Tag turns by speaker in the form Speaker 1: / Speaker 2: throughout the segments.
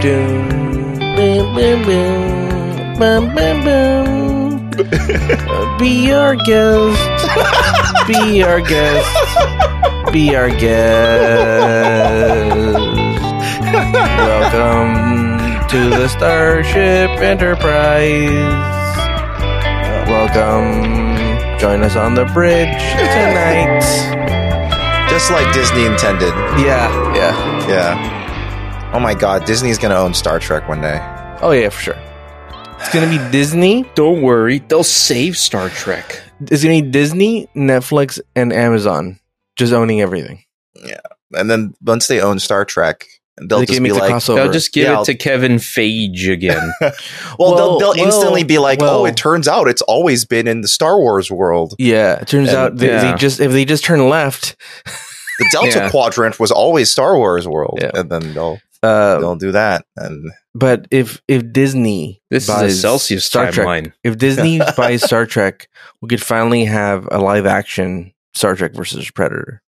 Speaker 1: Doom, boom, boom, boom, boom, boom, boom. Be our guest. Be our guest. Be our guest. Welcome to the Starship Enterprise. Welcome. Join us on the bridge tonight.
Speaker 2: Just like Disney intended.
Speaker 1: Yeah, yeah.
Speaker 2: Yeah. Oh my god, Disney's gonna own Star Trek one day.
Speaker 1: Oh, yeah, for sure. It's going to be Disney.
Speaker 3: Don't worry, they'll save Star Trek.
Speaker 1: It's going to be Disney, Netflix, and Amazon just owning everything.
Speaker 2: And then once they own Star Trek, they'll
Speaker 1: They
Speaker 2: just
Speaker 1: can make
Speaker 2: be
Speaker 1: the
Speaker 2: like,
Speaker 1: crossover.
Speaker 3: They'll just give
Speaker 2: Yeah,
Speaker 3: it to Kevin Feige again.
Speaker 2: well,
Speaker 1: Well,
Speaker 2: they'll, they'll
Speaker 1: well,
Speaker 2: instantly be like,
Speaker 1: well.
Speaker 2: oh, it turns out it's always been in the Star Wars world.
Speaker 1: Yeah, it turns
Speaker 2: And-
Speaker 1: out they,
Speaker 3: yeah.
Speaker 1: they just if they just turn left,
Speaker 2: The Delta
Speaker 3: Yeah.
Speaker 2: Quadrant was always Star Wars world,
Speaker 1: Yeah.
Speaker 2: and then they'll
Speaker 1: uh,
Speaker 2: they'll do that. And
Speaker 1: but if if Disney
Speaker 3: This is a
Speaker 1: buys
Speaker 3: Celsius
Speaker 1: Star Trek,
Speaker 3: timeline.
Speaker 1: if Disney buys Star Trek, we could finally have a live action Star Trek versus Predator.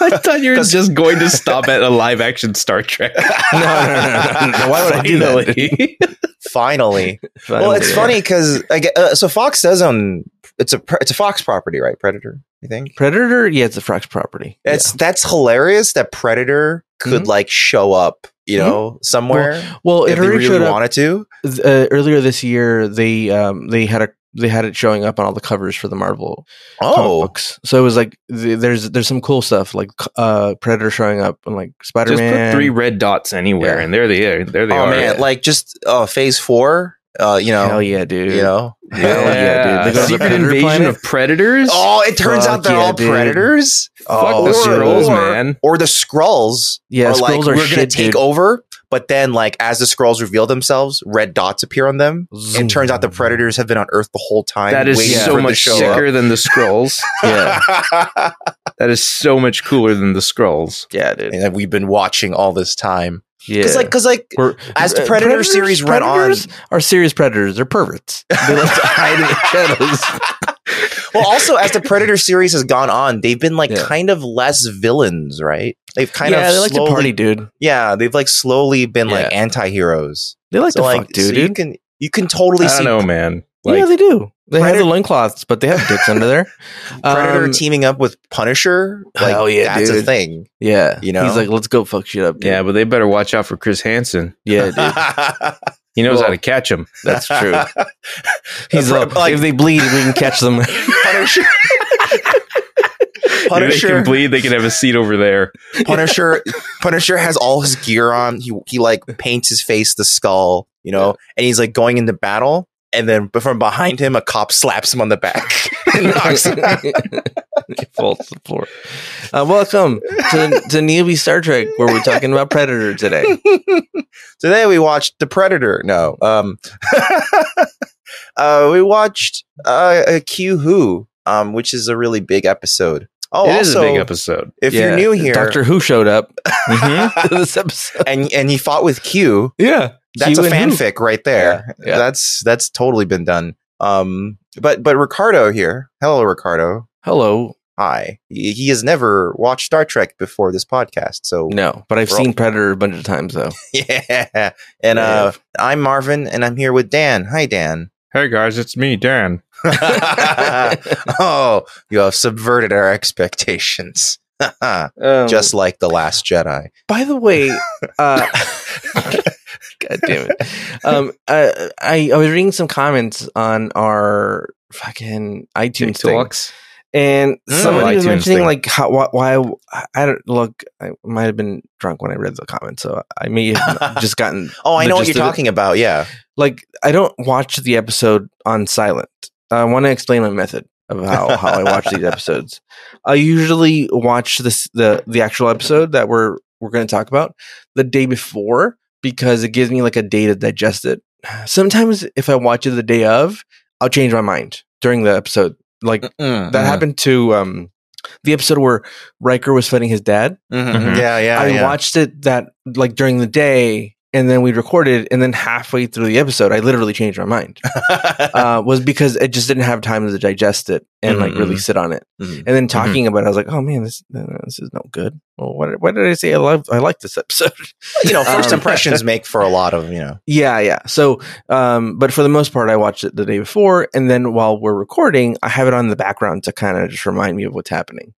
Speaker 3: I thought you were
Speaker 2: 'Cause-
Speaker 3: just going to stop at a live action Star Trek.
Speaker 1: No, no, no, no, no. Why would I do that?
Speaker 3: Finally.
Speaker 2: finally, well, it's funny because uh, so Fox does own it's a pre- it's a Fox property, right? Predator, you think?
Speaker 1: Predator. Yeah, it's a Fox property.
Speaker 2: That's that's hilarious that Predator could
Speaker 1: Mhm.
Speaker 2: like show up, you know, somewhere
Speaker 1: Yeah. Mm-hmm. well, it
Speaker 2: if they
Speaker 1: already
Speaker 2: really
Speaker 1: showed up
Speaker 2: wanted to.
Speaker 1: uh, earlier this year. They um they had a they had it showing up on all the covers for the Marvel comic
Speaker 2: Oh,
Speaker 1: books. So it was like th- there's there's some cool stuff like uh Predator showing up and like Spider
Speaker 3: Just put
Speaker 1: Man.
Speaker 3: three red dots anywhere,
Speaker 1: Yeah.
Speaker 3: and there they are. There they
Speaker 2: oh
Speaker 3: are.
Speaker 2: man, like just uh, Phase Four, uh, you know,
Speaker 1: Hell yeah, dude!
Speaker 2: you know.
Speaker 1: Hell yeah, dude. They go to the
Speaker 3: Secret
Speaker 1: Predator
Speaker 3: invasion
Speaker 1: planet?
Speaker 3: of predators.
Speaker 2: Oh, it turns
Speaker 1: Fuck
Speaker 2: out they're
Speaker 1: yeah,
Speaker 2: all
Speaker 1: dude.
Speaker 2: predators.
Speaker 3: Fuck the
Speaker 1: Oh,
Speaker 3: Skrulls,
Speaker 2: or,
Speaker 3: man.
Speaker 2: Or the Skrulls
Speaker 1: yeah,
Speaker 2: are
Speaker 1: Skrulls
Speaker 2: like,
Speaker 1: are
Speaker 2: we're gonna
Speaker 1: shit,
Speaker 2: take
Speaker 1: dude.
Speaker 2: over. But then, like as the Skrulls reveal themselves, red dots appear on them.
Speaker 1: Zoom.
Speaker 2: It turns out the predators have been on Earth the whole time.
Speaker 3: That is
Speaker 2: waiting
Speaker 1: Yeah.
Speaker 2: for
Speaker 3: so
Speaker 2: them to
Speaker 3: much
Speaker 2: show up.
Speaker 3: sicker than the Skrulls.
Speaker 1: Yeah,
Speaker 3: that is so much cooler than the Skrulls.
Speaker 1: yeah, dude.
Speaker 2: and that we've been watching all this time.
Speaker 1: Yeah,
Speaker 2: Because like, because like,
Speaker 1: We're-
Speaker 2: as the
Speaker 1: uh,
Speaker 2: Predator series ran on-
Speaker 1: predators are serious predators. They're perverts. They like to hide in the shadows.
Speaker 2: well, also as the Predator series has gone on, they've been like
Speaker 1: Yeah.
Speaker 2: kind of less villains, right? They've kind
Speaker 1: yeah,
Speaker 2: of
Speaker 1: they like
Speaker 2: slowly-
Speaker 1: to party, dude.
Speaker 2: Yeah, they've like slowly been like
Speaker 1: Yeah.
Speaker 2: anti-heroes.
Speaker 1: They like
Speaker 2: So
Speaker 1: to
Speaker 2: like,
Speaker 1: fuck, dude.
Speaker 2: so you
Speaker 1: dude.
Speaker 2: can you can totally
Speaker 3: I
Speaker 2: see
Speaker 3: don't know, man.
Speaker 1: yeah,
Speaker 3: Like,
Speaker 1: they do. They have
Speaker 2: Predator-
Speaker 1: the loincloths, but they have dicks under there.
Speaker 2: Predator
Speaker 1: Um,
Speaker 2: teaming up with Punisher. Like,
Speaker 1: hell yeah,
Speaker 2: that's a
Speaker 1: dude.
Speaker 2: thing.
Speaker 1: Yeah,
Speaker 2: You know?
Speaker 1: he's like, let's go fuck shit up. Dude.
Speaker 3: yeah, but they better watch out for Chris Hansen.
Speaker 1: yeah, dude.
Speaker 3: He knows
Speaker 1: Well-
Speaker 3: how to catch him.
Speaker 1: That's true. He's
Speaker 2: Pre-
Speaker 1: like,
Speaker 2: like-
Speaker 1: if they bleed, we can catch them.
Speaker 2: Punisher.
Speaker 3: If they can
Speaker 2: Punisher.
Speaker 3: bleed, they can have a seat over there.
Speaker 2: Punisher. Punisher has all his gear on. He he like paints his face the skull. You know, and he's like going into battle. And then, but from behind him, a cop slaps him on the back and
Speaker 1: Uh,
Speaker 2: knocks him out.
Speaker 1: False support. Uh, welcome to to Newbie Star Trek, where we're talking about Predator today.
Speaker 2: Today we watched The Predator. No, um, uh, we watched uh, a Q Who, um, which is a really big episode. Oh,
Speaker 3: it is a
Speaker 2: also,
Speaker 3: big episode.
Speaker 2: If
Speaker 1: Yeah,
Speaker 2: you're new here,
Speaker 1: Doctor Who showed up
Speaker 3: Mhm.
Speaker 1: to this episode.
Speaker 2: and and he fought with Q,
Speaker 1: Yeah,
Speaker 2: that's a fanfic right there.
Speaker 1: Yeah, yeah.
Speaker 2: That's that's totally been done. Um, but but Ricardo here. Hello, Ricardo.
Speaker 1: Hello.
Speaker 2: Hi. He, he has never watched Star Trek before this podcast, so
Speaker 1: No, but I've
Speaker 2: We're
Speaker 1: seen Predator a bunch of times though.
Speaker 2: yeah. And uh, I'm Marvin, and I'm here with Dan. Hi, Dan.
Speaker 3: Hey guys, it's me, Dan.
Speaker 2: oh, you have subverted our expectations.
Speaker 1: Um,
Speaker 2: Just like The Last Jedi.
Speaker 1: by the way, uh, God damn it. Um, uh, I I was reading some comments on our fucking iTunes thing.
Speaker 3: TikToks.
Speaker 1: and
Speaker 2: Mm.
Speaker 1: somebody was
Speaker 3: iTunes
Speaker 1: mentioning
Speaker 3: thing.
Speaker 1: like how, why, why I don't look. I might have been drunk when I read the comment, so I may have just gotten
Speaker 2: Oh, I
Speaker 1: the
Speaker 2: know what you're
Speaker 1: gist of it.
Speaker 2: talking about. Yeah.
Speaker 1: Like I don't watch the episode on silent. I want to explain my method of how, how I watch these episodes. I usually watch this the the actual episode that we're we're going to talk about the day before because it gives me like a day to digest it. Sometimes if I watch it the day of, I'll change my mind during the episode. Like
Speaker 2: Mm,
Speaker 1: that
Speaker 2: mhm,
Speaker 1: happened to um, the episode where Riker was fighting his dad.
Speaker 2: mhm,
Speaker 3: Mhm.
Speaker 2: Yeah, yeah.
Speaker 1: mm-hmm. I
Speaker 2: yeah.
Speaker 1: watched it that like during the day, and then we recorded, and then halfway through the episode, I literally changed my mind. Uh, was because it just didn't have time to digest it and like really sit on it.
Speaker 2: Mhm.
Speaker 1: And then talking about it, I was like, oh man, this uh, this is no good. Well, what why did I say I love I like this episode?
Speaker 2: you know, first
Speaker 1: Um,
Speaker 2: impressions make for a lot of you know.
Speaker 1: Yeah, yeah. So, um, but for the most part, I watched it the day before, and then while we're recording, I have it on in the background to kind of just remind me of what's happening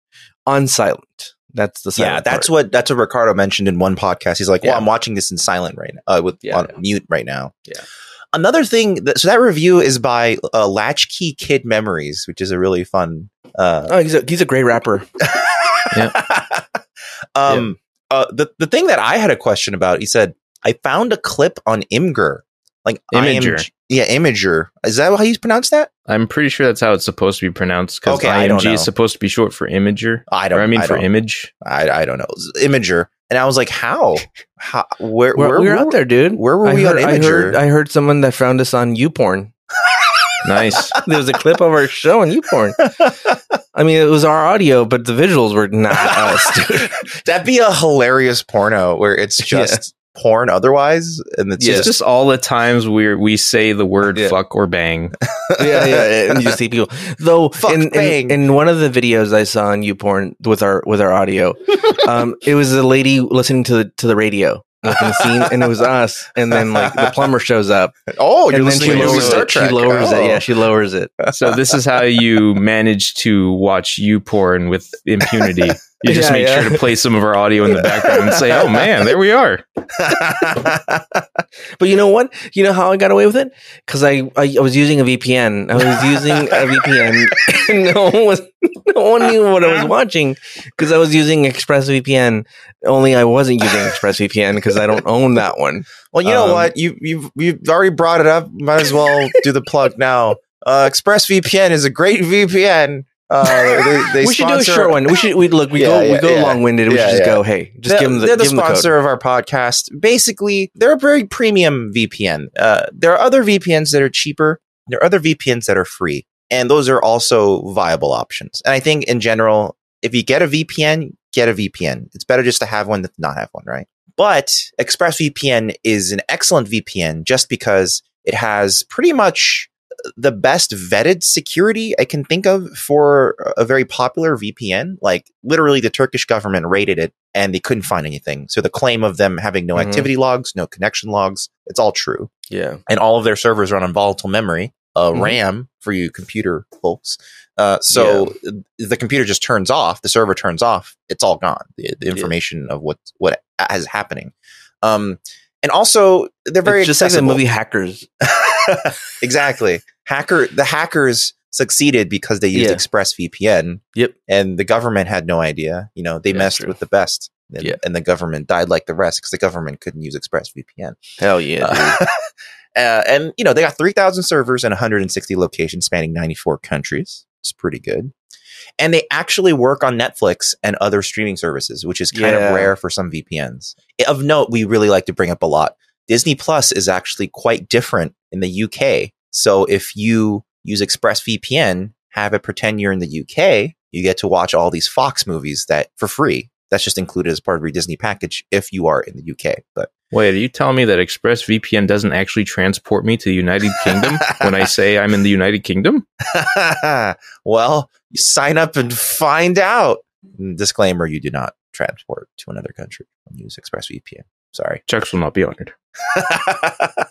Speaker 1: on silent. That's the silent
Speaker 2: yeah, that's
Speaker 1: part.
Speaker 2: what that's what Ricardo mentioned in one podcast. He's like, "Well,
Speaker 1: Yeah.
Speaker 2: I'm watching this in silent right now, uh, with
Speaker 1: Yeah,
Speaker 2: on
Speaker 1: yeah.
Speaker 2: mute right now."
Speaker 1: Yeah.
Speaker 2: Another thing, that, so that review is by uh, Latchkey Kid Memories, which is a really fun. Uh,
Speaker 1: Oh, he's a he's a great rapper.
Speaker 2: um, uh, the the thing that I had a question about, he said, "I found a clip on Imgur, like
Speaker 3: Imager.
Speaker 2: IMG, yeah, Imager. Is that how you pronounce that?
Speaker 3: I'm pretty sure that's how it's supposed to be pronounced because
Speaker 2: Okay, I don't
Speaker 3: IMG
Speaker 2: know.
Speaker 3: is supposed to be short for imager.
Speaker 2: I don't.
Speaker 3: Or I mean for
Speaker 2: don't-
Speaker 3: image.
Speaker 2: I, I don't know. Imager. And I was like, how? How?
Speaker 1: We're,
Speaker 2: Where? Where?
Speaker 1: we're
Speaker 2: were-
Speaker 1: out there, dude.
Speaker 2: where were
Speaker 1: I
Speaker 2: we on
Speaker 1: heard, I
Speaker 2: Imager?
Speaker 1: heard, I heard someone that found us on YouPorn.
Speaker 3: Nice.
Speaker 1: There was a clip of our show on YouPorn. I mean, it was our audio, but the visuals were not us. dude.
Speaker 2: That'd be a hilarious porno where it's
Speaker 1: Yeah.
Speaker 2: just porn otherwise, and it's
Speaker 1: Yeah.
Speaker 3: It's
Speaker 2: just
Speaker 3: just all the times we we say the word
Speaker 1: Yeah.
Speaker 3: fuck or bang.
Speaker 1: yeah, yeah. And you see people. Though
Speaker 2: Fuck,
Speaker 1: in, in
Speaker 2: bang.
Speaker 1: in one of the videos I saw on YouPorn with our with our audio, um, it was a lady listening to the to the radio. Like in the scene, and it was us, and then like the plumber shows up,
Speaker 2: oh, you're
Speaker 1: and then she
Speaker 2: listening to
Speaker 1: lowers
Speaker 2: Star
Speaker 1: it.
Speaker 2: Trek.
Speaker 1: She lowers
Speaker 2: Oh.
Speaker 1: it. Yeah, she lowers it.
Speaker 3: So this is how you manage to watch you porn with impunity. You just
Speaker 1: Yeah,
Speaker 3: make
Speaker 1: yeah.
Speaker 3: sure to play some of our audio in the background and say, "Oh man, there we are."
Speaker 1: But you know what? You know how I got away with it? Because I, I I was using a VPN. I was using a VPN. And no one was no one knew what I was watching because I was using ExpressVPN. Only I wasn't using ExpressVPN because I don't own that one.
Speaker 2: well, you know
Speaker 1: Um,
Speaker 2: what? You you've you've already brought it up. Might as well do the plug now. Uh, ExpressVPN is a great VPN. Uh, they, they
Speaker 1: we should do a
Speaker 2: sponsor-
Speaker 1: short one. We should we look. We
Speaker 2: Yeah,
Speaker 1: go
Speaker 2: yeah,
Speaker 1: we go
Speaker 2: yeah.
Speaker 1: long winded. We
Speaker 2: Yeah,
Speaker 1: should just
Speaker 2: yeah.
Speaker 1: go. Hey, just
Speaker 2: They're-
Speaker 1: give them the,
Speaker 2: they're the
Speaker 1: give 'em the
Speaker 2: sponsor of our podcast. Basically, they're a very premium VPN. Uh, there are other VPNs that are cheaper. There are other VPNs that are free, and those are also viable options. And I think in general, if you get a VPN, get a VPN. It's better just to have one than to not have one, right? But ExpressVPN is an excellent VPN just because it has pretty much the best vetted security I can think of for a very popular VPN. Like literally, the Turkish government raided it and they couldn't find anything. So the claim of them having no
Speaker 1: Mhm.
Speaker 2: activity logs, no connection logs, it's all true.
Speaker 1: code. Yeah,
Speaker 2: And all of their servers run on volatile memory, uh,
Speaker 1: Mhm.
Speaker 2: RAM for you computer folks. Uh, so the computer just turns off, the server turns off, it's all gone. The, the information of what what is happening. Um, and also, they're very
Speaker 1: it's just
Speaker 2: accessible
Speaker 1: like the movie Hackers.
Speaker 2: exactly. Hacker the hackers succeeded because they used
Speaker 1: Yeah.
Speaker 2: ExpressVPN.
Speaker 1: Yep.
Speaker 2: And the government had no idea. You know, they
Speaker 1: Yeah,
Speaker 2: messed
Speaker 1: true.
Speaker 2: with the best. And,
Speaker 1: Yeah.
Speaker 2: and the government died like the rest because the government couldn't use ExpressVPN.
Speaker 1: Hell yeah, dude.
Speaker 2: Uh, uh, and you know, they got 3,000 servers and 160 locations spanning 94 countries. It's pretty good. And they actually work on Netflix and other streaming services, which is kind
Speaker 1: Yeah.
Speaker 2: of rare for some VPNs. Of note, we really like to bring up a lot. Disney Plus is actually quite different in the UK. So if you use ExpressVPN, have it pretend you're in the UK, you get to watch all these Fox movies that for free. That's just included as part of your Disney package if you are in the UK. But
Speaker 3: Wait, are you telling me that ExpressVPN doesn't actually transport me to the United Kingdom when I say I'm in the United Kingdom?
Speaker 2: well, you sign up and find out. Mm, Disclaimer: You do not transport to another country when you use ExpressVPN. Sorry.
Speaker 3: Chucks will not be honored.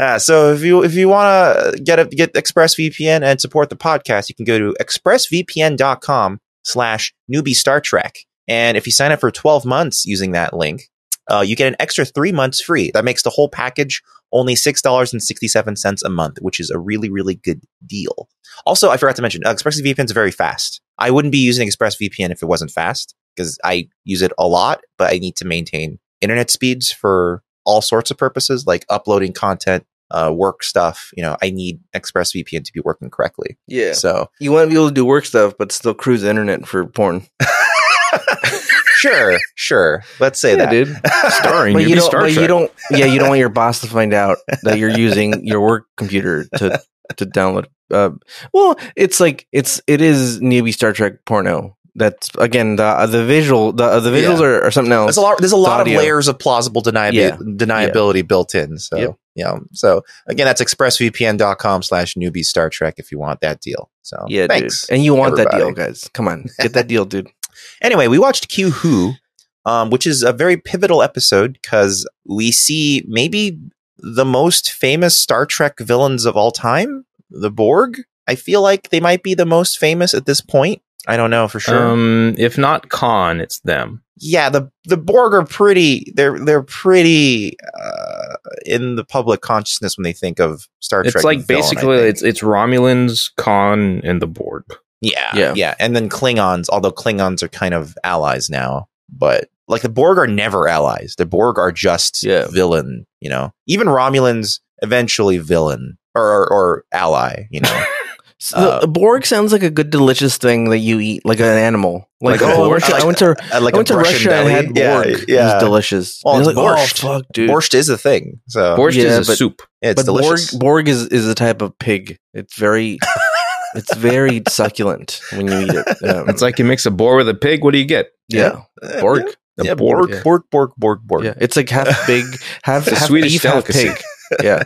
Speaker 2: Uh, so if you if you want to get a, get ExpressVPN and support the podcast, you can go to expressvpn.com slash newbie Star Trek. And if you sign up for 12 months using that link, uh, you get an extra three months free. That makes the whole package only $6.67 a month, which is a really, really good deal. Also, I forgot to mention, uh, ExpressVPN is very fast. I wouldn't be using ExpressVPN if it wasn't fast because I use it a lot, but I need to maintain internet speeds for all sorts of purposes, like uploading content, uh, work stuff. You know, I need ExpressVPN to be working correctly.
Speaker 1: yeah.
Speaker 2: So
Speaker 1: You want to be able to do work stuff, but still cruise the internet for porn.
Speaker 2: sure, sure. Let's say
Speaker 1: yeah,
Speaker 2: that.
Speaker 1: dude.
Speaker 3: Starring
Speaker 1: But
Speaker 3: newbie
Speaker 1: you don't.
Speaker 3: Star
Speaker 1: But you
Speaker 3: Trek.
Speaker 1: don't. Yeah, you don't want your boss to find out that you're using your work computer to to download. Uh, well, it's like it's it is newbie Star Trek porno. That's again the uh, the visual the the visuals
Speaker 2: Yeah.
Speaker 1: are, are something else.
Speaker 2: There's a lot. There's a lot
Speaker 1: Audio.
Speaker 2: of layers of plausible deniabi-
Speaker 1: Yeah.
Speaker 2: deniability built in. So
Speaker 1: Yep.
Speaker 2: yeah. So again, that's expressvpn.com slash newbie Star Trek if you want that deal. So
Speaker 1: yeah,
Speaker 2: thanks.
Speaker 1: dude. And you want that deal,
Speaker 2: everybody.
Speaker 1: guys? Come on, get that deal, dude.
Speaker 2: Anyway, we watched Q Who, um, which is a very pivotal episode because we see maybe the most famous Star Trek villains of all time, the Borg. I feel like they might be the most famous at this point. I don't know for sure.
Speaker 3: Um, if not Khan, it's them.
Speaker 2: yeah, the the Borg are pretty. They're they're pretty uh, in the public consciousness when they think of Star Trek.
Speaker 3: it's like
Speaker 2: villain, I
Speaker 3: basically
Speaker 2: think.
Speaker 3: it's it's Romulans, Khan, and the Borg.
Speaker 2: yeah,
Speaker 1: Yeah.
Speaker 2: yeah, yeah, and then Klingons. Although Klingons are kind of allies now, but like the Borg are never allies. The Borg are just
Speaker 1: Yeah.
Speaker 2: villain. You know, even Romulans eventually villain or or, or ally. You know,
Speaker 1: So the-
Speaker 2: Uh,
Speaker 1: the Borg sounds like a good, delicious thing that you eat, like an animal. Like,
Speaker 2: Like
Speaker 1: oh,
Speaker 2: a
Speaker 1: I
Speaker 2: Borg?
Speaker 1: went to I went to,
Speaker 2: Uh, like
Speaker 1: I went
Speaker 2: a
Speaker 1: to
Speaker 2: Russian
Speaker 1: Russia
Speaker 2: belly.
Speaker 1: and
Speaker 2: Yeah,
Speaker 1: had Borg. It
Speaker 2: yeah.
Speaker 1: was delicious.
Speaker 2: Well,
Speaker 1: And
Speaker 2: it's
Speaker 1: I was
Speaker 2: borscht.
Speaker 1: Oh, fuck, dude.
Speaker 2: Borscht is a thing. So
Speaker 3: Borscht
Speaker 1: yeah,
Speaker 3: is a
Speaker 1: but-
Speaker 3: soup.
Speaker 2: Uh, yeah, it's
Speaker 1: but
Speaker 2: delicious.
Speaker 1: Borg, Borg is is a type of pig. It's very, it's very succulent when you eat it. Um,
Speaker 3: It's like you mix a boar with a pig. What do you get?
Speaker 1: yeah,
Speaker 2: Uh,
Speaker 1: Borg.
Speaker 3: The
Speaker 2: Yeah,
Speaker 3: Borg.
Speaker 2: Borg, Borg, Borg, Borg, Borg.
Speaker 1: Yeah, it's like half pig, half,
Speaker 3: It's a
Speaker 1: half
Speaker 3: Swedish
Speaker 1: beef, half
Speaker 3: delicacy.
Speaker 1: pig. Yeah,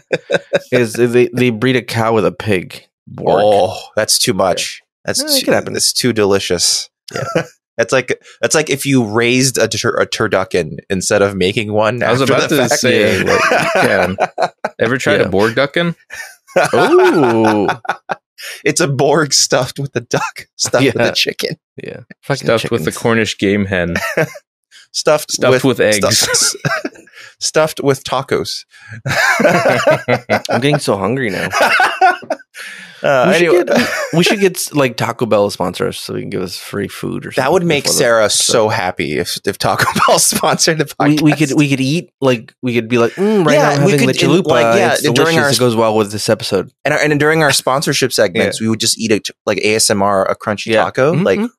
Speaker 1: is they they breed a cow with a pig. Borg.
Speaker 2: Oh, that's too much. That's
Speaker 1: Eh, it
Speaker 2: too,
Speaker 1: could happen.
Speaker 2: That's too delicious. Yeah. that's like that's like if you raised a, tur- a turducken instead of making one.
Speaker 3: I was
Speaker 2: after
Speaker 3: about
Speaker 2: the
Speaker 3: to
Speaker 2: fact.
Speaker 3: say,
Speaker 2: Yeah.
Speaker 3: like, you Ever tried
Speaker 1: Yeah.
Speaker 3: a Borg duckin?
Speaker 2: Oh.
Speaker 1: Ooh,
Speaker 2: it's a Borg stuffed with a duck, stuffed with
Speaker 1: Yeah.
Speaker 2: a chicken,
Speaker 1: yeah, fucking
Speaker 3: Stuffed with the
Speaker 1: chickens.
Speaker 3: Cornish game hen.
Speaker 2: stuffed
Speaker 3: Stuffed with, eggs.
Speaker 2: stuffed, stuffed with tacos.
Speaker 1: I'm getting so hungry now.
Speaker 2: Uh,
Speaker 1: We should
Speaker 2: anyway,
Speaker 1: get- We should get like Taco Bell to sponsor us so they can give us free food or something.
Speaker 2: that would make
Speaker 1: before the-
Speaker 2: Sarah so happy if if Taco Bell sponsored the
Speaker 1: We,
Speaker 2: podcast.
Speaker 1: we could we could eat like we could be like mm, right
Speaker 2: Yeah,
Speaker 1: now I'm
Speaker 2: we
Speaker 1: having
Speaker 2: could
Speaker 1: the
Speaker 2: in-
Speaker 1: chalupa.
Speaker 2: like, yeah,
Speaker 1: it's
Speaker 2: during
Speaker 1: delicious.
Speaker 2: our-
Speaker 1: it goes well with this episode.
Speaker 2: and, our, and during our sponsorship segments, we would just eat a like ASMR a crunchy
Speaker 1: Yeah.
Speaker 2: taco,
Speaker 1: Mhm.
Speaker 2: like you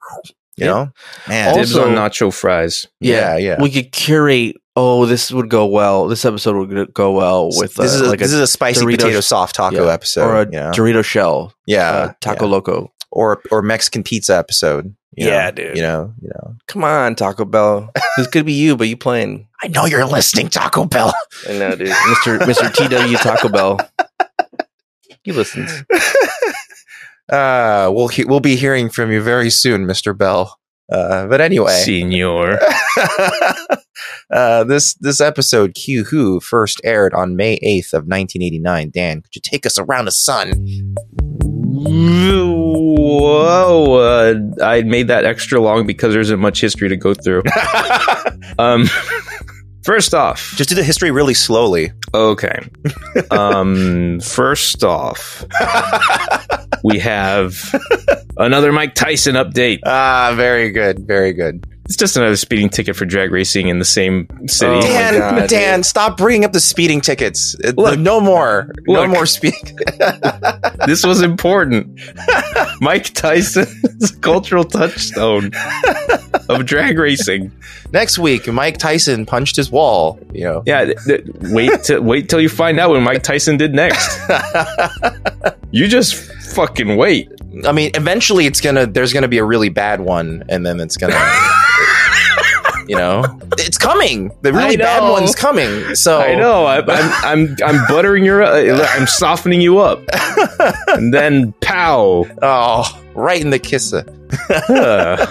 Speaker 1: Yeah.
Speaker 2: know, man.
Speaker 1: Also-
Speaker 3: Dibs on nacho fries.
Speaker 2: yeah, yeah.
Speaker 1: we could curate. Oh, this would go well. This episode would go- go well with uh,
Speaker 2: this is a,
Speaker 1: like
Speaker 2: this
Speaker 1: a,
Speaker 2: is a spicy
Speaker 1: Doritos-
Speaker 2: potato soft taco
Speaker 1: yeah.
Speaker 2: episode,
Speaker 1: or a
Speaker 2: you know?
Speaker 1: Dorito shell,
Speaker 2: yeah,
Speaker 1: uh, Taco
Speaker 2: yeah.
Speaker 1: Loco.
Speaker 2: or or Mexican pizza episode. you
Speaker 1: Yeah,
Speaker 2: know?
Speaker 1: dude.
Speaker 2: You know, you know.
Speaker 1: Come on, Taco Bell. this could be you, but you playing.
Speaker 2: I know you're listening, Taco Bell.
Speaker 1: I know, dude. Mister Mister TW Taco Bell. He listens.
Speaker 2: Uh, we'll he- we'll be hearing from you very soon, Mister Bell. Uh, but anyway,
Speaker 3: Senor.
Speaker 2: uh, this this episode, Q Who, first aired on May eighth of nineteen eighty nine. Dan, could you take us around the sun?
Speaker 3: Whoa. Uh, I made that extra long because there isn't much history to go through. Um, first off,
Speaker 2: Just do the history really slowly.
Speaker 3: okay. Um, first off, we have another Mike Tyson update.
Speaker 2: Ah, very good, very good.
Speaker 3: It's just another speeding ticket for drag racing in the same city.
Speaker 1: Oh my
Speaker 2: Dan,
Speaker 1: God,
Speaker 2: Dan, stop bringing up the speeding tickets. Uh,
Speaker 3: Look.
Speaker 2: no more, no
Speaker 3: Look.
Speaker 2: more speeding.
Speaker 3: this was important. Mike Tyson is a cultural touchstone of drag racing.
Speaker 2: Next week, Mike Tyson punched his wall. You know,
Speaker 3: Yeah, th- th- wait till wait till you find out what Mike Tyson did next. You just fucking wait.
Speaker 2: I mean, eventually it's gonna. There's gonna be a really bad one, and then it's gonna. you know, it's coming. The really
Speaker 3: I know.
Speaker 2: bad one's coming. So
Speaker 3: I know. I, Oh. I'm I'm I'm buttering your. uh, I'm softening you up, and then pow.
Speaker 2: Oh, right in the kisser.
Speaker 3: Huh.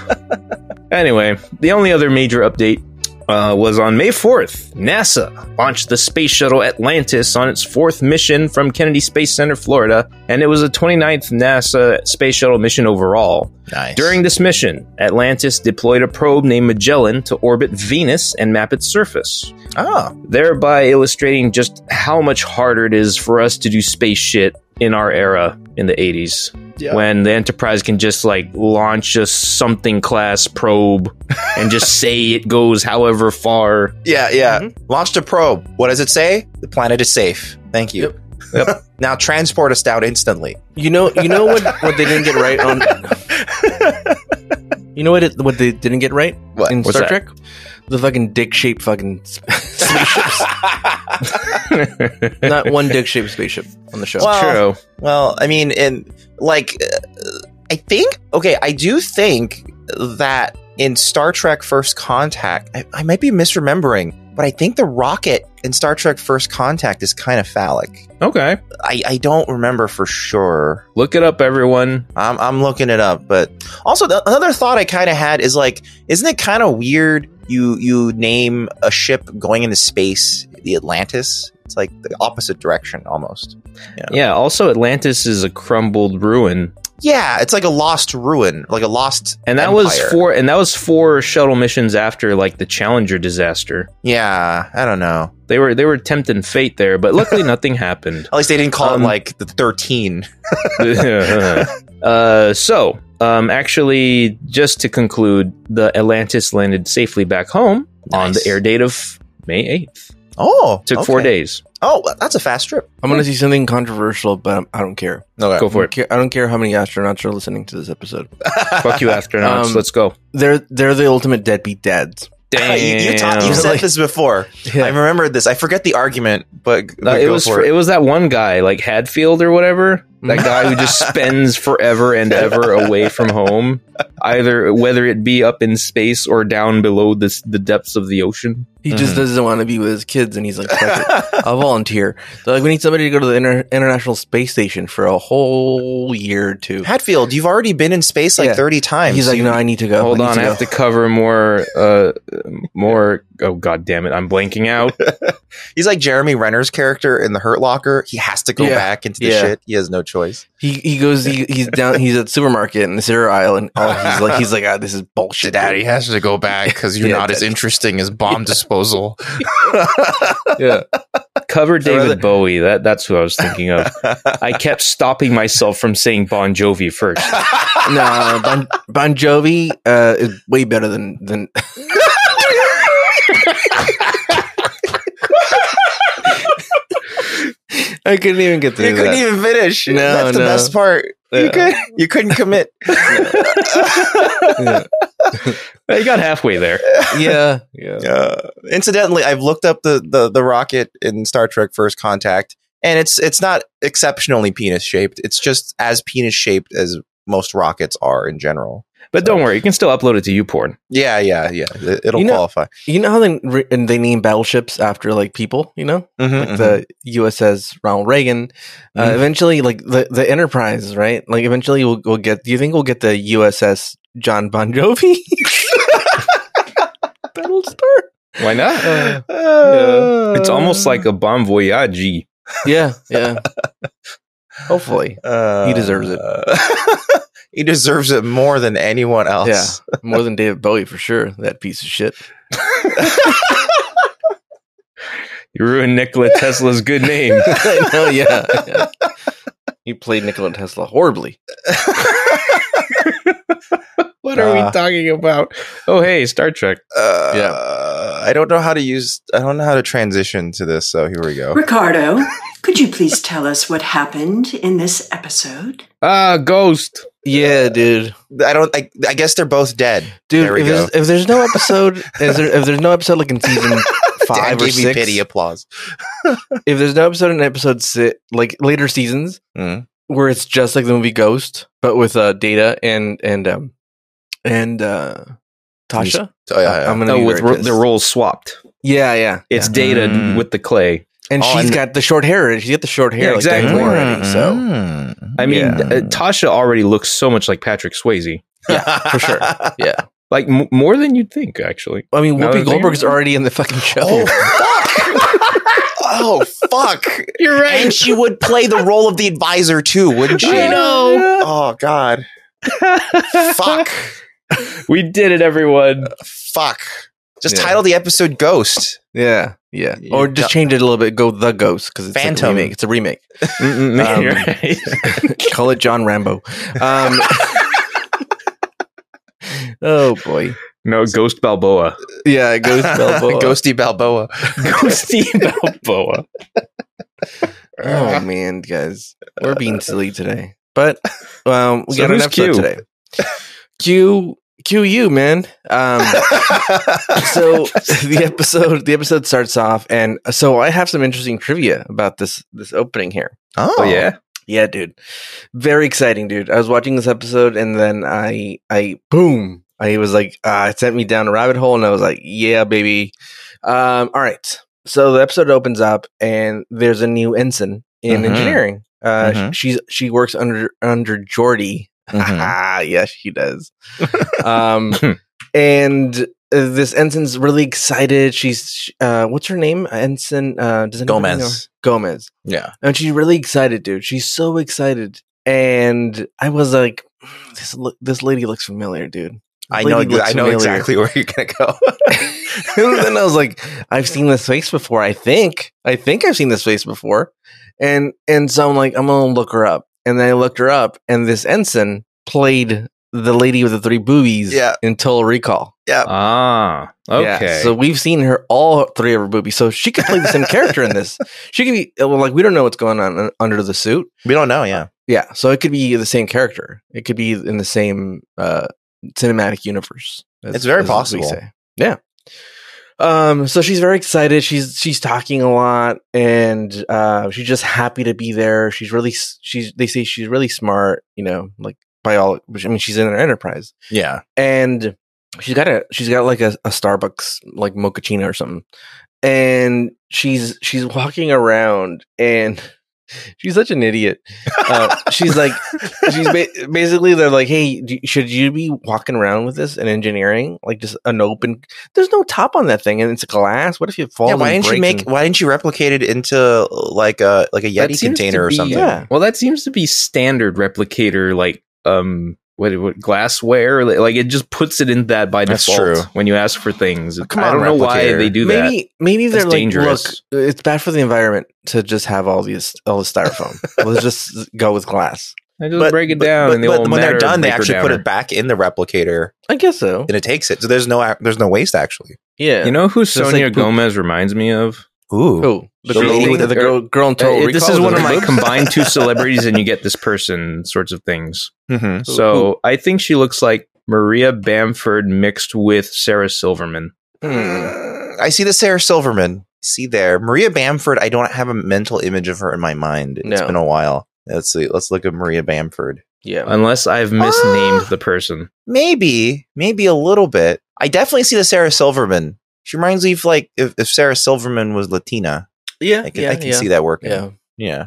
Speaker 3: anyway, the only other major update uh, was on May 4th, NASA launched the space shuttle Atlantis on its fourth mission from Kennedy Space Center, Florida, and it was the 29th NASA space shuttle mission overall.
Speaker 2: Nice.
Speaker 3: During this mission, Atlantis deployed a probe named Magellan to orbit Venus and map its surface,
Speaker 2: oh,
Speaker 3: thereby illustrating just how much harder it is for us to do space shit in our era in the 80s
Speaker 2: yeah.
Speaker 3: when the Enterprise can just like launch a something class probe and just say it goes however far.
Speaker 2: yeah, yeah.
Speaker 1: Mhm.
Speaker 2: Launched a probe. What does it say? The planet is safe. Thank you.
Speaker 3: Yep.
Speaker 2: now transport us down instantly.
Speaker 1: You know, you know what what they didn't get right on. You know what it, what they didn't get right
Speaker 2: What?
Speaker 1: in
Speaker 3: What's
Speaker 1: Star
Speaker 3: that?
Speaker 1: Trek? The fucking dick shaped fucking sp- spaceships. Not one dick shaped spaceship on the show.
Speaker 2: Well,
Speaker 3: True.
Speaker 2: Well, I mean, and like, uh, I think okay, I do think that in Star Trek First Contact, I, I might be misremembering, but I think the rocket in Star Trek First Contact is kind of phallic.
Speaker 3: Okay.
Speaker 2: I, I don't remember for sure.
Speaker 3: Look it up, everyone.
Speaker 2: I'm, I'm looking it up, but also the, another thought I kind of had is like, isn't it kind of weird you you name a ship going into space the Atlantis? It's like the opposite direction almost.
Speaker 3: Yeah, also, Atlantis is a crumbled ruin.
Speaker 2: Yeah, it's like a lost ruin, like a lost.
Speaker 3: And that was
Speaker 2: empire.
Speaker 3: four and that was four shuttle missions after like the Challenger disaster.
Speaker 2: Yeah, I don't know.
Speaker 3: They were they were tempting fate there, but luckily nothing happened.
Speaker 2: At least they didn't call
Speaker 3: Um,
Speaker 2: it like the thirteen.
Speaker 3: uh, so, um, actually, just to conclude, the Atlantis landed safely back home on the
Speaker 2: Nice.
Speaker 3: air date of May eighth.
Speaker 2: Oh,
Speaker 3: Took four
Speaker 2: okay.
Speaker 3: days.
Speaker 2: Oh, that's a fast trip.
Speaker 1: I'm going to see something controversial, but I'm, I don't care.
Speaker 2: Okay.
Speaker 3: Go for
Speaker 1: I don't
Speaker 3: it.
Speaker 1: care. I don't care how many astronauts are listening to this episode.
Speaker 3: Fuck you, astronauts.
Speaker 1: Um,
Speaker 3: Let's go.
Speaker 1: They're they're the ultimate deadbeat dads.
Speaker 2: Uh, you, you, ta- you
Speaker 3: Damn.
Speaker 2: said
Speaker 1: Like-
Speaker 2: this before. I remembered this. I forget the argument, but,
Speaker 3: Uh,
Speaker 2: but
Speaker 3: it
Speaker 2: go
Speaker 3: was
Speaker 2: for
Speaker 3: it. was that one guy like Hadfield or whatever that guy who just spends forever and ever away from home either whether it be up in space or down below the s- the depths of the ocean
Speaker 1: He just
Speaker 2: Mhm.
Speaker 1: doesn't want to be with his kids, and he's like, "Fuck it. I'll volunteer." They're like, "We need somebody to go to the inter- International Space Station for a whole year or two.
Speaker 2: Hatfield, you've already been in space like
Speaker 1: Yeah.
Speaker 2: 30 times.
Speaker 1: He's like, "No, I need to go."
Speaker 3: hold
Speaker 1: Oh, I need
Speaker 3: on I
Speaker 1: to
Speaker 3: have to cover more uh more oh god damn it I'm blanking out
Speaker 2: He's like Jeremy Renner's character in The Hurt Locker. He has to go
Speaker 1: Yeah.
Speaker 2: back into the
Speaker 1: Yeah.
Speaker 2: shit. He has no choice.
Speaker 1: He he goes. He, he's down. He's at the supermarket in the cereal aisle, and oh, he's like, he's like, ah, this is bullshit. dude."
Speaker 2: has to go back because
Speaker 1: you're Yeah, not as that-
Speaker 2: interesting as bomb disposal.
Speaker 1: Yeah.
Speaker 3: cover David
Speaker 2: rather-
Speaker 3: Bowie that that's who I was thinking of I kept stopping myself from saying Bon Jovi first
Speaker 1: No, Bon, bon Jovi uh, is way better than than. I couldn't even get
Speaker 2: You
Speaker 1: through
Speaker 2: couldn't
Speaker 1: that.
Speaker 2: even finish.
Speaker 1: No,
Speaker 2: That's the
Speaker 1: no.
Speaker 2: best part.
Speaker 1: Yeah.
Speaker 2: You, could, you couldn't commit.
Speaker 1: Yeah.
Speaker 3: I got halfway there
Speaker 1: yeah, yeah.
Speaker 2: Uh, incidentally, I've looked up the, the the rocket in Star Trek: First Contact, and it's it's not exceptionally penis shaped. It's just as penis shaped as most rockets are in general.
Speaker 3: but don't worry you can still upload it to YouPorn
Speaker 2: Yeah, yeah, yeah. It, it'll
Speaker 1: You know-
Speaker 2: qualify.
Speaker 1: You know how they re- and they name battleships after like people. You know,
Speaker 2: Mhm,
Speaker 1: like the USS Ronald Reagan. Uh,
Speaker 2: Mhm.
Speaker 1: Eventually, like the the Enterprise, right? Like eventually, we'll we'll get. Do you think we'll get the USS John Bon Jovi? Battlestar.
Speaker 3: why not
Speaker 1: Uh,
Speaker 2: mhm.
Speaker 3: It's almost like a bon voyage.
Speaker 1: Yeah, yeah. Hopefully,
Speaker 2: Uh,
Speaker 1: He deserves it.
Speaker 2: he deserves it more than anyone else.
Speaker 1: more than David Bowie for sure. That piece of shit.
Speaker 3: You ruined Nikola Tesla's good name.
Speaker 1: I know. Yeah, yeah. He played Nikola Tesla horribly.
Speaker 3: what
Speaker 2: are we Uh.
Speaker 3: talking about? Oh, hey, Star Trek.
Speaker 2: Uh,
Speaker 1: Yeah.
Speaker 2: I don't know how to use. I don't know how to transition to this. So here we go.
Speaker 4: Ricardo, could you please tell us what happened in this episode?
Speaker 3: Ah, Ghost.
Speaker 1: Yeah, dude.
Speaker 2: I don't. I, I guess they're both dead.
Speaker 1: Dude,
Speaker 2: There we
Speaker 1: if, There's, if there's no episode, is there, if there's no episode like in season
Speaker 2: Dan
Speaker 1: five or
Speaker 2: gave me
Speaker 1: six,
Speaker 2: pity applause.
Speaker 1: if there's no episode in episode six, like later seasons
Speaker 2: Mm.
Speaker 1: where it's just like the movie Ghost, but with uh, Data and and um and uh Tasha,
Speaker 2: So, Oh, yeah, yeah.
Speaker 1: I'm gonna
Speaker 3: No,
Speaker 1: be
Speaker 3: Oh, with
Speaker 1: very
Speaker 3: ro-
Speaker 1: pissed.
Speaker 3: the roles swapped.
Speaker 1: Yeah, yeah.
Speaker 3: It's
Speaker 1: yeah.
Speaker 3: Data
Speaker 2: Mm.
Speaker 3: with the clay.
Speaker 1: and
Speaker 2: Oh,
Speaker 1: she's
Speaker 2: and-
Speaker 1: got the short hair. She's got the short hair
Speaker 3: Yeah,
Speaker 1: like
Speaker 3: exactly.
Speaker 2: Mm-hmm.
Speaker 1: Daniel already. So.
Speaker 2: Mm.
Speaker 3: I mean,
Speaker 1: Yeah.
Speaker 3: uh, Tasha already looks so much like Patrick Swayze.
Speaker 1: for sure. Yeah.
Speaker 3: Like m- more than you'd think, actually.
Speaker 1: I mean,
Speaker 3: Now
Speaker 1: Whoopi
Speaker 3: that I think
Speaker 1: Goldberg's
Speaker 3: about it.
Speaker 1: already in the fucking show.
Speaker 2: Oh fuck! oh fuck!
Speaker 3: You're
Speaker 2: And she would play the role of the advisor too, wouldn't she?
Speaker 3: I know.
Speaker 2: Oh god! Fuck!
Speaker 3: we did it, everyone.
Speaker 2: Fuck! Just
Speaker 1: Yeah.
Speaker 2: title the episode "Ghost."
Speaker 1: Yeah, yeah.
Speaker 2: Yeah.
Speaker 1: Or just change it a little bit. Go the ghost because it's like a
Speaker 2: Phantom.
Speaker 1: remake. It's a remake.
Speaker 3: Mm-mm,
Speaker 1: Um,
Speaker 3: you're right.
Speaker 1: Call it John Rambo. Um, oh boy.
Speaker 3: No, Ghost Balboa.
Speaker 1: Yeah, Ghost Balboa.
Speaker 2: Ghosty Balboa.
Speaker 3: Ghosty Balboa.
Speaker 1: Oh man, guys, we're being silly today. But um, we
Speaker 3: So
Speaker 1: got an
Speaker 3: who's
Speaker 1: episode
Speaker 3: Q?
Speaker 1: today. Q Q you man. Um, so the episode the episode starts off, and so I have some interesting trivia about this this opening here.
Speaker 2: oh,
Speaker 3: Oh, yeah.
Speaker 1: Yeah, dude. Very exciting, dude. I was watching this episode and then I I boom, Uh, He was like, uh, it sent me down a rabbit hole, and I was like, yeah, baby. Um, all right. So the episode opens up, and there's a new ensign in
Speaker 2: Mhm.
Speaker 1: engineering. Uh, sh-
Speaker 2: Mhm.
Speaker 1: she's she works under under Jordy. Mm-hmm. Ah,
Speaker 2: Mhm.
Speaker 1: yes, she does. um, and uh, this ensign's really excited. She's uh, what's her name? Ensign uh, does anybody know?
Speaker 2: Gomez.
Speaker 1: Gomez.
Speaker 2: Yeah.
Speaker 1: And she's really excited, dude. She's so excited. And I was like, this lo- this lady looks familiar, dude. This
Speaker 2: I know.
Speaker 1: lady looks
Speaker 2: I know
Speaker 1: familiar.
Speaker 2: exactly where you're gonna go.
Speaker 1: and then I was like, I've seen this face before. I think, I think I've seen this face before. And and so I'm like, I'm gonna look her up. And then I looked her up, and this ensign played the lady with the three boobies
Speaker 2: Yeah.
Speaker 1: in Total Recall.
Speaker 3: Ah, okay.
Speaker 1: so we've seen her all three of her boobies. So she could play the same character in this. She could be well, like we don't know what's going on uh, under the suit.
Speaker 2: we don't know. Yeah.
Speaker 1: Yeah, so it could be the same character. It could be in the same uh, cinematic universe. as-
Speaker 2: It's very
Speaker 1: as we
Speaker 2: possible.
Speaker 1: say. Yeah. Um. So she's very excited. She's she's talking a lot, and uh, she's just happy to be there. She's really s- she's they say she's really smart. You know, like by all. I mean, she's in her enterprise,
Speaker 2: Yeah.
Speaker 1: and she's got a she's got like a, a Starbucks like mochaccino or something, and she's she's walking around and. She's such an idiot. Uh, she's like, she's ba- basically they're like, hey, do, should you be walking around with this in engineering, like just an open? There's no top on that thing, and it's glass. What if you fall?
Speaker 2: yeah. Why
Speaker 1: and
Speaker 2: didn't you
Speaker 1: breaks
Speaker 2: make?
Speaker 1: and-
Speaker 2: Why didn't you replicate it into like a like a
Speaker 3: That
Speaker 2: Yeti
Speaker 3: seems to
Speaker 2: container or
Speaker 3: be-
Speaker 2: something?
Speaker 1: Yeah.
Speaker 3: Well, that seems to be standard replicator, like um, what, what glassware? Like like, it just puts it in that by
Speaker 2: That's
Speaker 3: default
Speaker 2: true.
Speaker 3: when you ask for things.
Speaker 2: come
Speaker 3: I
Speaker 2: on,
Speaker 3: don't know why
Speaker 2: replicator.
Speaker 3: they do that.
Speaker 1: Maybe maybe they're
Speaker 3: That's
Speaker 1: like,
Speaker 3: dangerous.
Speaker 1: look, it's bad for the environment to just have all these all the styrofoam. Let's just go with glass.
Speaker 3: I just break it down, and the
Speaker 2: but
Speaker 3: old
Speaker 2: when
Speaker 3: matter
Speaker 2: they're done, they
Speaker 3: breaker
Speaker 2: actually put
Speaker 3: downer.
Speaker 2: it back in the replicator,
Speaker 1: I guess so.
Speaker 2: and it takes it. So there's no ac- there's no waste actually.
Speaker 1: Yeah,
Speaker 3: You know who
Speaker 1: like
Speaker 3: Sonia
Speaker 1: poop.
Speaker 3: Gomez reminds me of?
Speaker 2: Ooh,
Speaker 1: Who? the
Speaker 3: She-
Speaker 1: girl, with the, girl, girl in Total
Speaker 3: Uh, this
Speaker 1: Recall
Speaker 3: is
Speaker 1: with
Speaker 3: one
Speaker 1: the
Speaker 3: of my
Speaker 1: boobs?
Speaker 3: combined two celebrities, and you get this person sorts of things.
Speaker 2: hmm
Speaker 3: So I think she looks like Maria Bamford mixed with Sarah Silverman.
Speaker 1: Hmm.
Speaker 2: I see the Sarah Silverman. See there, Maria Bamford. I don't have a mental image of her in my mind. It's
Speaker 1: No.
Speaker 2: been a while. Let's see. Let's look at Maria Bamford.
Speaker 1: Yeah.
Speaker 3: Unless I've misnamed
Speaker 2: Ah.
Speaker 3: the person.
Speaker 2: Maybe, maybe a little bit. I definitely see the Sarah Silverman. She reminds me of like if, if Sarah Silverman was Latina.
Speaker 1: Yeah.
Speaker 2: I can,
Speaker 1: yeah,
Speaker 2: I can
Speaker 1: yeah.
Speaker 2: see that working.
Speaker 1: Yeah.
Speaker 2: yeah.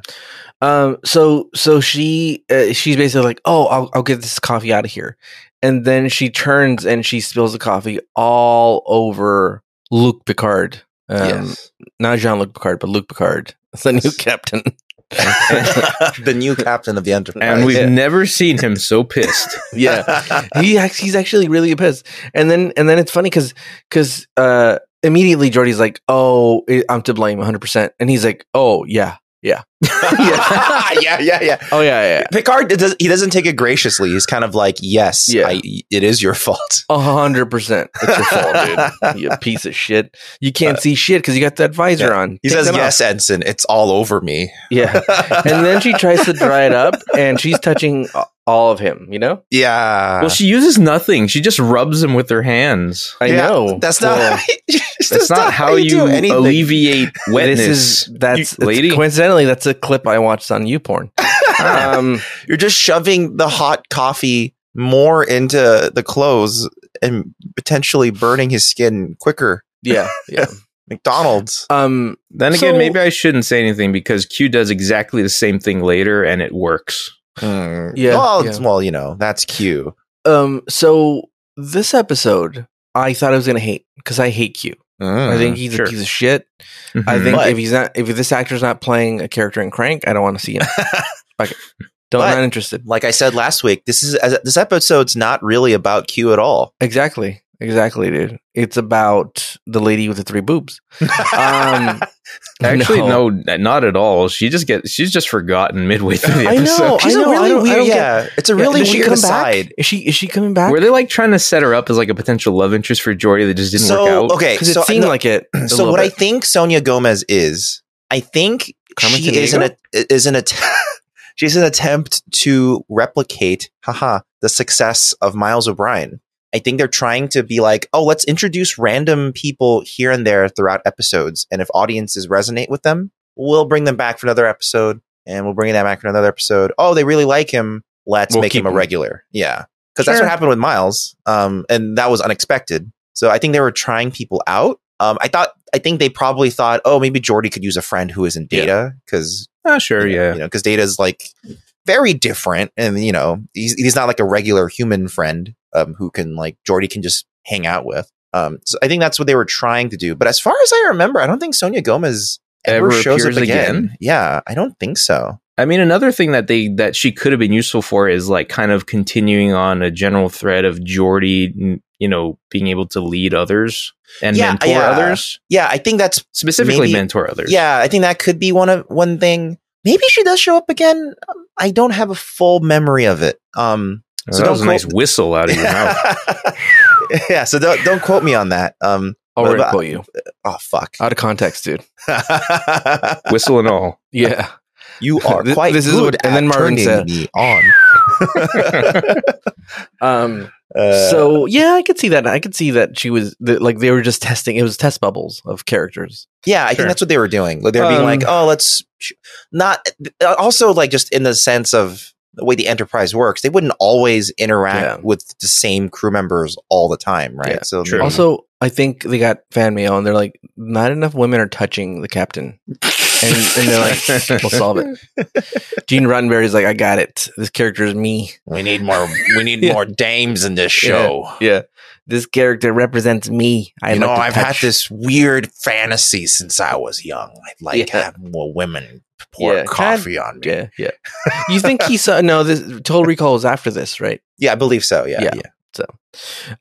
Speaker 1: Um. So so she uh, she's basically like, oh, I'll I'll get this coffee out of here, and then she turns and she spills the coffee all over Luke Picard. Um, Not Jean Luc Picard, but Luke Picard, the new captain.
Speaker 2: the new captain of the Enterprise.
Speaker 3: And we've
Speaker 1: Yeah.
Speaker 3: never seen him so pissed.
Speaker 1: yeah. He act- he's actually really pissed. And then and then it's funny because because uh, immediately Jordy's like, oh, i- I'm to blame 100, percent and he's like, oh yeah,
Speaker 2: yeah, yeah, yeah, yeah.
Speaker 1: oh yeah, yeah.
Speaker 2: Picard it does, he doesn't take it graciously. He's kind of like, "Yes,
Speaker 1: Yeah.
Speaker 2: I, it is your fault."
Speaker 1: A hundred percent. It's your fault, dude. You piece of shit. You can't see shit because you got that visor on.
Speaker 2: Uh, He
Speaker 1: Take
Speaker 2: says,
Speaker 1: that off.
Speaker 2: "Yes, Ensign, it's all over me."
Speaker 1: Yeah. And then she tries to dry it up and she's touching a- all of him, you know?
Speaker 2: yeah.
Speaker 3: well, she uses nothing. She just rubs him with her hands.
Speaker 1: I
Speaker 2: Yeah,
Speaker 1: know.
Speaker 2: That's not.
Speaker 1: Well,
Speaker 2: that's,
Speaker 3: That's, not, how you,
Speaker 2: do anything.
Speaker 3: alleviate wetness.
Speaker 1: This is that's
Speaker 3: you lady.
Speaker 1: it's- coincidentally that's a clip I watched on YouPorn. um
Speaker 2: You're just shoving the hot coffee more into the clothes and potentially burning his skin quicker.
Speaker 1: yeah, yeah.
Speaker 2: McDonald's.
Speaker 1: Um
Speaker 3: then again,
Speaker 1: So-
Speaker 3: maybe I shouldn't say anything because Q does exactly the same thing later, and it works.
Speaker 1: Yeah,
Speaker 2: Mm. Well,
Speaker 1: yeah.
Speaker 2: it's- well, you know that's Q.
Speaker 1: um so this episode I thought I was gonna hate because I hate Q. I
Speaker 2: Mm.
Speaker 1: think he's
Speaker 3: sure.
Speaker 1: a piece of shit. I
Speaker 3: Mhm.
Speaker 1: think
Speaker 2: But-
Speaker 1: if he's not if this actor's not playing a character in Crank, I don't want to see him. Fuck it. Don't
Speaker 2: But-
Speaker 1: not interested.
Speaker 2: like I said last week, this is as- this episode's not really about Q at all.
Speaker 1: Exactly. Exactly, dude. It's about the lady with the three boobs. Um
Speaker 3: Actually, no. not at all. She just gets. She's just forgotten midway through the
Speaker 1: I know.
Speaker 3: episode.
Speaker 2: She's
Speaker 1: I know,
Speaker 2: a
Speaker 1: I
Speaker 2: really
Speaker 1: don't- I
Speaker 2: weird.
Speaker 1: don't get-
Speaker 2: yeah, it's a
Speaker 1: Yeah,
Speaker 2: really
Speaker 1: does she
Speaker 2: weird
Speaker 1: come back?
Speaker 2: aside.
Speaker 1: Is she is she coming back?
Speaker 3: Were they like trying to set her up as like a potential love interest for Jordy that just didn't work
Speaker 2: So
Speaker 3: out?
Speaker 2: okay,
Speaker 1: Because it
Speaker 2: so I
Speaker 1: seemed
Speaker 2: know-
Speaker 1: like it. a
Speaker 2: so
Speaker 1: little
Speaker 2: what I
Speaker 1: bit.
Speaker 2: think Sonia Gomez is, I think
Speaker 1: Carmen
Speaker 2: she is an is an att- she's an attempt to replicate, haha, the success of Miles O'Brien. I think they're trying to be like, oh, let's introduce random people here and there throughout episodes, and if audiences resonate with them, we'll bring them back for another episode, and we'll bring them back for another episode. Oh, they really like him. Let's
Speaker 1: We'll
Speaker 2: make him
Speaker 1: keep
Speaker 2: a
Speaker 1: him.
Speaker 2: regular. Yeah. because that's
Speaker 1: Sure.
Speaker 2: what happened with Miles, um, and that was unexpected. So I think they were trying people out. Um, I thought, I think they probably thought, oh, maybe Jordy could use a friend who isn't
Speaker 3: Yeah.
Speaker 2: Data because
Speaker 3: Ah, sure, yeah.
Speaker 2: you know, because Data's like very different, and you know, he's he's not like a regular human friend um, who can like Jordy can just hang out with. Um, so I think that's what they were trying to do. But as far as I remember, I don't think Sonia Gomez ever,
Speaker 3: Ever
Speaker 2: shows up
Speaker 3: appears
Speaker 2: again.
Speaker 3: again?
Speaker 2: Yeah, I don't think so.
Speaker 3: I mean, another thing that they that she could have been useful for is like kind of continuing on a general thread of Jordy, n- you know, being able to lead others and
Speaker 2: Yeah,
Speaker 3: mentor
Speaker 2: yeah.
Speaker 3: others,
Speaker 2: Yeah, I think that's
Speaker 3: specifically
Speaker 2: Maybe-
Speaker 3: mentor others.
Speaker 2: Yeah, I think that could be one of one thing. Maybe she does show up again. Um, I don't have a full memory of it. Um, So
Speaker 3: so Oh, that
Speaker 2: don't
Speaker 3: was a
Speaker 2: quote-
Speaker 3: nice whistle out of your mouth.
Speaker 2: yeah, so don't don't quote me on that. Um,
Speaker 1: I'll
Speaker 2: What
Speaker 1: red
Speaker 2: about-
Speaker 1: quote you
Speaker 2: oh fuck,
Speaker 1: out of context, dude.
Speaker 3: Whistle and all.
Speaker 1: Yeah,
Speaker 2: you are
Speaker 1: This-
Speaker 2: quite
Speaker 1: Uh, this is
Speaker 2: good
Speaker 1: what- and
Speaker 2: at
Speaker 1: then Marvin
Speaker 2: turning
Speaker 1: said-
Speaker 2: me on.
Speaker 1: um,
Speaker 2: Uh,
Speaker 1: so yeah, I could see that. I could see that she was that, like they were just testing. It was test bubbles of characters.
Speaker 2: Yeah, I
Speaker 3: Sure.
Speaker 2: think that's what they were doing. Like they were being
Speaker 1: Um,
Speaker 2: like, "Oh, let's sh- not." uh, Also, like just in the sense of the way the enterprise works, they wouldn't always interact
Speaker 1: Yeah.
Speaker 2: with the same crew members all the time, right?
Speaker 1: Yeah,
Speaker 2: so
Speaker 3: true.
Speaker 2: maybe-
Speaker 1: Also, I think they got fan mail, and they're like, not enough women are touching the captain, and, and they're like, we'll solve it. Gene Roddenberry's like, I got it. This character is me.
Speaker 2: we need more. We need
Speaker 1: Yeah.
Speaker 2: more dames in this
Speaker 1: Yeah, this character represents me. I like
Speaker 2: you know,
Speaker 1: to
Speaker 2: I've
Speaker 1: touch.
Speaker 2: had this weird fantasy since I was young. I'd like
Speaker 1: Yeah.
Speaker 2: to have more women pour
Speaker 1: Yeah, kind-
Speaker 2: coffee on me. Yeah.
Speaker 1: Yeah, yeah. You think he saw? No, this Total Recall was after this, right?
Speaker 2: I believe so. Yeah,
Speaker 1: Yeah.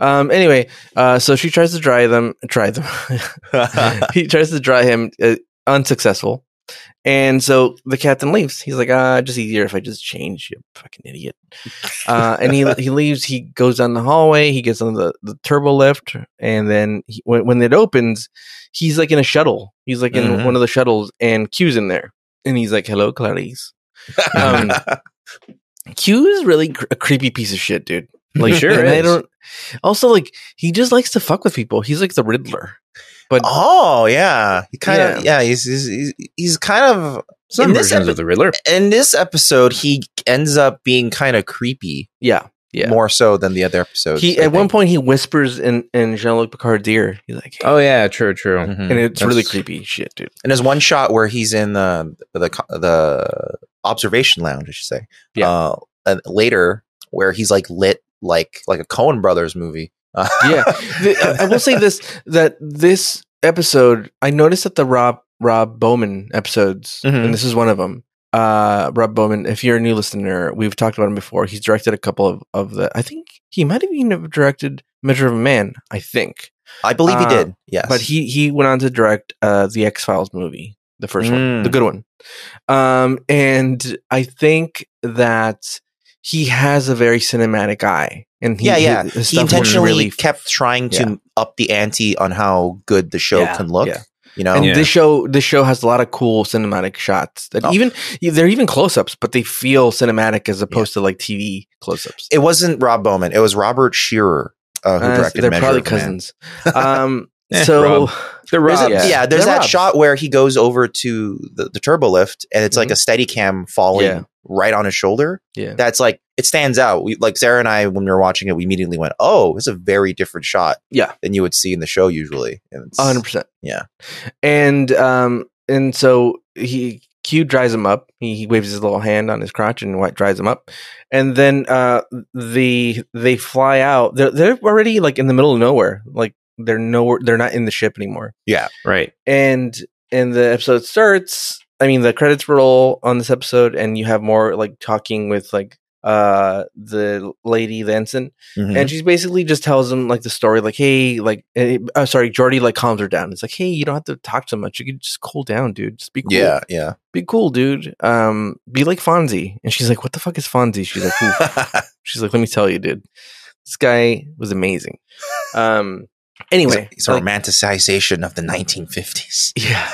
Speaker 1: Um. Anyway, uh, so she tries to dry them. Try them.
Speaker 2: yeah.
Speaker 1: he tries to dry him, uh, unsuccessful. And so the captain leaves. He's like, "Ah, just easier if I just change, you fucking idiot." Uh, and he he leaves. He goes down the hallway. He gets on the, the turbo lift, and then he, when when it opens, he's like in a shuttle. He's like in
Speaker 3: Mm-hmm.
Speaker 2: Mhm.
Speaker 1: one of the shuttles, and Q's in there, and he's like, "Hello, Clarice." Um, Q is really cr- a creepy piece of shit, dude. Like,
Speaker 3: Sure
Speaker 1: and I
Speaker 3: is.
Speaker 1: don't. Also, like, he just likes to fuck with people. He's like the Riddler, but
Speaker 2: oh yeah, he kind of yeah. He's, he's he's he's kind of
Speaker 3: Some
Speaker 2: In this
Speaker 3: versions of
Speaker 2: epi-
Speaker 3: the Riddler.
Speaker 2: in this episode he ends up being kind of creepy
Speaker 1: yeah, Yeah.
Speaker 2: more so than the other episodes.
Speaker 1: he at one point he whispers in in Jean Luc Picard's ear. He's like,
Speaker 3: Oh yeah, true, true.
Speaker 2: Hmm, Mm-hmm.
Speaker 1: and it's really
Speaker 3: that's-
Speaker 1: creepy shit, dude.
Speaker 2: And there's one shot where he's in the the co- the observation lounge, I should say.
Speaker 1: Yeah.
Speaker 2: Uh, and later, where he's like lit like like a Cohen Brothers movie. Uh,
Speaker 1: Yeah, The- I- I will say this: that this episode, I noticed that the Rob Rob Bowman episodes,
Speaker 2: Mhm.
Speaker 1: and this is one of them. Uh, Rob Bowman, if you're a new listener, we've talked about him before. He's directed a couple of of the. I think he might have even have directed Measure of a Man. I think,
Speaker 2: I believe
Speaker 1: Uh,
Speaker 2: he did. Yes,
Speaker 1: but he he went on to direct uh the X Files movie, the first one,
Speaker 2: Mm.
Speaker 1: the good one. Um, and I think that he has a very cinematic eye, and he,
Speaker 2: Yeah, yeah.
Speaker 1: his- his
Speaker 2: he
Speaker 1: stuff looks
Speaker 2: intentionally
Speaker 1: really f-
Speaker 2: kept trying to up the ante on how good the show
Speaker 1: Yeah,
Speaker 2: can look.
Speaker 1: yeah.
Speaker 2: You know,
Speaker 1: And
Speaker 3: Yeah.
Speaker 1: this show, this show has a lot of cool cinematic shots that
Speaker 2: Oh.
Speaker 1: even they're even close ups, but they feel cinematic as opposed to like TV close ups.
Speaker 2: it wasn't Rob Bowman. It was Robert Shearer uh, who directed.
Speaker 1: they're
Speaker 2: Measure
Speaker 1: probably
Speaker 2: of a Man.
Speaker 1: cousins. Um,
Speaker 3: Eh,
Speaker 1: so
Speaker 3: Rob. The
Speaker 2: There's
Speaker 3: Rob.
Speaker 2: a-
Speaker 1: Robs.
Speaker 2: yeah, there's
Speaker 1: They're
Speaker 2: that
Speaker 1: Robs.
Speaker 2: shot where he goes over to the, the turbo lift and it's like a steady cam falling
Speaker 1: Mm-hmm. Yeah.
Speaker 2: right on his shoulder.
Speaker 1: yeah,
Speaker 2: That's like it stands out. We, like Sarah and I, when we were watching it, we immediately went, "Oh, it's a very different shot."
Speaker 1: Yeah.
Speaker 2: than you would see in the show usually. And it's,
Speaker 1: hundred percent.
Speaker 2: Yeah.
Speaker 1: and um, and so he Q dries him up. He, he waves his little hand on his crotch and what dries him up, and then uh, the they fly out. They're they're already like in the middle of nowhere. Like they're nowhere. They're not in the ship anymore.
Speaker 3: Right.
Speaker 1: and and the episode starts i mean the credits roll on this episode and you have more like talking with like uh the lady the ensign
Speaker 2: Mhm.
Speaker 1: and she's basically just tells him like the story like hey like eh, oh, sorry jordy like calms her down it's like hey you don't have to talk so much you can just cool down dude just be cool
Speaker 2: yeah, yeah.
Speaker 1: be cool dude um be like fonzie and she's like what the fuck is fonzie she's like "Who She's like, let me tell you, dude, this guy was amazing. Um,
Speaker 2: It's
Speaker 1: anyway,
Speaker 2: a, it's a
Speaker 1: like-
Speaker 2: romanticization of the 1950s.
Speaker 1: yeah,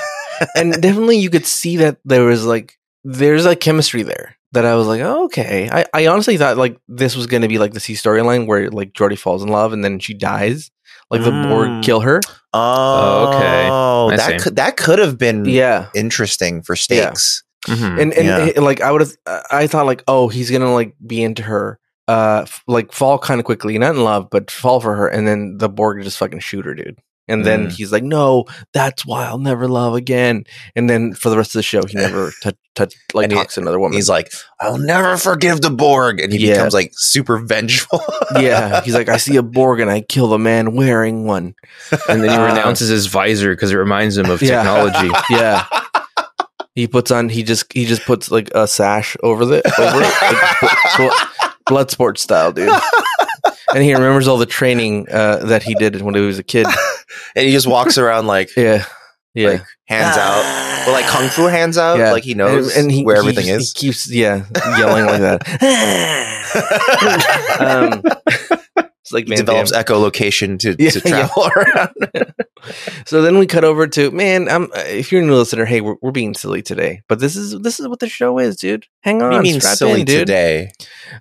Speaker 1: and definitely you could see that there was like there's like chemistry there that I was like, oh, okay. I, I honestly thought like this was gonna be like the C storyline where like Jordy falls in love and then she dies, like the Borg
Speaker 2: Mm.
Speaker 1: kill her.
Speaker 2: Oh,
Speaker 3: okay. I see.
Speaker 2: that could that could have been
Speaker 1: Yeah,
Speaker 2: interesting for stakes.
Speaker 3: Mhm.
Speaker 1: and and
Speaker 2: Mm. Yeah.
Speaker 1: uh, eh, like I would have, I thought like, oh, he's gonna like be into her uh, f- like fall kind of quickly, not in love, but fall for her, and then the Borg just fucking shoot her, dude. And then
Speaker 3: Mm.
Speaker 1: he's like, "No, that's why I'll never love again." And then for the rest of the show, he never touch touch like
Speaker 2: And he-
Speaker 1: talks to another woman.
Speaker 2: He's like, I'll never forgive the Borg. And he
Speaker 1: Yeah.
Speaker 2: becomes like super vengeful.
Speaker 1: yeah, he's like, "I see a Borg and I kill the man wearing one."
Speaker 3: And then he
Speaker 1: Uh,
Speaker 3: renounces his visor because it reminds him of
Speaker 1: Yeah.
Speaker 3: technology.
Speaker 1: Yeah. He puts on he just he just puts like a sash over the over it, like, blood sport style, dude. And he remembers all the training uh, that he did when he was a kid.
Speaker 2: and he just walks around like
Speaker 1: Yeah, yeah,
Speaker 2: Like, hands out. But like kung fu hands out.
Speaker 1: Yeah.
Speaker 2: Like he knows where everything
Speaker 1: he,
Speaker 2: is.
Speaker 1: He keeps yeah yelling like that. um, it's like
Speaker 2: He
Speaker 1: Van
Speaker 2: develops
Speaker 1: Damme.
Speaker 2: echolocation to,
Speaker 1: Yeah,
Speaker 2: to travel around.
Speaker 1: So then we cut over to man. I'm, uh, if you're a new listener, hey, we're, we're being silly today, but this is this is what the show is, dude. Hang on,
Speaker 2: What do you mean
Speaker 1: Oh, strap
Speaker 2: silly
Speaker 1: in, dude.
Speaker 2: today?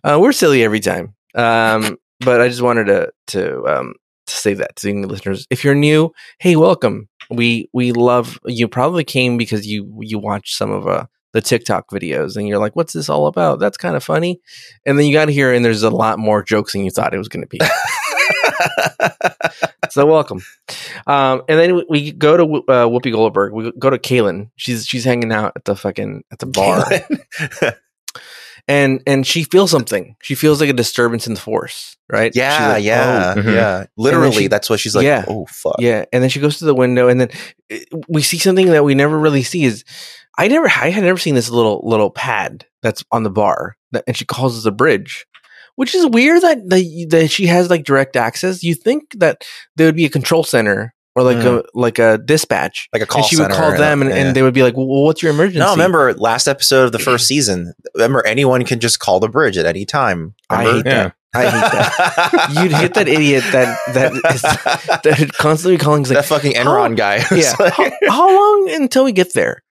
Speaker 1: Uh, we're silly every time. Um, but I just wanted to to um to say that to the new listeners. If you're new, hey, welcome. We we love you. Probably came because you you watched some of uh the TikTok videos and you're like, what's this all about? That's kind of funny. And then you got here and there's a lot more jokes than you thought it was going to be. so welcome. Um, and then we- we go to uh, Whoopi Goldberg. We go to Kaylin. She's she's hanging out at the fucking at the bar and and she feels something. She feels like a disturbance in the force, right? She's
Speaker 2: yeah,
Speaker 1: like,
Speaker 2: yeah,
Speaker 3: oh. Mhm.
Speaker 2: yeah. Literally,
Speaker 1: mm-hmm. she-
Speaker 2: that's why she's like,
Speaker 1: Yeah.
Speaker 2: oh fuck.
Speaker 1: "Oh." yeah. And then she goes to the window, and then uh, we see something that we never really see. Is I never I had never seen this little little pad that's on the bar, that, and she calls it the bridge, which is weird that that, you- that she has like direct access. You think that there would be a control center or
Speaker 2: Hmm.
Speaker 1: like a like a dispatch,
Speaker 2: Like a call
Speaker 1: and she would
Speaker 2: center
Speaker 1: call
Speaker 2: and-
Speaker 1: them, and,
Speaker 2: yeah.
Speaker 1: and they would be like, well, "What's your emergency?"
Speaker 2: No, remember last episode of the first season. Remember, anyone can just call the bridge at any time.
Speaker 1: I
Speaker 2: Remember?
Speaker 1: hate that. I hate that.
Speaker 2: that.
Speaker 1: You'd hit that idiot that that is that constantly calling. is Like,
Speaker 2: that fucking Enron guy. who's
Speaker 1: yeah.
Speaker 2: like-
Speaker 1: how, how long until we get there?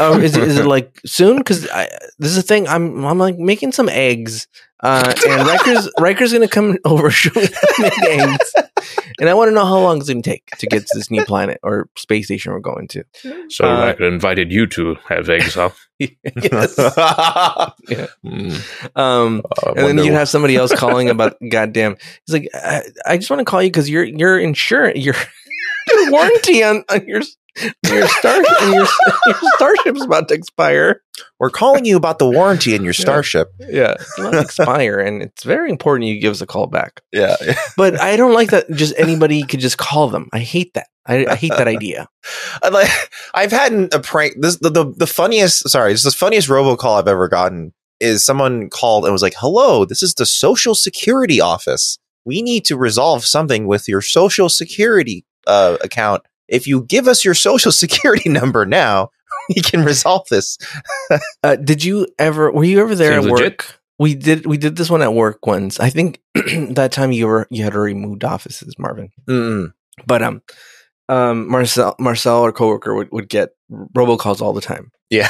Speaker 1: Or is, it, is it like soon? Because this is the thing. I'm I'm like making some eggs, uh, and Riker's Riker's gonna come over shortly to make eggs, and I want to know how long it's gonna take to get to this new planet or space station we're going to.
Speaker 3: So
Speaker 1: Uh,
Speaker 3: I invited you to have eggs, huh?
Speaker 1: Yes. Yeah.
Speaker 2: Mm,
Speaker 1: Um,
Speaker 2: I
Speaker 1: and then
Speaker 2: wonder-
Speaker 1: you'd
Speaker 3: Uh,
Speaker 1: have somebody else calling about goddamn. He's like, I, I just want to call you because your your insurance, your your warranty on, on your your star and your, your starship's about to expire.
Speaker 2: We're calling you about the warranty in your starship.
Speaker 1: Yeah, it's about to expire, and it's very important you give us a call back.
Speaker 2: Yeah.
Speaker 1: But I don't like that. Just anybody could just call them. I hate that. I, I hate that idea.
Speaker 2: I like I've had an- a prank. This the, the the funniest. Sorry, this is the funniest robocall I've ever gotten is someone called and was like, "Hello, this is the Social Security office. We need to resolve something with your Social Security uh, account. If you give us your Social Security number now, we can resolve this."
Speaker 1: Uh, did you ever? Were you ever there
Speaker 3: Seems
Speaker 1: at work?
Speaker 3: legit.
Speaker 1: We did. We did this one at work once. I think that time you were you had already moved offices, Marvin.
Speaker 2: Mm.
Speaker 1: But um, um, Marcel, Marcel, our coworker would would get robocalls all the time.
Speaker 2: Yeah.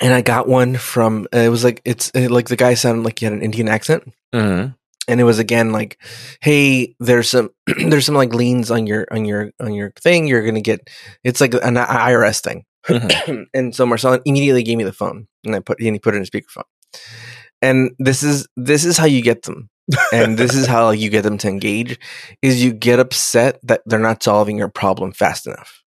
Speaker 1: and I got one from uh, it was like it's uh like the guy sounded like he had an Indian accent,
Speaker 3: Mm-hmm.
Speaker 2: Mm.
Speaker 1: and it was again like, hey, there's some there's some like liens on your on your on your thing. You're gonna get it's like an IRS thing. and so Marcel immediately gave me the phone, and I put and he put it in speakerphone. And this is this is how you get them, and this is how you get them to engage, is you get upset that they're not solving your problem fast enough.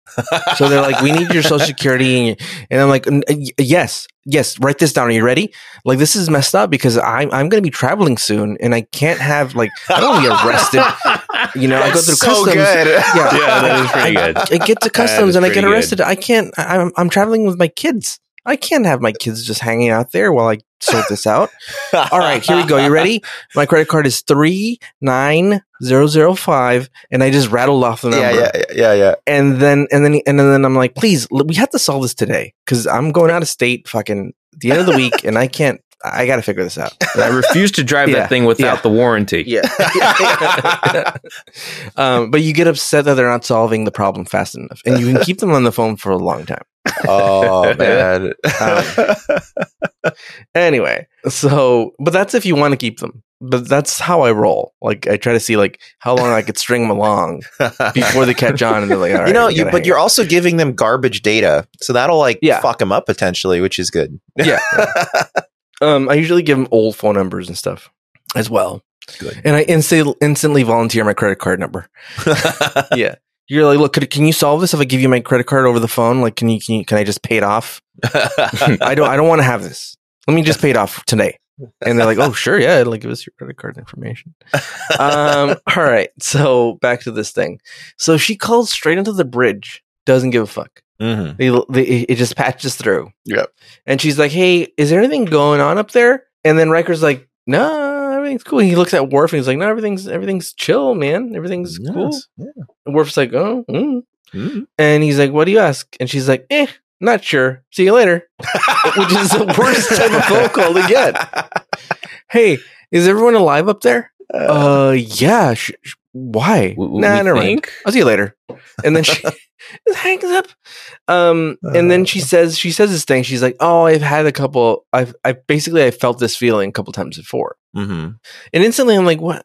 Speaker 1: So they're like, "We need your social security," and, your-" and I'm like, "N- uh, y- "Yes, yes, write this down. Are you ready? Like, this is messed up because I'm I'm going to be traveling soon, and I can't have like I don't want to be arrested. You know, I go
Speaker 2: That's
Speaker 1: through
Speaker 2: so
Speaker 1: customs.
Speaker 2: good.
Speaker 1: Yeah,
Speaker 3: Yeah, that is pretty good.
Speaker 1: I get to
Speaker 3: is
Speaker 1: customs and I get
Speaker 3: pretty good.
Speaker 1: arrested. I can't. I, I'm I'm traveling with my kids. I can't have my kids just hanging out there while I sort this out. All right, here we go. You ready? My credit card is three nine zero zero five, and I just rattled off the number.
Speaker 2: Yeah, yeah, yeah, yeah.
Speaker 1: And then and then and then I'm like, please, l- we have to solve this today because I'm going out of state, fucking the end of the week, and I can't. I got to figure this out.
Speaker 3: I refuse to drive
Speaker 1: Yeah,
Speaker 3: that thing without
Speaker 1: yeah.
Speaker 3: the warranty.
Speaker 1: Yeah. um, but you get upset that they're not solving the problem fast enough, and you can keep them on the phone for a long time.
Speaker 2: Oh man.
Speaker 1: Um, Anyway, so but that's if you want to keep them. But that's how I roll. Like I try to see like how long I could string them along before they catch on, and they're like, All right,
Speaker 2: you know,
Speaker 1: we
Speaker 2: you,
Speaker 1: gotta
Speaker 2: but
Speaker 1: hang
Speaker 2: you're also giving them garbage data, so that'll like
Speaker 1: Yeah.
Speaker 2: fuck them up potentially, which is good.
Speaker 1: up." yeah. Um, I usually give them old phone numbers and stuff. as well.
Speaker 2: Good.
Speaker 1: And I insta- instantly volunteer my credit card number. yeah. You're like, look, could, can you solve this if I give you my credit card over the phone? Like, can you can, you, can I just pay it off?
Speaker 2: Mm-hmm.
Speaker 1: I don't I don't want to have this. Let me just pay it off today. And they're like, oh, sure, yeah, like give us your credit card information. Um, all right, so back to this thing. So she calls straight into the bridge. Doesn't give a fuck.
Speaker 2: Mhm.
Speaker 1: They, they, it just patches through.
Speaker 2: Yep.
Speaker 1: And she's like, hey, is there anything going on up there? And then Riker's like, no, everything's cool. He looks at Worf and he's like, no, everything's everything's chill, man. Everything's cool.
Speaker 2: Yes. Yeah.
Speaker 1: And Worf's like, oh, mm.
Speaker 2: Mhm.
Speaker 1: and he's like, what do you ask? And she's like, eh, not sure. See you later. Which is the worst type of phone call to get. Hey, is everyone alive up there? Uh, yeah. Sh- sh- why?
Speaker 3: W- w-
Speaker 1: nah,
Speaker 3: we
Speaker 1: never mind.
Speaker 3: think?
Speaker 1: I'll see you later. And then she hangs up. Um, and then she says she says this thing. She's like, "Oh, I've had a couple. I've I basically I felt this feeling a couple times before."
Speaker 2: Mhm.
Speaker 1: And instantly I'm like, "What?"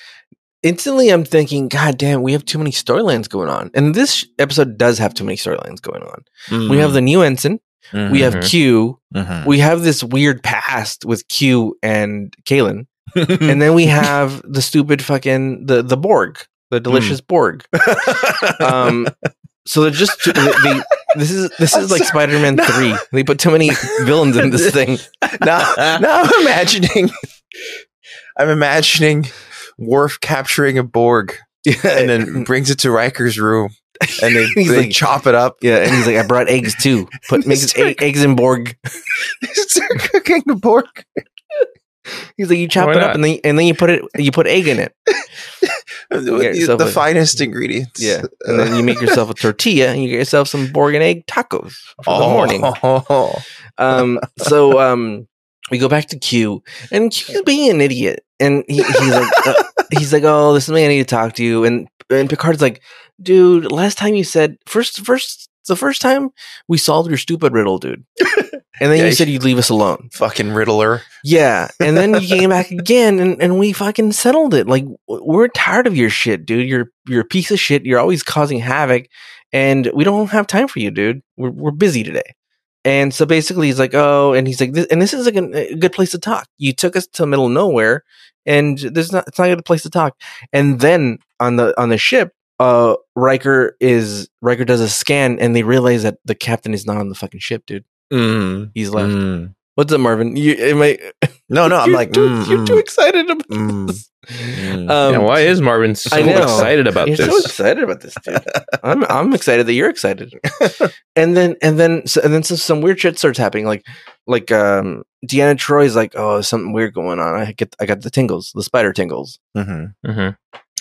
Speaker 1: Instantly I'm thinking, "God damn, we have too many storylines going on." And this sh- episode does have too many storylines going on.
Speaker 2: Mm-hmm.
Speaker 1: We have the new ensign.
Speaker 2: Mhm.
Speaker 1: We have
Speaker 3: Mhm.
Speaker 1: Q.
Speaker 2: Mhm.
Speaker 1: We have this weird past with Q and Kalen. And then we have the stupid fucking the the Borg, the delicious Borg. Um, so they're just they, they, this is this is like Spider Man three. They put too many villains in this thing.
Speaker 2: now, now I'm imagining, I'm imagining Worf capturing a Borg
Speaker 1: Yeah,
Speaker 2: and then brings it to Riker's room, and they,
Speaker 1: He's
Speaker 2: they
Speaker 1: like-
Speaker 2: chop it up.
Speaker 1: yeah, and he's like, I brought eggs too. Put makes
Speaker 2: Mr.
Speaker 1: egg, eggs in Borg.
Speaker 2: Start cooking the Borg.
Speaker 1: He's like, you chop
Speaker 3: Why
Speaker 1: it up
Speaker 3: not?
Speaker 1: and then and then you put it you put egg in it.
Speaker 2: with
Speaker 1: Yeah,
Speaker 2: the,
Speaker 1: so
Speaker 2: the
Speaker 1: funny.
Speaker 2: finest ingredients.
Speaker 1: Yeah, and then you make yourself a tortilla and you get yourself some Borg and egg tacos for
Speaker 3: Oh.
Speaker 1: the morning.
Speaker 2: Oh,
Speaker 1: Um, so um, we go back to Q, and Q's being an idiot, and he, he's like, uh, he's like, oh, this is me. I need to talk to you, and and Picard's like, dude, last time you said first, first, the first time we solved your stupid riddle, dude, and then you
Speaker 2: Yeah, he-
Speaker 1: said you'd leave us alone.
Speaker 2: Fucking Riddler.
Speaker 1: Yeah, and then you came back again, and, and we fucking settled it. Like w- we're tired of your shit, dude. You're you're a piece of shit. You're always causing havoc, and we don't have time for you, dude. We're we're busy today. And so basically, he's like, oh, and he's like, this, and this is like an- a good place to talk. You took us to the middle of nowhere, and there's not it's not a good place to talk. And then on the on the ship, uh, Riker is Riker does a scan, and they realize that the captain is not on the fucking ship, dude.
Speaker 2: Mm,
Speaker 1: He's left.
Speaker 2: mm.
Speaker 1: What's up, Marvin? You am I?
Speaker 2: No, no, I'm
Speaker 1: You're
Speaker 2: like,
Speaker 1: too,
Speaker 2: mm,
Speaker 1: you're
Speaker 2: mm,
Speaker 1: too excited about
Speaker 2: mm.
Speaker 1: this.
Speaker 2: Mm.
Speaker 1: Um,
Speaker 3: yeah, why is Marvin so
Speaker 1: I know.
Speaker 3: excited about
Speaker 1: you're
Speaker 3: this?
Speaker 1: so excited about this, dude. I'm I'm excited that you're excited. and then and then so, and then so some weird shit starts happening. Like like um Deanna Troy's like, oh, there's something weird going on. I get I got the tingles, the spider tingles.
Speaker 2: Mhm.
Speaker 3: Mhm.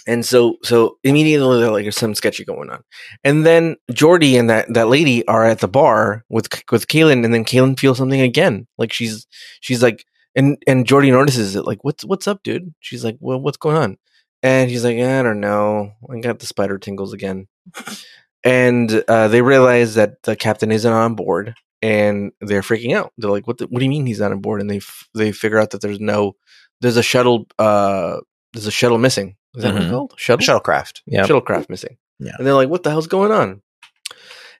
Speaker 1: And so so immediately they're like, there's something sketchy going on. And then Jordy and that that lady are at the bar with with Kaylin, and then Kaylin feels something again. Like she's she's like and and Jordy notices it. Like what's what's up, dude? She's like, well, what's going on? And he's like, I don't know. I got the spider tingles again. and uh, they realize that the captain isn't on board, and they're freaking out. They're like, "What? The, what do you mean he's not on board?" And they f- they figure out that there's no there's a shuttle uh there's a shuttle missing. Is that what
Speaker 2: Mhm.
Speaker 1: it's called? Oh, Shuttle
Speaker 2: Shuttlecraft.
Speaker 3: Yeah.
Speaker 1: shuttlecraft missing.
Speaker 2: Yeah.
Speaker 1: And they're like, "What the hell's going on?"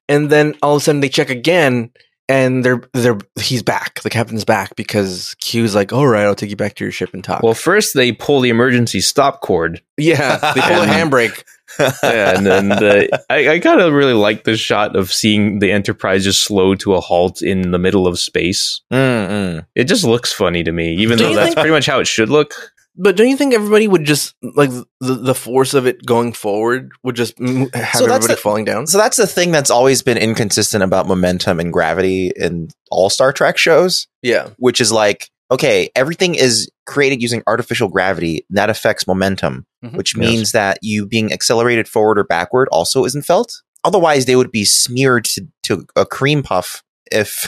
Speaker 1: And then all of a sudden they check again, and they're they're he's back. The captain's back because Q's like, "All right, I'll take you back to your ship and talk."
Speaker 3: Well, first they pull the emergency stop cord.
Speaker 1: yeah, they pull a handbrake.
Speaker 3: Yeah, and then the, I, I kind of really like the shot of seeing the Enterprise just slow to a halt in the middle of space.
Speaker 2: Mm,
Speaker 3: It just looks funny to me, even
Speaker 1: Do
Speaker 3: though
Speaker 1: you
Speaker 3: that's
Speaker 1: think-
Speaker 3: pretty much how it should look.
Speaker 1: But don't you think everybody would just like the, the force of it going forward would just m- have
Speaker 2: So that's
Speaker 1: everybody
Speaker 2: the-
Speaker 1: falling down?
Speaker 2: mm. So that's the thing that's always been inconsistent about momentum and gravity in all Star Trek shows.
Speaker 1: Yeah,
Speaker 2: which is like okay everything is created using artificial gravity that affects momentum
Speaker 1: Mhm.
Speaker 2: which
Speaker 3: Mm-hmm. Yes.
Speaker 2: means that you being accelerated forward or backward also isn't felt otherwise they would be smeared to, to a cream puff if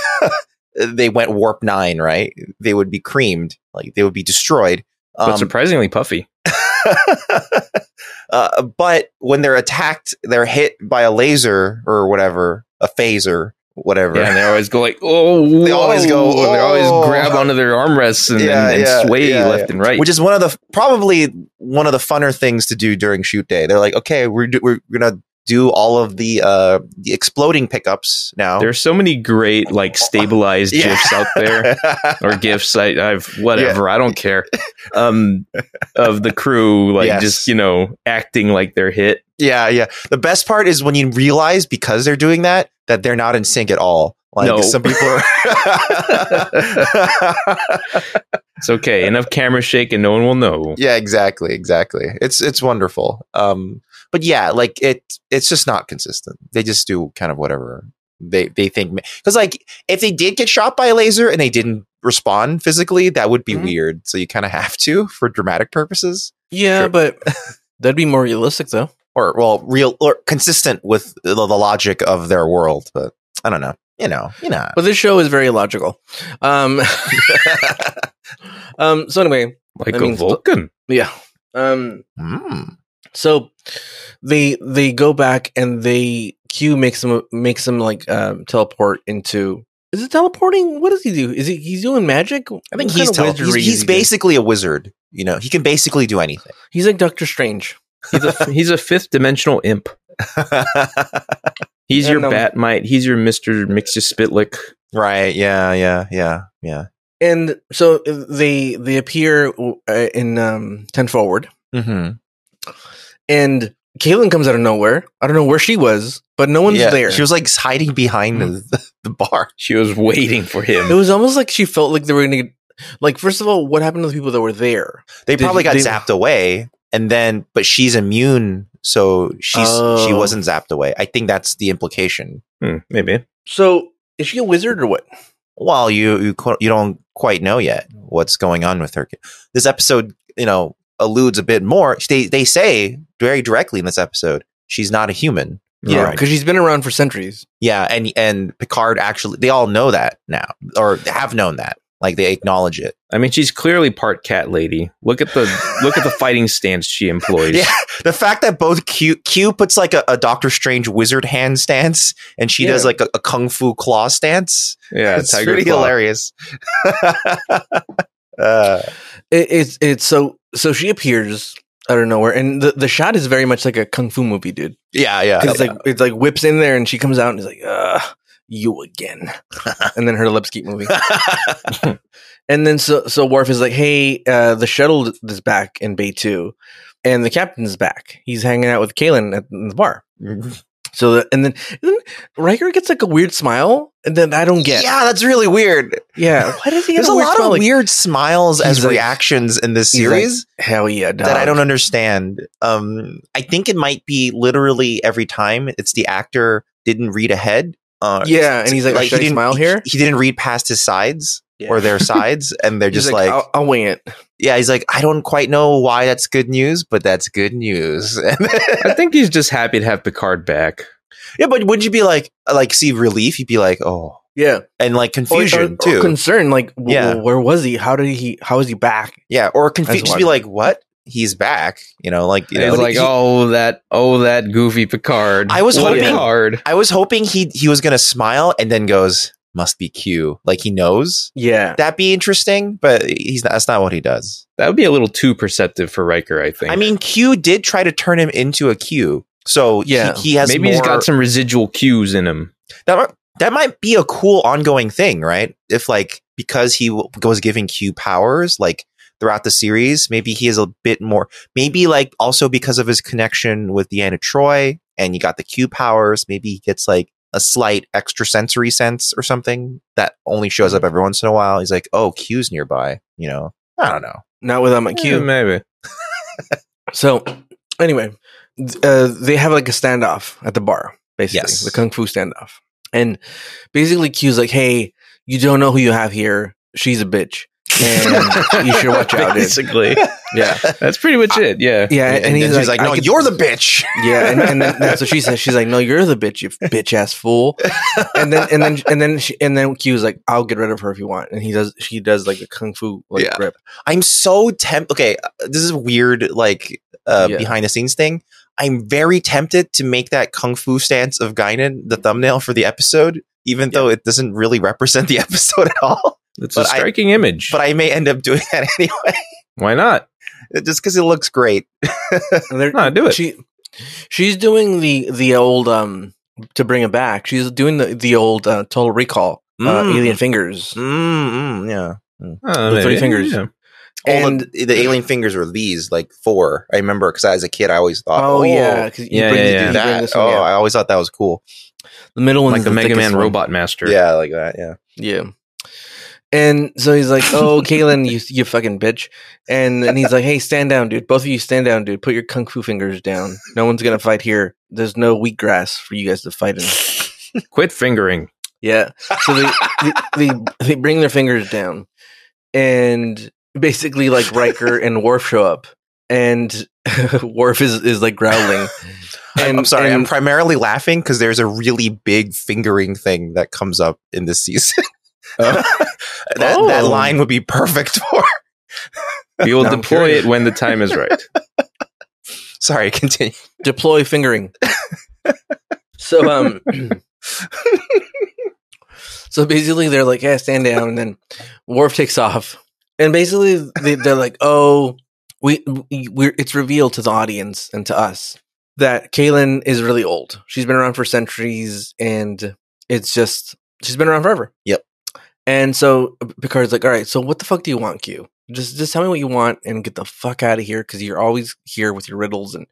Speaker 2: they went warp 9 right they would be creamed like they would be destroyed
Speaker 3: But
Speaker 2: Um,
Speaker 3: surprisingly puffy.
Speaker 2: uh, but when they're attacked they're hit by a laser or whatever a phaser whatever
Speaker 3: Yeah, and they always go like, oh,
Speaker 2: They always go,
Speaker 3: whoa," They
Speaker 2: "Oh."
Speaker 3: always grab onto their armrests and,
Speaker 2: Yeah,
Speaker 3: and, and
Speaker 2: yeah,
Speaker 3: sway
Speaker 2: yeah,
Speaker 3: left and right.
Speaker 2: which is one of the probably one of the funner things to do during shoot day. They're like, okay, we're do- we're gonna do all of the uh, the exploding pickups now.
Speaker 3: There's so many great like stabilized
Speaker 2: Yeah.
Speaker 3: gifs out there or gifs. I, I've whatever. I don't care. Um, of the crew like
Speaker 2: Yes.
Speaker 3: just you know acting like they're hit.
Speaker 2: yeah, yeah. The best part is when you realize because they're doing that that they're not in sync at all. Like
Speaker 3: No.
Speaker 2: some people are.
Speaker 3: It's okay. Enough camera shake and no one will know.
Speaker 2: yeah, exactly, exactly. It's it's wonderful. Um, but yeah, like it, it's just not consistent. They just do kind of whatever they they think. Because like if they did get shot by a laser and they didn't respond physically, that would be
Speaker 1: Mhm.
Speaker 2: weird. So you kind of have to for dramatic purposes,
Speaker 1: Yeah,
Speaker 2: Sure.
Speaker 1: but that'd be more realistic though.
Speaker 2: or well, real or consistent with the, the logic of their world. But I don't know. You know, you know.
Speaker 1: But this show is very logical. Um, um. So anyway,
Speaker 3: Like
Speaker 1: I
Speaker 3: a
Speaker 1: mean,
Speaker 3: Vulcan.
Speaker 1: yeah. Um.
Speaker 2: Mm.
Speaker 1: So they they go back and they Q makes them makes them like um, teleport into. Is it teleporting? What does he do? Is he he's doing magic?
Speaker 2: I think he's, tele- he's he's basically a wizard. You know, he can basically do anything.
Speaker 1: he's like Doctor Strange.
Speaker 3: He's a, he's a fifth dimensional imp. He's
Speaker 1: And,
Speaker 3: your
Speaker 1: um,
Speaker 3: Batmite. He's your Mister Mixus Spitlick.
Speaker 2: right? Yeah, yeah, yeah, yeah.
Speaker 1: And so uh, they they appear uh, in um, ten forward,
Speaker 2: Mm-hmm.
Speaker 1: and Caitlin comes out of nowhere. I don't know where she was, but no one's
Speaker 2: Yeah,
Speaker 1: there.
Speaker 2: She was like hiding behind
Speaker 1: Mm-hmm.
Speaker 2: the, the bar.
Speaker 3: She was waiting for
Speaker 1: it
Speaker 3: him.
Speaker 1: was almost like she felt like they were going to. Like, first of all, what happened to the people that were there?
Speaker 2: They
Speaker 1: Did-
Speaker 2: probably got
Speaker 1: did-
Speaker 2: zapped away, and then but she's immune, so she's she
Speaker 1: Oh.
Speaker 2: wasn't zapped away. I think that's the implication.
Speaker 3: Hmm, maybe.
Speaker 1: So, is she a wizard or what?
Speaker 2: Well, you you qu- you don't quite know yet what's going on with her. This episode, you know, alludes a bit more. They they say very directly in this episode she's not a human.
Speaker 1: Yeah,
Speaker 2: Right.
Speaker 1: because she's been around for centuries.
Speaker 2: Yeah, and and Picard actually they all know that now or have known that. Like they acknowledge it.
Speaker 3: I mean, she's clearly part cat lady. Look at the look at the fighting stance she employs.
Speaker 2: Yeah, the fact that both Q Q puts like a, a Doctor Strange wizard hand stance and she does
Speaker 1: Yeah.
Speaker 2: like a, a kung fu claw stance.
Speaker 3: yeah
Speaker 2: it's
Speaker 3: Tiger
Speaker 2: pretty
Speaker 3: Claw.
Speaker 2: hilarious. Uh,
Speaker 1: It, it's it's so so she appears out of nowhere, and the, the shot is very much like a kung fu movie, dude.
Speaker 2: yeah, Oh, yeah,
Speaker 1: 'Cause it's like it's like whips in there, and she comes out and is like, "Uh, you again," and then her lips keep moving. And then so so Worf is like, "Hey, uh, the shuttle is back in Bay Two, and the captain's back. He's hanging out with Kalen at in the bar." So the, and then and then Riker gets like a weird smile, and then I don't get.
Speaker 2: yeah, that's really weird.
Speaker 1: yeah. Why does he? get
Speaker 2: There's a
Speaker 1: weird
Speaker 2: lot
Speaker 1: smile?
Speaker 2: of
Speaker 1: Like,
Speaker 2: weird smiles as
Speaker 1: He's like-
Speaker 2: reactions in this
Speaker 1: he's like,
Speaker 2: series
Speaker 1: Hell yeah, dog.
Speaker 2: that I don't understand. Um, I think it might be literally every time it's the actor didn't read ahead. Uh,
Speaker 1: Yeah, and he's like, "Should I
Speaker 2: didn't-
Speaker 1: smile
Speaker 2: he-
Speaker 1: here?"
Speaker 2: He, didn't read past his sides
Speaker 1: Yeah.
Speaker 2: or their sides, and they're
Speaker 1: He's "Oh."
Speaker 2: just like,
Speaker 1: I'll, I'll wing it.
Speaker 2: yeah, he's like, I don't quite know why that's good news, but that's good news.
Speaker 3: I think he's just happy to have Picard back.
Speaker 2: yeah, but wouldn't you be like, like, see relief? You'd be like, oh,
Speaker 1: Yeah,
Speaker 2: and like confusion
Speaker 1: or, or,
Speaker 2: too.
Speaker 1: Or concern, like, w-
Speaker 2: Yeah.
Speaker 1: where was he? How did he? How is he back?
Speaker 2: yeah, or confusion.
Speaker 1: That's
Speaker 2: Just be
Speaker 1: why.
Speaker 2: like, what? He's back. You know, like, you
Speaker 3: it's
Speaker 2: know,
Speaker 3: like,
Speaker 2: he-
Speaker 3: oh that, oh that goofy Picard.
Speaker 2: I was
Speaker 3: What a
Speaker 1: hoping-
Speaker 3: Picard.
Speaker 2: I was hoping he he was gonna smile and then goes, must be Q. Like he knows.
Speaker 1: Yeah,
Speaker 2: That'd be interesting, but he's not, that's not what he does.
Speaker 3: That would be a little too perceptive for Riker. I think.
Speaker 2: I mean, Q did try to turn him into a Q. So yeah,
Speaker 1: Yeah.
Speaker 2: he, has
Speaker 3: maybe
Speaker 2: more,
Speaker 3: he's got some residual cues in him.
Speaker 2: that mi- that might be a cool ongoing thing, right? If like because he w- was giving Q powers like throughout the series, maybe he is a bit more. Maybe like also because of his connection with Deanna Troy, and you got the Q powers. Maybe he gets like a slight extrasensory sense or something that only shows up every once in a while. He's like, oh, Q's nearby. You know, I don't know.
Speaker 1: not without my
Speaker 3: Yeah,
Speaker 1: cue.
Speaker 3: maybe.
Speaker 1: So, anyway, th- uh, they have like a standoff at the bar, basically,
Speaker 2: Yes.
Speaker 1: the kung fu standoff, and basically Q's like, "Hey, you don't know who you have here. She's a bitch, and you should watch out." dude."
Speaker 3: Basically,
Speaker 1: Yeah,
Speaker 3: that's pretty much it. Yeah.
Speaker 1: yeah,
Speaker 2: And,
Speaker 1: and,
Speaker 2: then
Speaker 1: he's
Speaker 2: she's
Speaker 1: like,
Speaker 2: like,
Speaker 1: "I
Speaker 2: no,
Speaker 1: could-
Speaker 2: you're the bitch.
Speaker 1: Yeah, and, and then that's what she says. She's like, "No, you're the bitch, you bitch ass fool." And then and then and then she, and then Q was like, "I'll get rid of her if you want." And he does. She does like a kung fu like
Speaker 2: Yeah.
Speaker 1: grip.
Speaker 2: I'm so tempted. Okay, uh, this is weird, like uh,
Speaker 1: Yeah.
Speaker 2: behind the scenes thing. I'm very tempted to make that kung fu stance of Guinan the thumbnail for the episode, even though it doesn't really represent the episode at all.
Speaker 3: It's
Speaker 2: But
Speaker 3: a
Speaker 2: I-
Speaker 3: striking image.
Speaker 2: But I may end up doing that anyway,
Speaker 3: Why not?
Speaker 2: just because it looks great.
Speaker 1: And they're-
Speaker 3: No, do it.
Speaker 1: She She's doing the the old um to bring it back. She's doing the the old uh, Total Recall uh,
Speaker 2: Mm.
Speaker 1: Alien Fingers.
Speaker 2: Mm, mm, yeah.
Speaker 3: Oh,
Speaker 1: The
Speaker 3: maybe.
Speaker 1: three fingers.
Speaker 3: Yeah.
Speaker 2: All
Speaker 1: Mm-hmm, And
Speaker 2: the, the alien fingers were these, like four. I remember because as a kid, I always thought,
Speaker 1: oh, yeah, 'cause
Speaker 3: Yeah,
Speaker 1: bring,
Speaker 3: yeah,
Speaker 1: you
Speaker 3: yeah.
Speaker 1: bring
Speaker 2: that.
Speaker 1: this
Speaker 2: Oh,
Speaker 1: one, yeah.
Speaker 2: I always thought that was cool.
Speaker 1: the middle one
Speaker 3: Like the, Mega Man
Speaker 1: robot.
Speaker 3: Robot Master.
Speaker 2: Yeah, like that. Yeah.
Speaker 1: Yeah. And so he's like, "Oh, Kalen, you you fucking bitch!" And then he's like, "Hey, stand down, dude. Both of you stand down, dude. Put your kung fu fingers down. No one's gonna fight here. There's no wheatgrass for you guys to fight in."
Speaker 3: Quit fingering.
Speaker 1: Yeah. So they they, they they bring their fingers down, and basically like Riker and Worf show up, and Worf is is like growling.
Speaker 2: I'm-
Speaker 1: And-
Speaker 2: I'm sorry. I'm
Speaker 1: and-
Speaker 2: primarily laughing because there's a really big fingering thing that comes up in this season. that, that
Speaker 1: Oh.
Speaker 2: line would be perfect for.
Speaker 3: We will
Speaker 1: No, I'm
Speaker 3: deploy
Speaker 1: curious.
Speaker 3: it when the time is right.
Speaker 2: Sorry, continue.
Speaker 1: deploy fingering. so um So basically they're like, yeah, stand down and then Worf takes off. And basically they, they're like, "Oh, we we're it's revealed to the audience and to us that Kaylin is really old. She's been around for centuries and it's just she's been around forever."
Speaker 2: Yep.
Speaker 1: And so Picard's like, "All right, so what the fuck do you want, Q? Just just tell me what you want and get the fuck out of here cuz you're always here with your riddles and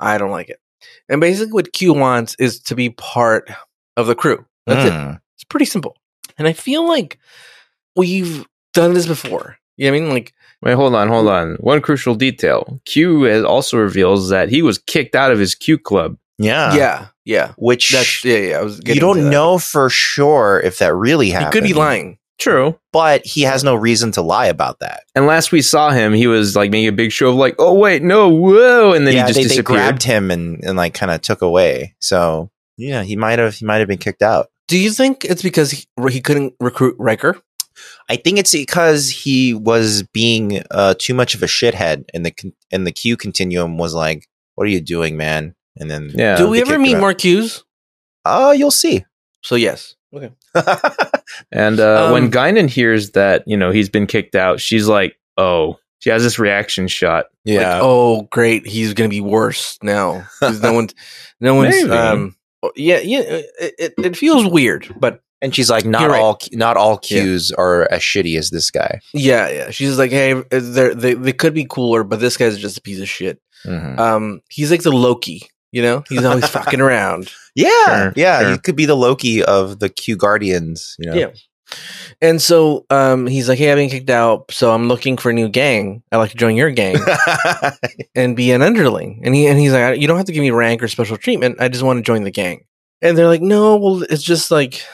Speaker 1: I don't like it. And basically, what Q wants is to be part of the crew. That's it. It's pretty simple. And I feel like we've done this before. You know what I mean? Like,
Speaker 3: Wait, hold on, hold on. One crucial detail. Q has also reveals that he was kicked out of his Q club.
Speaker 2: Yeah.
Speaker 1: yeah, yeah.
Speaker 2: Which
Speaker 1: That's, yeah, yeah. I was
Speaker 2: you
Speaker 1: getting to
Speaker 2: don't
Speaker 1: that.
Speaker 2: know for sure if that really
Speaker 1: He
Speaker 2: happened.
Speaker 1: could be lying.
Speaker 3: True.
Speaker 2: but he has no reason to lie about that.
Speaker 3: And last we saw him, he was like making a big show of like, oh wait, no, whoa, and then
Speaker 2: yeah,
Speaker 3: he just
Speaker 2: they, they
Speaker 3: disappeared.
Speaker 2: grabbed him and, and like kind of took away. So yeah, he might have he might have been kicked out.
Speaker 1: Do you think it's because he, he couldn't recruit Riker?
Speaker 2: I think it's because he was being uh, too much of a shithead, and the con- and the Q continuum was like, "What are you doing, man?" And then
Speaker 3: Yeah.
Speaker 1: Do we
Speaker 2: they
Speaker 1: ever
Speaker 2: kicked
Speaker 1: meet
Speaker 2: him out.
Speaker 1: more Qs?
Speaker 2: Oh, you'll see.
Speaker 1: So, yes. Okay.
Speaker 3: And uh,
Speaker 1: Um,
Speaker 3: when Guinan hears that, you know, he's been kicked out, she's like, oh. She has this reaction shot.
Speaker 1: Like, oh, great. He's going to be worse now. 'Cause No one's, no one's,
Speaker 3: Maybe.
Speaker 1: um, yeah, yeah. uh, It, it, it feels weird, but
Speaker 2: and she's like, "Not
Speaker 1: You're right.
Speaker 2: all not all
Speaker 1: Yeah.
Speaker 2: Qs are as shitty as this guy."
Speaker 1: Yeah, yeah. She's like, hey, they're, they they could be cooler, but this guy's just a piece of shit. Um, he's like the Loki, you know. He's always fucking around.
Speaker 2: Yeah,
Speaker 3: Sure,
Speaker 2: yeah.
Speaker 3: sure.
Speaker 2: He could be the Loki of the Q Guardians. You know?
Speaker 1: Yeah. And so, um, he's like, hey, I've been kicked out, so I'm looking for a new gang. I'd like to join your gang and be an underling. And he and he's like, I- you don't have to give me rank or special treatment. I just want to join the gang. And they're like, no, well, it's just like.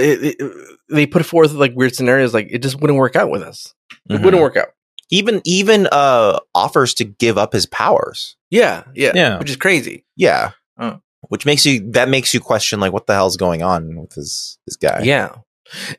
Speaker 1: It, it, they put forth like weird scenarios, like it just wouldn't work out with us. It
Speaker 2: Mhm.
Speaker 1: wouldn't work out.
Speaker 2: even even uh, offers to give up his powers.
Speaker 1: Yeah, yeah,
Speaker 3: Yeah.
Speaker 1: which is crazy.
Speaker 2: Yeah.
Speaker 1: Oh.
Speaker 2: Which makes you that makes you question like what the hell's going on with this this guy?
Speaker 1: Yeah,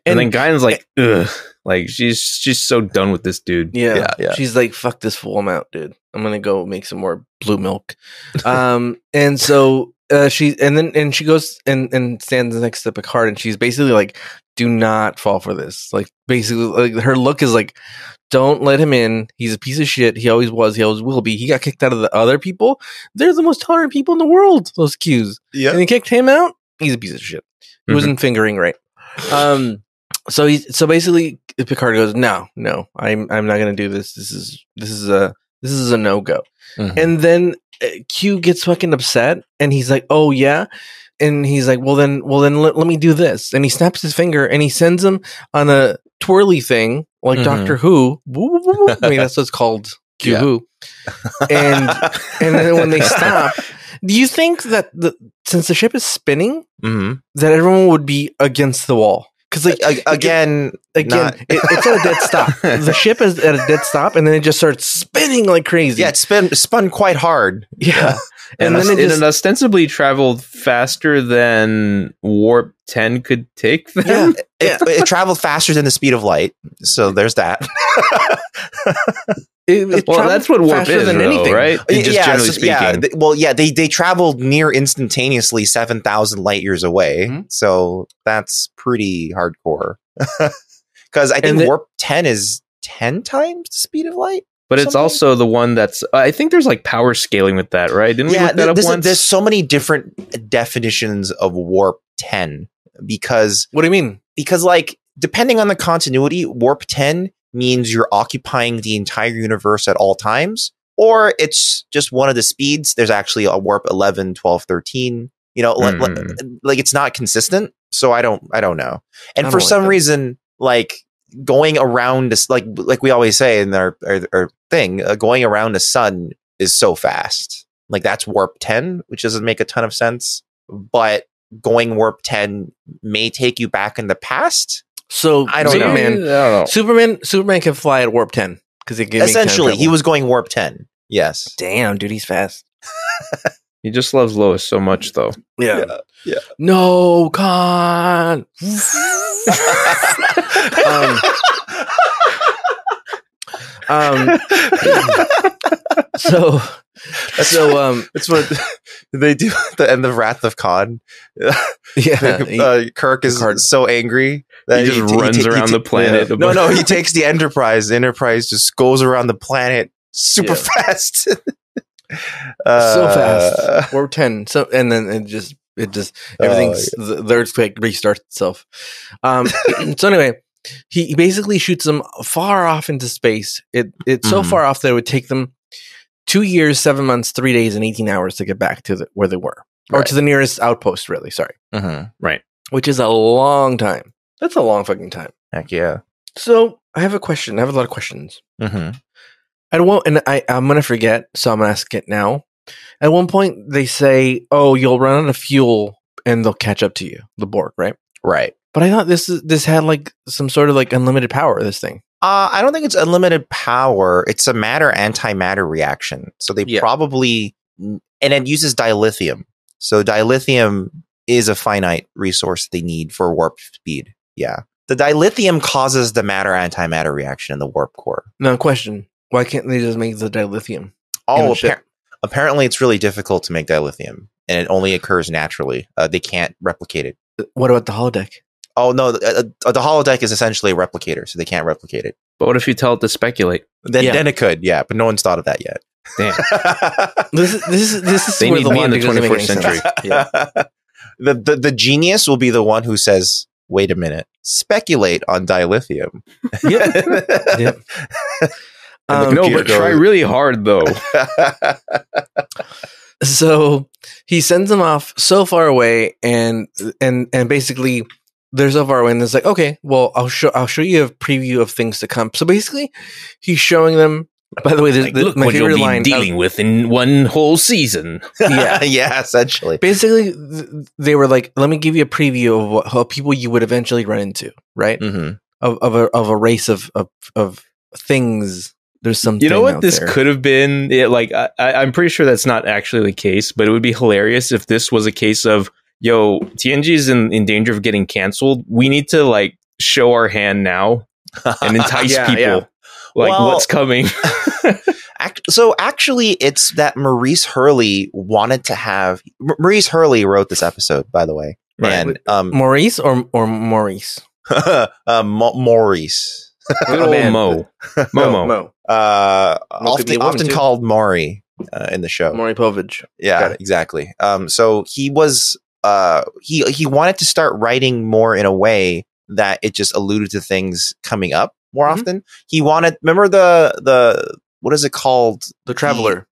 Speaker 3: And, then Guinan's like, ugh. Like she's she's so done with this dude.
Speaker 1: Yeah.
Speaker 2: Yeah, yeah.
Speaker 1: She's like, fuck this full amount, dude. I'm gonna go make some more blue milk. Um, and so uh, she and then and she goes and and stands next to Picard, and she's basically like, do not fall for this. Like basically, like her look is like, don't let him in. He's a piece of shit. He always was. He always will be. He got kicked out of the other people. They're the most tolerant people in the world. Those cues and
Speaker 2: Yeah. Mm-hmm.
Speaker 1: he kicked him out. He's a piece of shit. He wasn't fingering right. Um, so he so basically Picard goes, no, no, I'm I'm not gonna do this. This is this is a this is a no go.
Speaker 2: Mhm.
Speaker 1: And then uh, Q gets fucking upset, and he's like, oh yeah. And he's like, well then, well then, let, let me do this. And he snaps his finger, and he sends him on a twirly thing like
Speaker 2: Mhm.
Speaker 1: Doctor Who. Woo, woo, woo, woo. I mean, that's what it's called, Q
Speaker 2: Yeah.
Speaker 1: Who. And and then when they stop, do you think that the since the ship is spinning,
Speaker 2: hmm
Speaker 1: that everyone would be against the wall? Because like
Speaker 2: again,
Speaker 1: again,
Speaker 2: not-
Speaker 1: it, it's at a dead stop. The ship is at a dead stop, and then it just starts spinning like crazy.
Speaker 2: yeah, it spun spun quite hard.
Speaker 1: yeah.
Speaker 3: And,
Speaker 1: And then
Speaker 3: then
Speaker 1: it just-
Speaker 3: ostensibly traveled faster than warp ten could take them.
Speaker 1: yeah.
Speaker 2: It, it traveled faster than the speed of light, so there's that.
Speaker 1: It, it
Speaker 3: Well,
Speaker 1: traveled
Speaker 3: that's what warp
Speaker 1: faster
Speaker 3: is, though, right? Just generally
Speaker 2: so- yeah,
Speaker 3: speaking.
Speaker 2: th- well, yeah, they they traveled near instantaneously, seven thousand light years away.
Speaker 1: Mhm.
Speaker 2: So that's pretty hardcore. Because I think
Speaker 1: the-
Speaker 2: warp ten is ten times the speed of light.
Speaker 3: But it's
Speaker 2: Something-
Speaker 3: also the one that's. I think there's like power scaling with that, right? Didn't we
Speaker 2: yeah,
Speaker 3: look that
Speaker 2: th-
Speaker 3: up
Speaker 2: there's,
Speaker 3: once?
Speaker 2: there's so many different definitions of warp 10 because
Speaker 1: What do you mean?
Speaker 2: because like depending on the continuity, warp 10 means you're occupying the entire universe at all times or it's just one of the speeds. There's actually a warp 11, 12, 13, you know, like- like- like it's not consistent. So I don't I don't know. And
Speaker 1: I don't
Speaker 2: for
Speaker 1: like
Speaker 2: some
Speaker 1: that.
Speaker 2: reason like going around this like like we always say in our our, our thing, uh, going around the sun is so fast. Like that's warp 10, which doesn't make a ton of sense, but going warp 10 may take you back in the past.
Speaker 1: So
Speaker 2: I don't know.
Speaker 1: Superman,
Speaker 3: I don't know.
Speaker 1: Superman, Superman can fly at warp ten because he can make time
Speaker 2: Essentially, he
Speaker 1: travel.
Speaker 2: was going warp 10. Yes.
Speaker 1: Damn, dude, he's fast.
Speaker 3: He just loves Lois so much, though.
Speaker 1: Yeah,
Speaker 2: Yeah, yeah.
Speaker 1: No con. um, um, so, so, um,
Speaker 2: That's what they do at the end of Wrath of Khan.
Speaker 1: yeah, he-
Speaker 2: uh, Kirk is
Speaker 1: Kirk-
Speaker 2: so angry that
Speaker 3: He just
Speaker 2: ta-
Speaker 3: runs
Speaker 2: ta-
Speaker 3: around
Speaker 2: ta-
Speaker 3: the planet.
Speaker 2: Yeah. No, no, he takes the Enterprise. The Enterprise just goes around the planet super fast.
Speaker 1: so
Speaker 2: Uh,
Speaker 1: fast. Warp ten. So, and then it just, it just,
Speaker 2: Oh,
Speaker 1: everything's the, the earthquake restarts itself. Um, so anyway, he he basically shoots them far off into space. It it's so
Speaker 3: Mhm.
Speaker 1: far off that it would take them two years, seven months, three days, and eighteen hours to get back to the, where they were, or
Speaker 3: Right.
Speaker 1: to the nearest outpost. Really, sorry,
Speaker 2: Mhm.
Speaker 1: which is a long time. That's a long fucking time.
Speaker 2: Heck yeah.
Speaker 1: So I have a question. I have a lot of questions.
Speaker 2: Mm-hmm.
Speaker 1: At one, and I I'm gonna forget, so I'm gonna ask it now. At one point, they say, "Oh, you'll run out of fuel, and they'll catch up to you." The Borg, right?
Speaker 2: Right.
Speaker 1: But I thought this is, this had like some sort of like unlimited power. This thing.
Speaker 2: Uh, I don't think it's unlimited power. It's a matter antimatter reaction. So they
Speaker 1: Yeah.
Speaker 2: probably, and it uses dilithium. So dilithium is a finite resource they need for warp speed. Yeah. The dilithium causes the matter antimatter reaction in the warp core.
Speaker 1: No question. Why can't they just make the dilithium? in
Speaker 2: Oh,
Speaker 1: the ship.
Speaker 2: appar- apparently it's really difficult to make dilithium, and it only occurs naturally. Uh, they can't replicate it.
Speaker 1: Uh, What about the holodeck?
Speaker 2: Oh no, the, uh, the holodeck is essentially a replicator, so they can't replicate it.
Speaker 3: But what if you tell it to speculate?
Speaker 2: Then,
Speaker 1: Yeah.
Speaker 2: then it could, yeah, but no one's thought of that yet.
Speaker 3: Damn.
Speaker 1: This is this is this is
Speaker 3: They
Speaker 1: where
Speaker 3: need
Speaker 1: the
Speaker 3: me in the
Speaker 1: logic doesn't make
Speaker 3: 21st
Speaker 1: any sense. Yeah.
Speaker 2: the, the the genius will be the one who says, "Wait a minute, speculate on dilithium."
Speaker 1: Yep.
Speaker 2: And the
Speaker 1: Um,
Speaker 3: no,
Speaker 2: computer
Speaker 3: but try
Speaker 2: goes-
Speaker 3: really hard, though.
Speaker 1: so he sends them off so far away, and and and basically they're so far away, and it's like, okay, well, I'll show I'll show you a preview of things to come. So basically, he's showing them. By the way, there's the, my favorite line. uh,
Speaker 3: with in one whole season.
Speaker 1: yeah.
Speaker 2: yeah, essentially.
Speaker 1: Basically, th- they were like, "Let me give you a preview of what how people you would eventually run into." Right.
Speaker 3: Mm.
Speaker 2: Mhm.
Speaker 1: of of a of a race of of, of things. There's something.
Speaker 3: You know
Speaker 1: out
Speaker 3: what this
Speaker 1: there.
Speaker 3: could have been? It, like, I, I- I'm pretty sure that's not actually the case, but it would be hilarious if this was a case of, yo, TNG is in, in danger of getting canceled. We need to, like, show our hand now and entice
Speaker 1: Yeah,
Speaker 3: people.
Speaker 1: yeah.
Speaker 3: Like,
Speaker 2: Well-
Speaker 3: what's coming?
Speaker 2: Act- so actually, it's that Maurice Hurley wanted to have Ma- Maurice Hurley wrote this episode, by the way,
Speaker 3: Right.
Speaker 2: and um,
Speaker 1: Maurice or or Maurice?
Speaker 2: uh, Mo- Maurice,
Speaker 3: Good old
Speaker 1: man.
Speaker 3: Mo. Momo.
Speaker 1: Mo.
Speaker 2: uh,
Speaker 1: Well, it could be a
Speaker 2: often
Speaker 1: woman,
Speaker 2: often
Speaker 1: too.
Speaker 2: called Maury uh, in the show.
Speaker 1: Maury Povich. Got
Speaker 2: Yeah,
Speaker 1: it.
Speaker 2: exactly. Um, so he was uh, he he wanted to start writing more in a way that it just alluded to things coming up more
Speaker 1: Mhm.
Speaker 2: often. He wanted remember the the what is it called?
Speaker 1: The Traveler.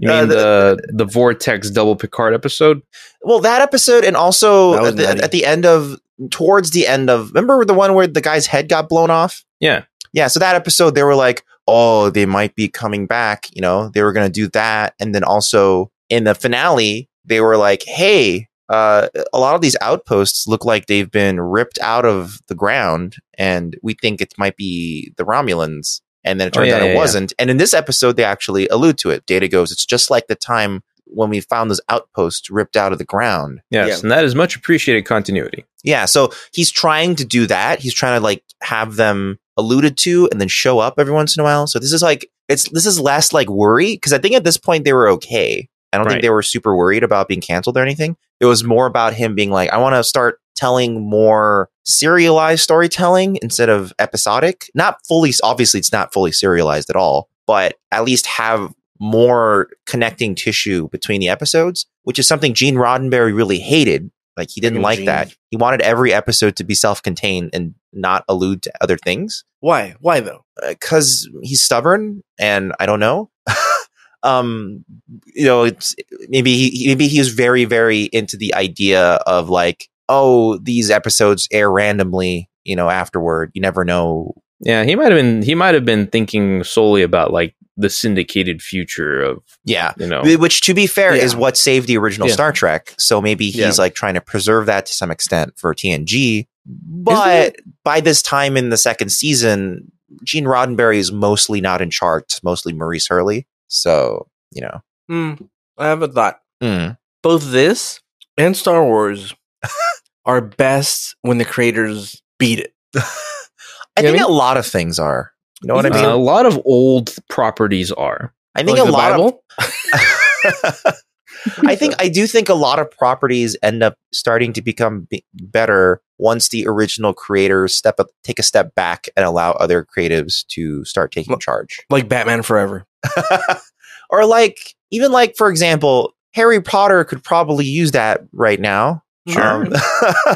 Speaker 3: You
Speaker 2: Uh,
Speaker 3: mean the, the Vortex double Picard episode?
Speaker 2: Well, that episode, and
Speaker 1: That
Speaker 2: also
Speaker 1: was
Speaker 2: at the,
Speaker 1: nutty.
Speaker 2: at the end of towards the end of remember the one where the guy's head got blown off.
Speaker 3: Yeah.
Speaker 2: yeah. So that episode, they were like, "Oh, they might be coming back." You know, they were going to do that, and then also in the finale, they were like, "Hey, uh, a lot of these outposts look like they've been ripped out of the ground, and we think it might be the Romulans." And then it
Speaker 3: Oh,
Speaker 2: turns
Speaker 3: yeah,
Speaker 2: out it
Speaker 3: yeah, yeah.
Speaker 2: wasn't. And in this episode, they actually allude to it. Data goes, "It's just like the time." when we found those outposts ripped out of the ground.
Speaker 3: Yes.
Speaker 1: Yeah.
Speaker 3: And that is much appreciated continuity.
Speaker 2: Yeah, so he's trying to do that. He's trying to like have them alluded to and then show up every once in a while. So this is like it's this is less like worry because I think at this point they were okay. I don't
Speaker 3: Right.
Speaker 2: think they were super worried about being canceled or anything. It was more about him being like, I want to start telling more serialized storytelling instead of episodic. Not fully, obviously, it's not fully serialized at all, but at least have more connecting tissue between the episodes, which is something Gene Roddenberry really hated. Like he didn't
Speaker 1: Freaking
Speaker 2: like
Speaker 1: Gene.
Speaker 2: that. He wanted every episode to be self-contained and not allude to other things
Speaker 1: Why? Why though?
Speaker 2: because he's stubborn and I don't know. um, you know, it's maybe he maybe he was very very into the idea of like, oh, these episodes air randomly. You know, afterward, you never know.
Speaker 3: Yeah, he might have been he might have been thinking solely about like the syndicated future of
Speaker 2: Yeah.
Speaker 3: you know
Speaker 2: Which, to be fair, is
Speaker 1: Yeah.
Speaker 2: what saved the original
Speaker 3: Yeah.
Speaker 2: Star Trek. So maybe he's
Speaker 1: Yeah.
Speaker 2: like trying to preserve that to some extent for TNG. But by this time in the second season, Gene Roddenberry is mostly not in charge. It's mostly Maurice Hurley. So you know,
Speaker 1: Hmm. I have a thought.
Speaker 2: Mm.
Speaker 1: Both this and Star Wars are best when the creators beat it.
Speaker 2: I
Speaker 1: You know
Speaker 2: think
Speaker 1: what I
Speaker 2: a lot of things are. You know what I
Speaker 3: Uh, a
Speaker 2: mean?
Speaker 3: lot of old properties are.
Speaker 2: I think
Speaker 1: Like
Speaker 2: a
Speaker 1: the
Speaker 2: lot
Speaker 1: Bible?
Speaker 2: of. I think I do think a lot of properties end up starting to become b- better once the original creators step up, take a step back, and allow other creatives to start taking
Speaker 1: Well-
Speaker 2: charge.
Speaker 1: like Batman Forever.
Speaker 2: or like even like for example, Harry Potter could probably use that right now.
Speaker 3: Sure.
Speaker 2: Um,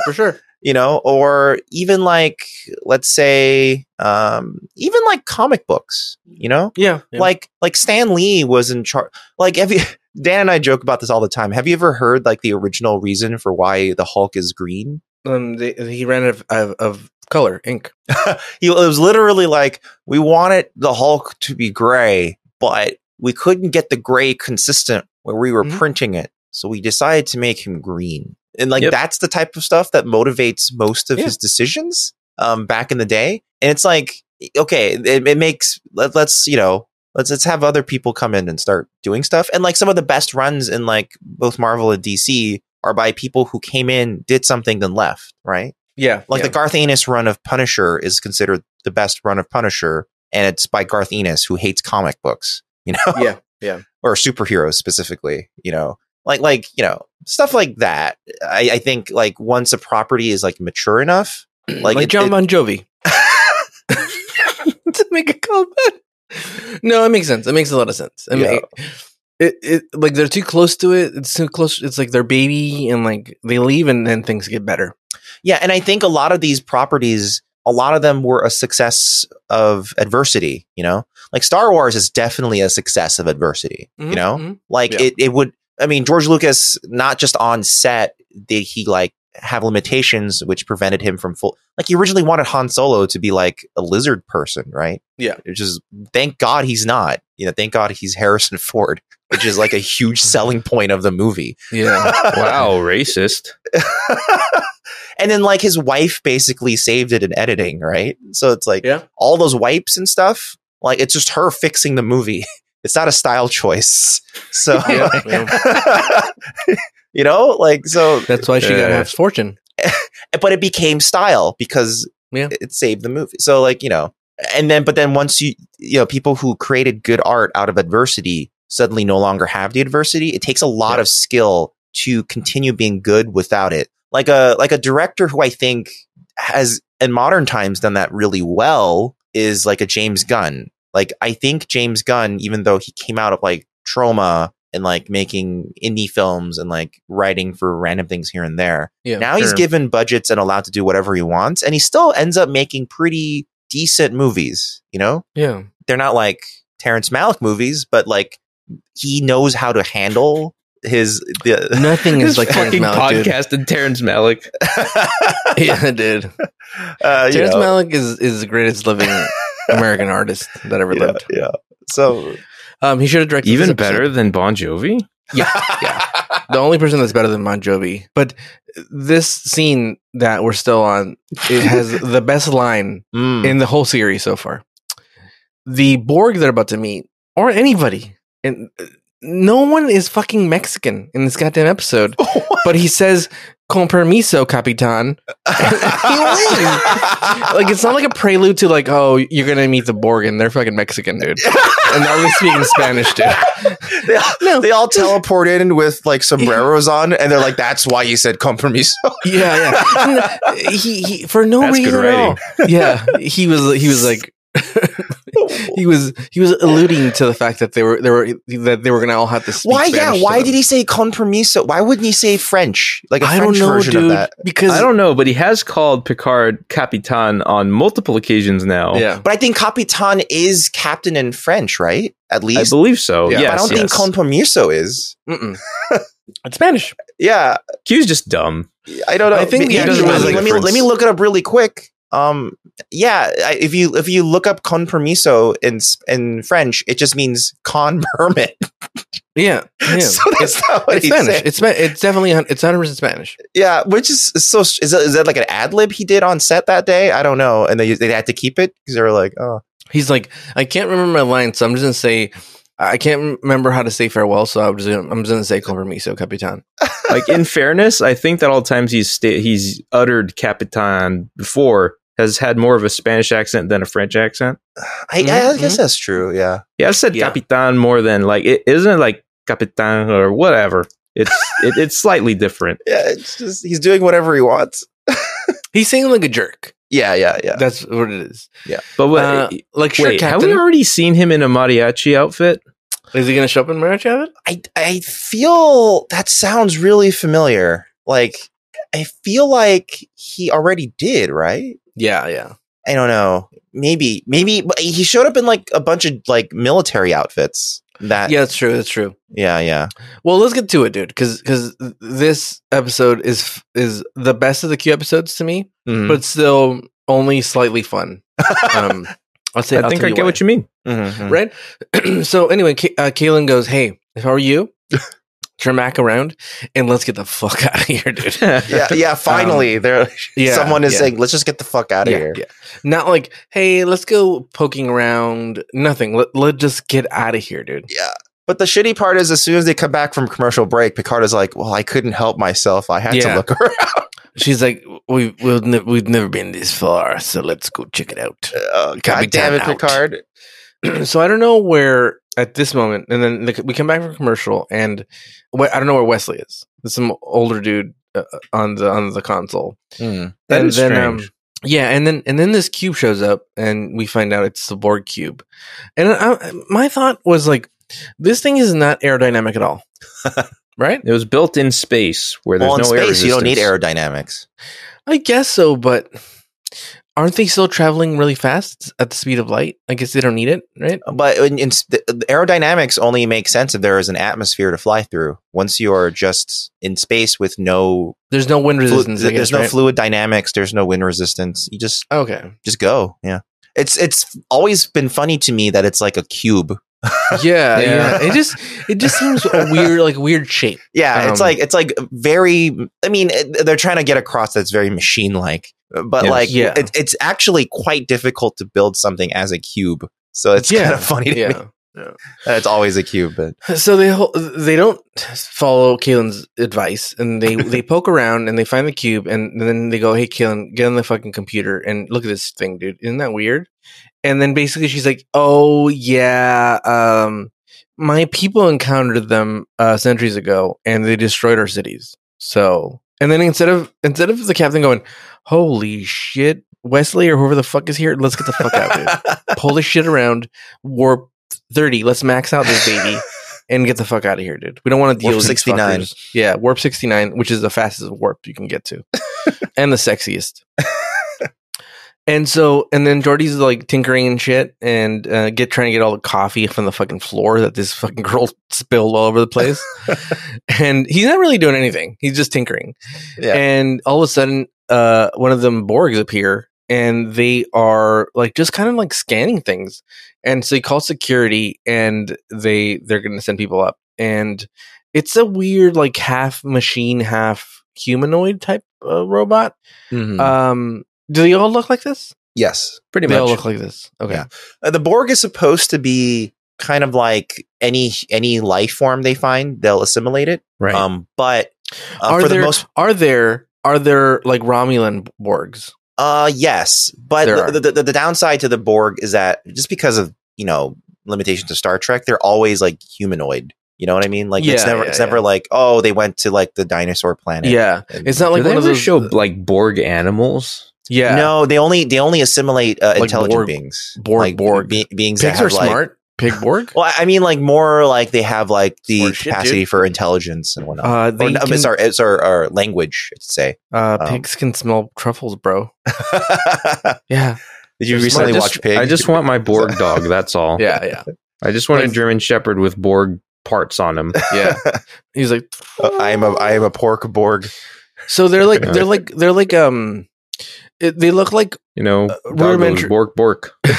Speaker 1: For sure.
Speaker 2: you know, or even like let's say um, even like comic books. You know,
Speaker 1: Yeah.
Speaker 2: Like like Stan Lee was in charge. Like have you Dan and I joke about this all the time. Have you ever heard like the original reason for why the Hulk is green?
Speaker 1: um, they, he ran out of, of, of color ink.
Speaker 2: He it was literally like we wanted the Hulk to be gray, but we couldn't get the gray consistent where we were
Speaker 1: Mhm.
Speaker 2: printing it. So we decided to make him green. And like
Speaker 3: Yep.
Speaker 2: that's the type of stuff that motivates most of
Speaker 1: Yeah.
Speaker 2: his decisions um back in the day. And it's like okay, it, it makes let, let's, you know, let's let's have other people come in and start doing stuff. And like some of the best runs in like both Marvel and DC are by people who came in, did something, then left, right?
Speaker 1: Yeah.
Speaker 2: Like
Speaker 1: yeah.
Speaker 2: the Garth Ennis run of Punisher is considered the best run of Punisher, and it's by Garth Ennis, who hates comic books, you know,
Speaker 1: Yeah. Yeah.
Speaker 2: or superheroes specifically, you know, like like you know stuff like that. I, I think like once a property is like mature enough,
Speaker 1: Like,
Speaker 2: like, it-
Speaker 1: John
Speaker 2: it-
Speaker 1: Bon Jovi. to make a callback. No, it makes sense. It makes a lot of sense. I mean, it, it like they're too close to it. It's too close. It's like their baby, and like they leave, and then things get better.
Speaker 2: Yeah, and I think a lot of these properties, a lot of them were a success of adversity, you know? Like Star Wars is definitely a success of adversity, you know?
Speaker 1: Mhm.
Speaker 2: Like
Speaker 1: Yeah.
Speaker 2: it it would I mean, George Lucas not just on set did he like have limitations which prevented him from full like he originally wanted Han Solo to be like a lizard person, right?
Speaker 1: Yeah.
Speaker 2: Which is thank God he's not. You know, thank God he's Harrison Ford, which is like a huge selling point of the movie.
Speaker 1: yeah,
Speaker 3: Wow, racist.
Speaker 2: and then like his wife basically saved it in editing, right? So it's like
Speaker 1: yeah.
Speaker 2: all those wipes and stuff, like it's just her fixing the movie. It's not a style choice. So
Speaker 1: Yeah,
Speaker 2: you know, like so
Speaker 1: That's why she got
Speaker 3: Yeah.
Speaker 1: half fortune.
Speaker 2: but it became style because
Speaker 1: Yeah.
Speaker 2: it saved the movie. So like, you know, and then but then once you you know, people who created good art out of adversity suddenly no longer have the adversity. It takes a lot
Speaker 1: Yeah.
Speaker 2: of skill to continue being good without it. Like a like a director who I think has in modern times done that really well is like a James Gunn. Like I think James Gunn, even though he came out of like trauma and like making indie films and like writing for random things here and there,
Speaker 1: Yeah,
Speaker 2: now he's
Speaker 1: sure.
Speaker 2: given budgets and allowed to do whatever he wants, and he still ends up making pretty decent movies. You know,
Speaker 1: yeah,
Speaker 2: they're not like Terrence Malick movies, but like he knows how to handle his the.
Speaker 1: nothing
Speaker 3: This
Speaker 1: is like Terrence
Speaker 3: fucking
Speaker 1: Malick, dude.
Speaker 3: podcast and Terrence Malick.
Speaker 1: Yeah, dude.
Speaker 2: uh, you
Speaker 1: Terrence
Speaker 2: know,
Speaker 1: Malick is is the greatest living American artist that ever
Speaker 2: yeah,
Speaker 1: lived.
Speaker 2: yeah. So
Speaker 1: Um, he should have directed this
Speaker 3: Even
Speaker 1: episode.
Speaker 3: better than Bon Jovi?
Speaker 1: Yeah, yeah. The only person that's better than Bon Jovi, but this scene that we're still on, it has the best line
Speaker 3: Hmm.
Speaker 2: Mm.
Speaker 1: in the whole series so far. The Borg they're about to meet, or anybody, and uh, no one is fucking Mexican in this goddamn episode. But he says, con permiso, capitan. Like, it's not like a prelude to, like, oh, you're going to meet the Borg and they're fucking Mexican, dude. And now they're speaking Spanish, dude.
Speaker 2: they, all, they all teleport in with like sombreros on, and they're like, "That's why you said compromiso."
Speaker 1: Yeah, yeah. And he, he for no
Speaker 3: That's good
Speaker 1: reason at all. Yeah, he was he was like he was he was alluding to the fact that they were they were that they were gonna all have to speak
Speaker 2: why? Yeah.
Speaker 1: Spanish to
Speaker 2: Why
Speaker 1: them.
Speaker 2: did he say compromiso? Why wouldn't he say French? Like a
Speaker 1: I don't
Speaker 2: French
Speaker 1: know,
Speaker 2: version of
Speaker 1: dude.
Speaker 2: that.
Speaker 1: Because
Speaker 3: I don't know, but he has called Picard Capitan on multiple occasions now.
Speaker 1: Yeah,
Speaker 2: But I think Capitan is captain in French, right? At
Speaker 3: I
Speaker 2: least.
Speaker 3: believe so.
Speaker 1: Yeah.
Speaker 3: Yeah,
Speaker 2: But I don't think compromiso is.
Speaker 1: Mm-mm. it's Spanish.
Speaker 2: Yeah,
Speaker 3: Q's just dumb.
Speaker 2: I don't know.
Speaker 1: I think
Speaker 2: Ma-
Speaker 1: the
Speaker 2: maybe-
Speaker 1: actual
Speaker 2: let, me, let me
Speaker 3: difference-
Speaker 2: let me look it up really quick. Um, yeah, I, if you if you look up compromiso in s- in French, it just means con permit.
Speaker 1: Yeah, yeah.
Speaker 2: so that's not what
Speaker 1: it's
Speaker 2: he
Speaker 1: Spanish.
Speaker 2: said.
Speaker 1: It's Spa- it's definitely hun- it's hundred percent Spanish.
Speaker 2: Yeah, which is is so. Is that, is that like an ad lib he did on set that day? I don't know. And they they had to keep it because they were like, oh,
Speaker 1: He's like, I can't remember my line, so I'm just gonna say. I can't remember how to say farewell, so I'm just gonna, I'm just gonna say "compromiso, capitan."
Speaker 3: Like in fairness, I think that all the times he's sta- he's uttered Capitan before has had more of a Spanish accent than a French accent.
Speaker 2: I, I
Speaker 1: Mhm,
Speaker 2: guess that's true. Yeah,
Speaker 3: Yeah, I said
Speaker 1: Yeah.
Speaker 3: Capitan more than like it isn't it like Capitan or whatever. It's it, it's slightly different.
Speaker 2: yeah. It's just he's doing whatever he wants.
Speaker 1: He's saying like a jerk.
Speaker 2: Yeah, yeah, yeah.
Speaker 1: That's what it is.
Speaker 3: But what,
Speaker 1: Uh, like, sure,
Speaker 3: wait, have
Speaker 1: Captain.
Speaker 3: we already seen him in a mariachi outfit?
Speaker 1: Is he gonna show up in marriage outfit?
Speaker 2: I I feel that sounds really familiar. Like I feel like he already did, right?
Speaker 1: Yeah, yeah.
Speaker 2: I don't know. Maybe maybe but he showed up in like a bunch of like military outfits. That yeah
Speaker 1: Yeah, that's true. That's true.
Speaker 2: yeah yeah.
Speaker 1: Well, let's get to it, dude, because this episode is is the best of the Q episodes to me,
Speaker 2: Mhm.
Speaker 1: but still only slightly fun. Um, I'll say.
Speaker 3: I think I get what you mean.
Speaker 2: Mhm.
Speaker 1: Right. so anyway, K- uh, Kaylin goes, "Hey, if I were you, turn back around and let's get the fuck out of here, dude."
Speaker 2: Yeah yeah. Finally, there
Speaker 1: um, Yeah,
Speaker 2: someone is
Speaker 1: yeah.
Speaker 2: saying, "Let's just get the fuck out of
Speaker 1: Yeah,
Speaker 2: here."
Speaker 1: yeah. Not like, hey, let's go poking around. Nothing. Let let just get out of here, dude.
Speaker 2: Yeah. But the shitty part is, as soon as they come back from commercial break, Picard is like, "Well, I couldn't help myself. I had
Speaker 1: Yeah.
Speaker 2: to look around."
Speaker 1: She's like, we we'll ne- we've never been this far, so let's go check it out.
Speaker 2: Oh,
Speaker 1: Capitan
Speaker 2: God damn it,
Speaker 1: out.
Speaker 2: Picard!
Speaker 1: so I don't know where at this moment, and then the, we come back from commercial, and we- I don't know where Wesley is. There's some older dude uh, on the on the console.
Speaker 3: That
Speaker 1: and um,
Speaker 3: is strange.
Speaker 1: yeah, and then and then this cube shows up, and we find out it's the Borg cube. And I, my thought was like, this thing is not aerodynamic at all, right?
Speaker 3: It was built in space where there's
Speaker 2: Well, in
Speaker 3: no air
Speaker 2: space, you don't need
Speaker 3: resistance.
Speaker 2: aerodynamics.
Speaker 1: I guess so, but aren't they still traveling really fast at the speed of light? I guess they don't need it, right?
Speaker 2: But in, in, the aerodynamics only makes sense if there is an atmosphere to fly through. Once you are just in space with no
Speaker 1: There's no wind
Speaker 2: flu-
Speaker 1: resistance. I
Speaker 2: there's
Speaker 1: guess,
Speaker 2: no
Speaker 1: right?
Speaker 2: fluid dynamics, there's no wind resistance. You just
Speaker 1: Okay.
Speaker 2: just go. Yeah. It's it's always been funny to me that it's like a cube.
Speaker 1: Yeah,
Speaker 3: Yeah.
Speaker 1: yeah. It just it just seems a weird, like weird shape.
Speaker 2: Yeah, it's
Speaker 1: Um,
Speaker 2: like it's like very I mean it- they're trying to get across that's very machine like. But
Speaker 3: Yes.
Speaker 2: like
Speaker 1: Yeah.
Speaker 2: it, it's actually quite difficult to build something as a cube. So it's
Speaker 1: Yeah.
Speaker 2: kind of funny to me
Speaker 1: Yeah.
Speaker 2: that it's always a cube, but
Speaker 1: So they hol- they don't follow Kalen's advice, and they they poke around and they find the cube, and then they go, "Hey, Kalen, get on the fucking computer and look at this thing, dude. Isn't that weird?" And then basically she's like, "Oh yeah, um, my people encountered them uh, centuries ago, and they destroyed our cities. So." And then instead of instead of the captain going, "Holy shit, Wesley or whoever the fuck is here, let's get the fuck out, dude." pull this shit around, warp 30. Let's max out this baby and get the fuck out of here, dude. We don't want to deal
Speaker 2: Warp
Speaker 1: with 69.
Speaker 2: 69.
Speaker 1: Yeah, warp 69, which is the fastest warp you can get to and the sexiest. And so, and then Jordy's like tinkering and shit, and uh, get trying to get all the coffee from the fucking floor that this fucking girl spilled all over the place. and he's not really doing anything; he's just tinkering.
Speaker 2: Yeah.
Speaker 1: And all of a sudden, uh, one of them Borgs appear, and they are like just kind of like scanning things. And so he calls security, and they they're going to send people up. And it's a weird like half machine, half humanoid type uh, robot.
Speaker 2: Mhm.
Speaker 1: Um, do they all look like this?
Speaker 2: yes.
Speaker 3: Hmm. Pretty
Speaker 1: they all
Speaker 3: much.
Speaker 1: look like this. Okay.
Speaker 2: Yeah. Uh, the Borg is supposed to be kind of like any any life form they find, they'll assimilate it.
Speaker 3: Right.
Speaker 2: Um, but uh,
Speaker 1: are
Speaker 2: for
Speaker 1: there
Speaker 2: the most,
Speaker 1: are there are there like Romulan Borgs?
Speaker 2: uh, yes. But
Speaker 1: There
Speaker 2: the, the, the the downside to the Borg is that just because of you know limitations of Star Trek, they're always like humanoid. You know what I mean? Like it's
Speaker 1: Yeah,
Speaker 2: never
Speaker 1: yeah,
Speaker 2: it's never like oh they went to like the dinosaur planet.
Speaker 1: Yeah,
Speaker 2: And-
Speaker 1: it's not
Speaker 3: Like
Speaker 1: like
Speaker 3: Do they
Speaker 1: one of
Speaker 3: ever
Speaker 1: those.
Speaker 3: show like Borg animals?
Speaker 1: yeah,
Speaker 2: No, they only they only assimilate uh,
Speaker 1: Like
Speaker 2: intelligent
Speaker 1: Borg-
Speaker 2: beings.
Speaker 1: Borg-
Speaker 2: like,
Speaker 1: Borg.
Speaker 2: be- beings that
Speaker 1: pigs
Speaker 2: have,
Speaker 1: are
Speaker 2: like-
Speaker 1: smart. Pig Borg.
Speaker 3: Oh,
Speaker 2: Well, I mean, like more like they have like the
Speaker 1: Smart shit, dude.
Speaker 2: capacity for intelligence and whatnot.
Speaker 1: Uh,
Speaker 2: or,
Speaker 1: they
Speaker 2: no,
Speaker 1: can,
Speaker 2: it's our it's our, our language, I should say.
Speaker 1: uh,
Speaker 2: um,
Speaker 1: pigs can smell truffles, bro. Yeah,
Speaker 2: Did you
Speaker 1: They're
Speaker 2: recently
Speaker 1: smart.
Speaker 3: I just,
Speaker 2: watch Pig?
Speaker 3: I just want my Borg dog. That's all.
Speaker 1: yeah, yeah,
Speaker 3: I just want a German Shepherd with Borg parts on him.
Speaker 1: yeah. He's like,
Speaker 2: Uh, I am a I am a pork Borg.
Speaker 1: so they're like they're like they're like um, it, they look like
Speaker 3: You know,
Speaker 1: rudimentary-
Speaker 3: doggos, Borg Borg.
Speaker 1: they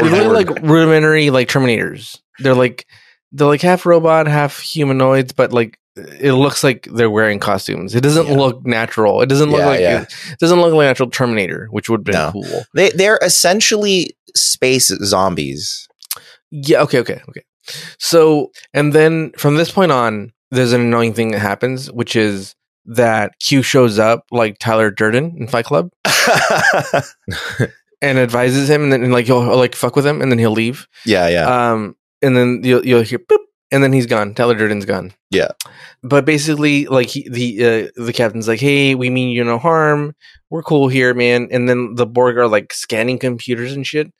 Speaker 3: Borg,
Speaker 1: look
Speaker 3: Borg.
Speaker 1: like rudimentary like Terminators. They're like they're like half robot, half humanoids, but like it looks like they're wearing costumes. It doesn't
Speaker 2: Yeah.
Speaker 1: look natural. It doesn't look
Speaker 2: Yeah,
Speaker 1: like
Speaker 2: yeah.
Speaker 1: it doesn't look like an actual Terminator, which would have been
Speaker 2: No.
Speaker 1: cool.
Speaker 2: They they're essentially space zombies.
Speaker 1: Yeah, okay, okay, okay. So, and then from this point on, there's an annoying thing that happens, which is that Q shows up like Tyler Durden in Fight Club
Speaker 2: yeah,
Speaker 1: and advises him, and then and, like he'll like fuck with him, and then he'll leave.
Speaker 2: yeah.
Speaker 1: Um, and then you'll you'll hear boop, and then he's gone. Tyler Durden's gone.
Speaker 2: Yeah.
Speaker 1: But basically, like he, the uh, the captain's like, "Hey, we mean you no harm. We're cool here, man." And then the Borg are like scanning computers and shit.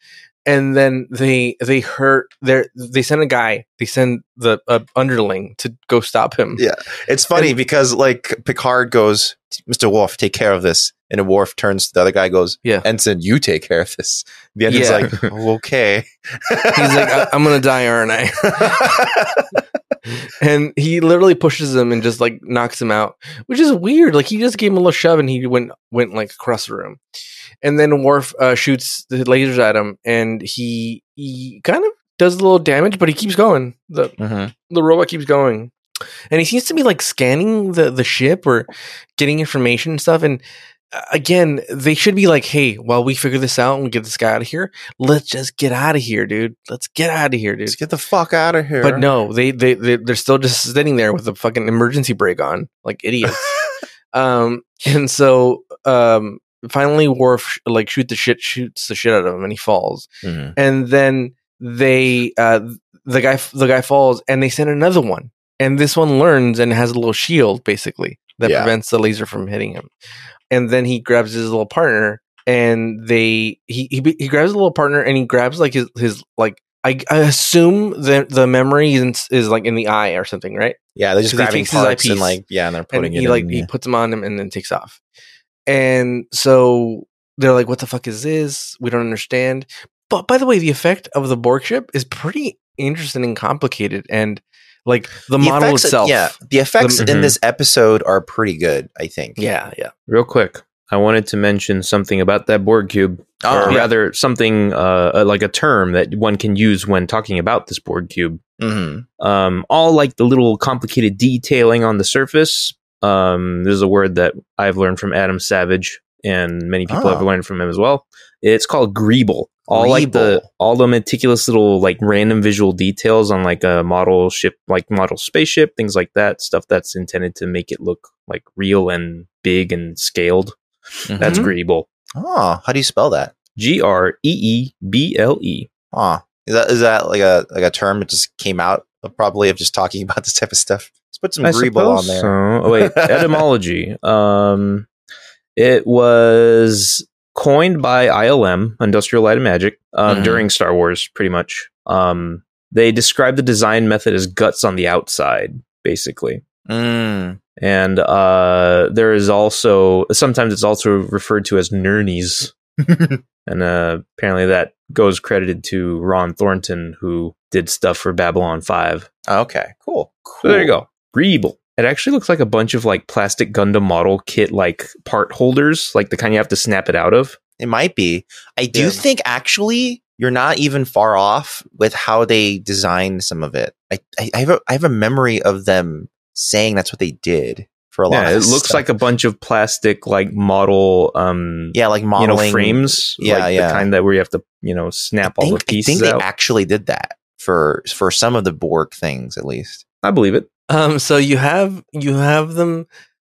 Speaker 1: And then they they hurt. They they send a guy. They send the uh, underling to go stop him.
Speaker 2: Yeah. it's funny because like Picard goes, Mister Worf, take care of this, and then Worf turns to the other guy, and goes,
Speaker 1: Yeah.
Speaker 2: Ensign, you take care of this. The ensign's
Speaker 1: Yeah.
Speaker 2: like, "Oh, okay.
Speaker 1: He's like, I- "I'm gonna die, aren't I?" And he literally pushes him and just like knocks him out, which is weird. Like he just gave him a little shove and he went went like across the room. And then Worf uh, shoots the lasers at him, and he he kind of does a little damage, but he keeps going. the
Speaker 2: Mhm.
Speaker 1: The robot keeps going, and he seems to be like scanning the the ship or getting information and stuff. And uh, again, they should be like, "Hey, while we figure this out and we get this guy out of here, let's just get out of here, dude. Let's get out of here, dude."
Speaker 2: Let's get the fuck out of here.
Speaker 1: But no, they they they- they're still just sitting there with the fucking emergency brake on, like idiots. um, and so um, finally, Worf sh- like shoot the shit shoots the shit out of him, and he falls.
Speaker 2: Mhm.
Speaker 1: And then they uh, the guy the guy falls, and they send another one, and this one learns and has a little shield basically that
Speaker 2: Yeah.
Speaker 1: prevents the laser from hitting him. And then he grabs his little partner, and they he he, he grabs a little partner, and he grabs like his his like. I, I assume that the memory is, in, is like in the eye or something, right?
Speaker 2: Yeah, they're just
Speaker 1: Because he
Speaker 2: grabbing
Speaker 1: takes his
Speaker 2: parts and
Speaker 1: eyepiece
Speaker 2: like yeah, and they're putting
Speaker 1: and
Speaker 2: it
Speaker 1: he
Speaker 2: in.
Speaker 1: like
Speaker 2: yeah.
Speaker 1: he puts them on him and then takes off. And so they're like, "What the fuck is this? We don't understand." But by the way, the effect of the Borg ship is pretty interesting and complicated, and like the, model
Speaker 2: effects,
Speaker 1: itself.
Speaker 2: Yeah, the effects
Speaker 3: The- mm-hmm.
Speaker 2: in this episode are pretty good. I think.
Speaker 1: yeah, yeah.
Speaker 3: Real quick, I wanted to mention something about that Borg cube,
Speaker 2: Oh,
Speaker 3: or
Speaker 2: yeah.
Speaker 3: rather, something uh, uh, like a term that one can use when talking about this Borg cube.
Speaker 2: Mhm.
Speaker 3: Um, all like the little complicated detailing on the surface. Um, this is a word that I've learned from Adam Savage, and many people
Speaker 2: Oh.
Speaker 3: have learned from him as well. It's called greeble. All like the
Speaker 2: Greeble.
Speaker 3: all the meticulous little like random visual details on like a model ship, like model spaceship, things like that. Stuff that's intended to make it look like real and big and scaled. That's
Speaker 1: Mhm.
Speaker 3: Greeble.
Speaker 2: Oh, how do you spell that?
Speaker 3: G R E E B L E.
Speaker 2: Oh, is that is that like a like a term that just came out of probably of just talking about this type of stuff? Let's put some
Speaker 3: I
Speaker 2: greeble on
Speaker 3: suppose
Speaker 2: there.
Speaker 3: so. Oh, wait, etymology. Um, it was coined by ILM, Industrial Light and Magic, um,
Speaker 2: Mhm.
Speaker 3: during Star Wars, pretty much. Um, they described the design method as guts on the outside, basically.
Speaker 2: Mm.
Speaker 3: And uh, there is also sometimes it's also referred to as Nernies.
Speaker 2: Mm.
Speaker 3: And uh, apparently that goes credited to Ron Thornton, who did stuff for Babylon 5.
Speaker 2: okay, cool.
Speaker 3: So
Speaker 2: cool.
Speaker 3: there you go. Greeble. It actually looks like a bunch of like plastic Gundam model kit like part holders, like the kind you have to snap it out of.
Speaker 2: It might be. I do
Speaker 1: Yeah.
Speaker 2: think actually you're not even far off with how they designed some of it. I I, I have a, I have a memory of them saying that's what they did for a lot.
Speaker 3: Yeah,
Speaker 2: of
Speaker 3: it looks
Speaker 2: stuff.
Speaker 3: like a bunch of plastic like model um
Speaker 2: yeah, like
Speaker 3: you know
Speaker 2: modeling
Speaker 3: frames.
Speaker 2: Yeah,
Speaker 3: like
Speaker 2: yeah.
Speaker 3: The kind that where you have to, you know, snap
Speaker 2: I
Speaker 3: all
Speaker 2: think,
Speaker 3: the pieces
Speaker 2: I think they
Speaker 3: out.
Speaker 2: actually did that. for for some of the Borg things at least.
Speaker 3: I believe it.
Speaker 1: Um, so you have you have them.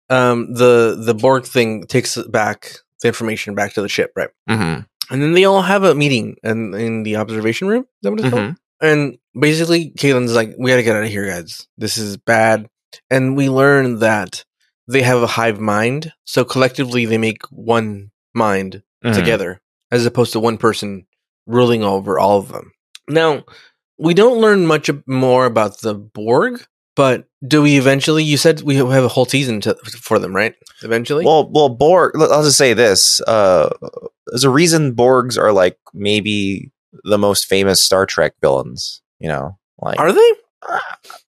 Speaker 1: Um, the the Borg thing takes back the information back to the ship, right?
Speaker 2: Mm-hmm.
Speaker 1: And then they all have a meeting in, in the observation room. Is that what it's
Speaker 2: Mm-hmm.
Speaker 3: mm-hmm,
Speaker 1: called? And basically, Caitlin's like, "We got to get out of here, guys. This is bad." And we learn that they have a hive mind, so collectively they make one mind
Speaker 2: Hmm.
Speaker 3: mm-hmm.
Speaker 1: together, as opposed to one person ruling over all of them. Now, we don't learn much ab- more about the Borg, but do we eventually? You said we have a whole season to, for them, right? Eventually,
Speaker 2: Well, well, Borg. l- I'll just say this: uh, there's a reason Borgs are like maybe the most famous Star Trek villains. You know, like
Speaker 1: are they?
Speaker 2: uh,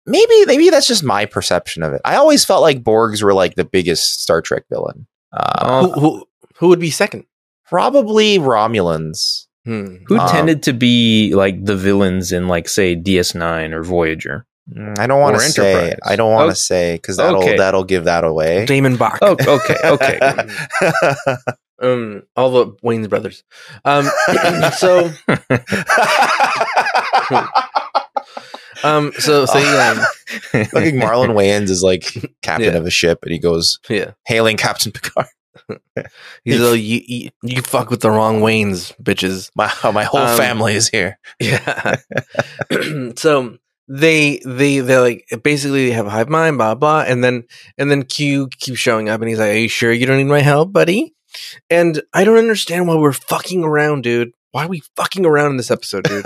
Speaker 2: maybe maybe that's just my perception of it. I always felt like Borgs were like the biggest Star Trek villain. Uh,
Speaker 3: Oh.
Speaker 1: who, who who would be second?
Speaker 2: Probably Romulans.
Speaker 1: Hmm.
Speaker 3: Who
Speaker 2: Um,
Speaker 3: tended to be like the villains in like say DS9 or Voyager?
Speaker 2: Mm, I don't want
Speaker 3: Or
Speaker 2: to say.
Speaker 3: Enterprise.
Speaker 2: I don't want to
Speaker 3: Oh,
Speaker 2: say because that'll
Speaker 3: okay.
Speaker 2: that'll give that away.
Speaker 1: Damon Bach.
Speaker 3: Oh, okay, okay.
Speaker 1: Um, all the Wayne's brothers. Um, so um, so say um,
Speaker 2: Fucking Marlon Wayans is like captain
Speaker 1: Yeah.
Speaker 2: of a ship, and he goes
Speaker 1: yeah.
Speaker 2: hailing Captain Picard.
Speaker 1: He's like, you, you you fuck with the wrong Waynes, bitches.
Speaker 2: My my whole
Speaker 1: Um,
Speaker 2: family is here.
Speaker 1: Yeah. so they they they're like basically they have a hive mind, blah blah, and then and then Q keeps showing up and he's like, Are you sure you don't need my help, buddy? And I don't understand why we're fucking around, dude. Why are we fucking around in this episode, dude?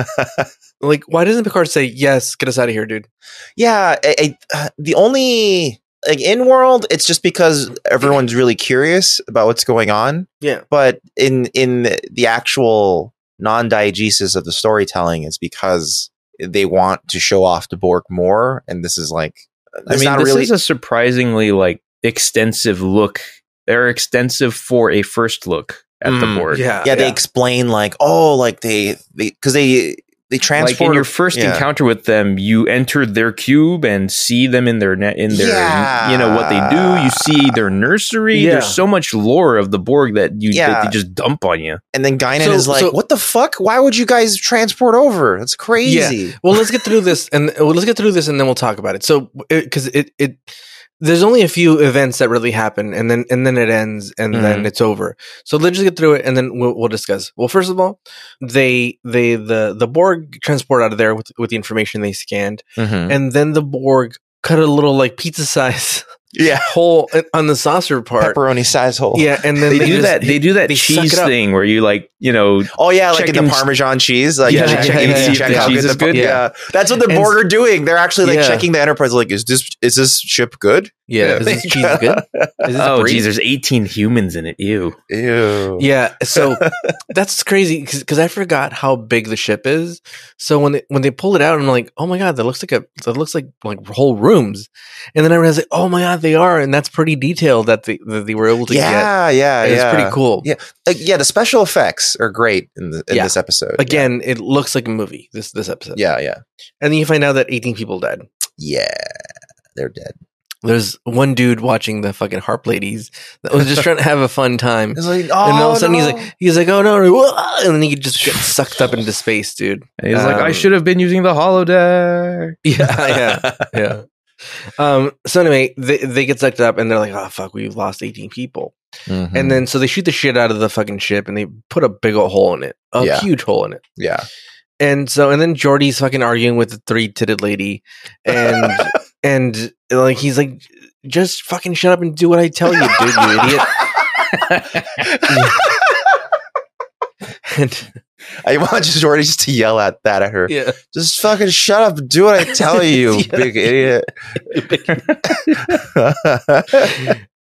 Speaker 1: like, why doesn't Picard say, Yes, get us out of here, dude?
Speaker 2: Yeah, I, I, the only like in world, it's just because everyone's really curious about what's going on.
Speaker 1: Yeah.
Speaker 2: But in in the actual non diegesis of the storytelling, it's because they want to show off to Borg more, and this is like,
Speaker 3: I
Speaker 2: it's
Speaker 3: mean,
Speaker 2: not
Speaker 3: this
Speaker 2: really.
Speaker 3: is a surprisingly like extensive look. They're extensive for a first look at
Speaker 2: Mm,
Speaker 3: the board.
Speaker 1: Uh, Yeah.
Speaker 2: yeah, they explain like, oh, like they they because they they
Speaker 3: Like in
Speaker 2: transform
Speaker 3: your first
Speaker 2: yeah.
Speaker 3: encounter with them, you enter their cube and see them in their net in their
Speaker 2: Yeah.
Speaker 3: you know what they do. You see their nursery.
Speaker 1: Yeah.
Speaker 3: There's so much lore of the Borg that you that
Speaker 2: Yeah.
Speaker 3: they just dump on you.
Speaker 2: and then Guinan
Speaker 1: So-
Speaker 2: is like,
Speaker 1: so-
Speaker 2: what the fuck? Why would you guys transport over? That's crazy.
Speaker 1: Well, let's get through this, and well, let's get through this, and then we'll talk about it. So, because it, it there's only a few events that really happen, and then and then it ends, and
Speaker 3: Mm-hmm.
Speaker 1: then it's over. So let's just get through it, and then we'll, we'll discuss. Well, first of all, they they the the Borg transport out of there with with the information they scanned,
Speaker 2: Mm-hmm.
Speaker 3: Mm.
Speaker 1: and then the Borg cut a little like pizza size
Speaker 2: Yeah,
Speaker 1: hole in- on the saucer part.
Speaker 2: pepperoni size hole.
Speaker 1: Yeah, and then
Speaker 3: They, do
Speaker 1: just-
Speaker 3: that. They do that
Speaker 1: they suck
Speaker 3: cheese
Speaker 1: it up.
Speaker 3: thing where you like you know
Speaker 2: Oh yeah, like in
Speaker 3: Checking-
Speaker 2: the Parmesan cheese. Like
Speaker 1: Yeah,
Speaker 2: yeah,
Speaker 1: yeah,
Speaker 2: checking
Speaker 1: yeah,
Speaker 2: to
Speaker 1: yeah.
Speaker 2: check
Speaker 1: The
Speaker 2: how
Speaker 1: cheese
Speaker 2: good
Speaker 3: is
Speaker 2: the
Speaker 3: good?
Speaker 2: Yeah. that's what the
Speaker 1: And-
Speaker 2: Borg are doing. They're actually like
Speaker 1: Yeah.
Speaker 2: checking the Enterprise. Like, is this is this ship good?
Speaker 1: Yeah, is this cheese good? Is this
Speaker 3: oh
Speaker 1: brie?
Speaker 3: geez, there's 18 humans in it. Ew.
Speaker 2: Ew.
Speaker 1: Yeah, so that's crazy because I forgot how big the ship is. So when they when they pulled it out, I'm like, oh my god, that looks like a that looks like like whole rooms. And then I realized, like, oh my god, they are, and that's pretty detailed that they that they were able to get.
Speaker 2: Yeah, yeah,
Speaker 1: And
Speaker 2: yeah.
Speaker 1: It's pretty cool.
Speaker 2: Yeah. Like, yeah, the special effects are great in, the, in
Speaker 1: Yeah.
Speaker 2: this episode.
Speaker 1: Again, it looks like a movie. This this episode.
Speaker 2: Yeah, yeah,
Speaker 1: and then you find out that 18 people died.
Speaker 2: yeah. They're dead.
Speaker 1: There's one dude watching the fucking harp ladies that was just trying to have a fun time.
Speaker 2: It's like,
Speaker 1: And all of
Speaker 2: oh,
Speaker 1: a sudden he's
Speaker 2: no.
Speaker 1: like, he's like, oh no, no, whoa," and then he just gets sucked up into space, dude.
Speaker 3: And he's like, I
Speaker 1: Um,
Speaker 3: should have been using the holodeck.
Speaker 1: Yeah, yeah. yeah. Um, so anyway, they, they get sucked up and they're like, oh fuck, we've lost 18 people.
Speaker 2: Mhm.
Speaker 1: And then so they shoot the shit out of the fucking ship and they put a big old hole in it. A
Speaker 2: Yeah.
Speaker 1: huge hole in it.
Speaker 2: yeah,
Speaker 1: And so and then Jordy's fucking arguing with the three titted lady and and like he's like just fucking shut up and do what I tell you, dude, you idiot. And
Speaker 2: I want just Jordy just to yell at that at her.
Speaker 1: yeah.
Speaker 2: Just fucking shut up, and do what I tell you,
Speaker 1: Yeah.
Speaker 2: big idiot.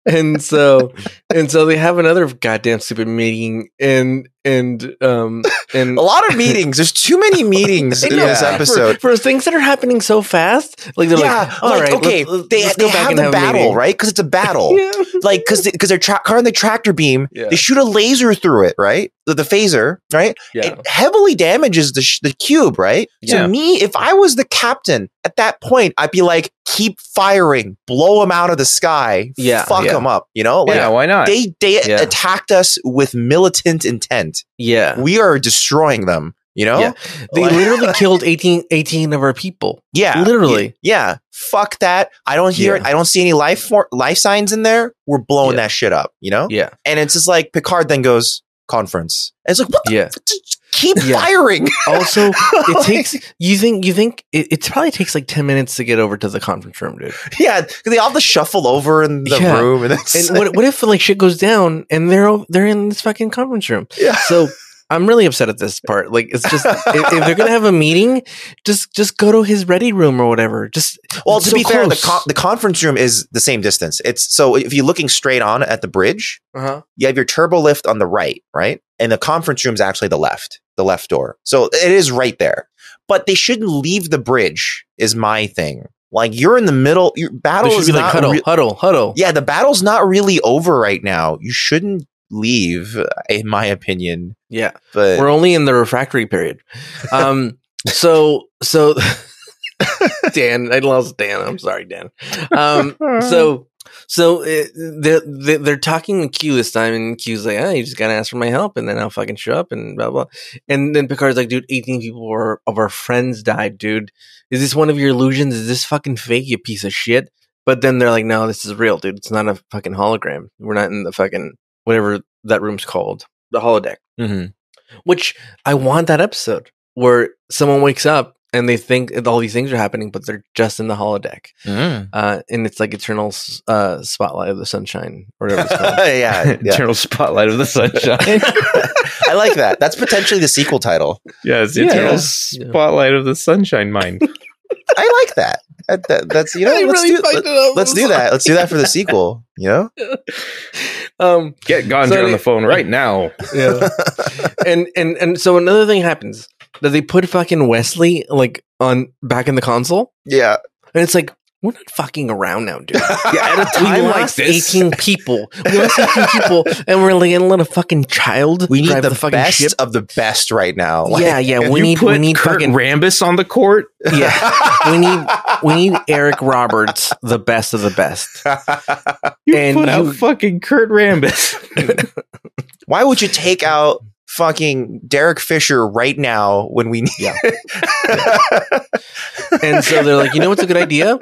Speaker 1: and so and so they have another goddamn stupid meeting and and um and
Speaker 2: a lot of meetings. There's too many meetings
Speaker 1: I
Speaker 2: in
Speaker 1: know,
Speaker 2: this
Speaker 1: for-
Speaker 2: episode.
Speaker 1: for, things that are happening so fast. Like they're
Speaker 2: yeah,
Speaker 1: like, all right,
Speaker 2: okay,
Speaker 1: let's-
Speaker 2: they,
Speaker 1: let's
Speaker 2: they
Speaker 1: go back
Speaker 2: have
Speaker 1: and
Speaker 2: the
Speaker 1: have a
Speaker 2: battle,
Speaker 1: meeting.
Speaker 2: right? Because it's a battle. Like, because because they're tra- covering the tractor beam,
Speaker 1: Yeah,
Speaker 2: they shoot a laser through it, right? The, the phaser, right?
Speaker 1: yeah,
Speaker 2: It heavily damages the sh- the cube, right?
Speaker 3: Yeah.
Speaker 2: To me, if I was the captain at that point, I'd be like, keep firing, blow them out of the sky,
Speaker 1: Yeah,
Speaker 2: fuck
Speaker 1: yeah.
Speaker 2: them up, you know? Like,
Speaker 3: yeah, why not?
Speaker 2: They they
Speaker 1: Yeah.
Speaker 2: attacked us with militant intent.
Speaker 1: yeah.
Speaker 2: We are destroying them. You know?
Speaker 1: Yeah. They
Speaker 2: Like-
Speaker 1: literally killed 18, 18 of our people.
Speaker 2: Yeah.
Speaker 1: Literally.
Speaker 2: Yeah. Fuck that. I don't hear it. I don't see any life for- life signs in there. We're blowing
Speaker 1: Yeah.
Speaker 2: that shit up, you know?
Speaker 1: Yeah.
Speaker 2: And it's just like Picard then goes conference. And it's like, what the
Speaker 1: Yeah.
Speaker 2: keep
Speaker 1: Yeah.
Speaker 2: firing?
Speaker 1: Also, it
Speaker 2: Like-
Speaker 1: takes you think you think it, it probably takes like ten minutes to get over to the conference room, dude.
Speaker 2: Yeah, 'cause they all have to shuffle over in the
Speaker 1: Yeah.
Speaker 2: room, and, it's,
Speaker 1: And what what if like shit goes down and they're o- they're in this fucking conference room?
Speaker 2: yeah,
Speaker 1: So I'm really upset at this part. Like it's just if, if they're gonna have a meeting, just just go to his ready room or whatever. Just
Speaker 2: well,
Speaker 1: it's
Speaker 2: to
Speaker 1: so
Speaker 2: be fair, the
Speaker 1: close.
Speaker 2: con- the conference room is the same distance. It's so if you're looking straight on at the bridge,
Speaker 1: uh-huh.
Speaker 2: you have your turbo lift on the right, right, and the conference room's actually the left, the left door. So it is right there, but they shouldn't leave the bridge. Is my thing. Like you're in the middle. Your
Speaker 1: They
Speaker 2: battle
Speaker 1: should
Speaker 2: is
Speaker 1: be like
Speaker 2: not.
Speaker 1: huddle,
Speaker 2: re-
Speaker 1: huddle, huddle.
Speaker 2: yeah, the battle's not really over right now. You shouldn't leave, in my opinion.
Speaker 1: yeah.
Speaker 2: But
Speaker 1: We're only in the refractory period. Um, so, so Dan, I lost Dan. I'm sorry, Dan. Um, so, so uh, they're, they're they're talking to Q this time, and Q's like, "Ah, you just gotta ask for my help, and then I'll fucking show up," and blah blah. And then Picard's like, "Dude, 18 people were, of our friends died, dude. Is this one of your illusions? Is this fucking fake, you piece of shit?" But then they're like, "No, this is real, dude. It's not a fucking hologram. We're not in the fucking whatever that room's called, the holodeck."
Speaker 2: Mhm.
Speaker 1: Which I want that episode where someone wakes up and they think that all these things are happening, but they're just in the holodeck,
Speaker 2: Mm-hmm.
Speaker 1: uh, and it's like eternal s- uh, spotlight of the sunshine or whatever. It's called.
Speaker 2: yeah, yeah.
Speaker 3: Eternal spotlight of the sunshine.
Speaker 2: I like that. That's potentially the sequel title.
Speaker 3: yes,
Speaker 1: Yeah.
Speaker 3: eternal
Speaker 1: Yeah.
Speaker 3: spotlight of the sunshine mind.
Speaker 2: I like that. That- that- that's you know.
Speaker 1: I
Speaker 2: Let's,
Speaker 1: really
Speaker 2: do,
Speaker 1: fucked
Speaker 2: let,
Speaker 1: it up.
Speaker 2: us
Speaker 1: I'm
Speaker 2: do that. Let's do that for the sequel. You know.
Speaker 1: sorry. Um,
Speaker 3: Get Gondra
Speaker 1: So
Speaker 3: on
Speaker 1: they-
Speaker 3: the phone right now.
Speaker 1: yeah. and and and so another thing happens that they put fucking Wesley like on back in the console,
Speaker 2: Yeah.
Speaker 1: and it's like we're not fucking around now, dude.
Speaker 3: Yeah, at a
Speaker 1: We
Speaker 3: time like
Speaker 1: lost
Speaker 3: this.
Speaker 1: 18 people. We lost 18 people, and we're like gonna let a fucking child
Speaker 2: We need
Speaker 1: drive
Speaker 2: the,
Speaker 1: fucking
Speaker 2: best
Speaker 1: ship.
Speaker 2: of the best right now. Like-
Speaker 1: yeah, yeah. We
Speaker 3: you
Speaker 1: need
Speaker 3: put
Speaker 1: we need
Speaker 3: Kurt
Speaker 1: fucking
Speaker 3: Rambis on the court.
Speaker 1: yeah. We need we need Eric Roberts, the best of the best.
Speaker 3: You
Speaker 1: And
Speaker 3: put
Speaker 1: you-
Speaker 3: out fucking Kurt Rambis.
Speaker 2: Why would you take out fucking Derek Fisher right now when we need?
Speaker 1: Yeah. And so they're like, you know what's a good idea?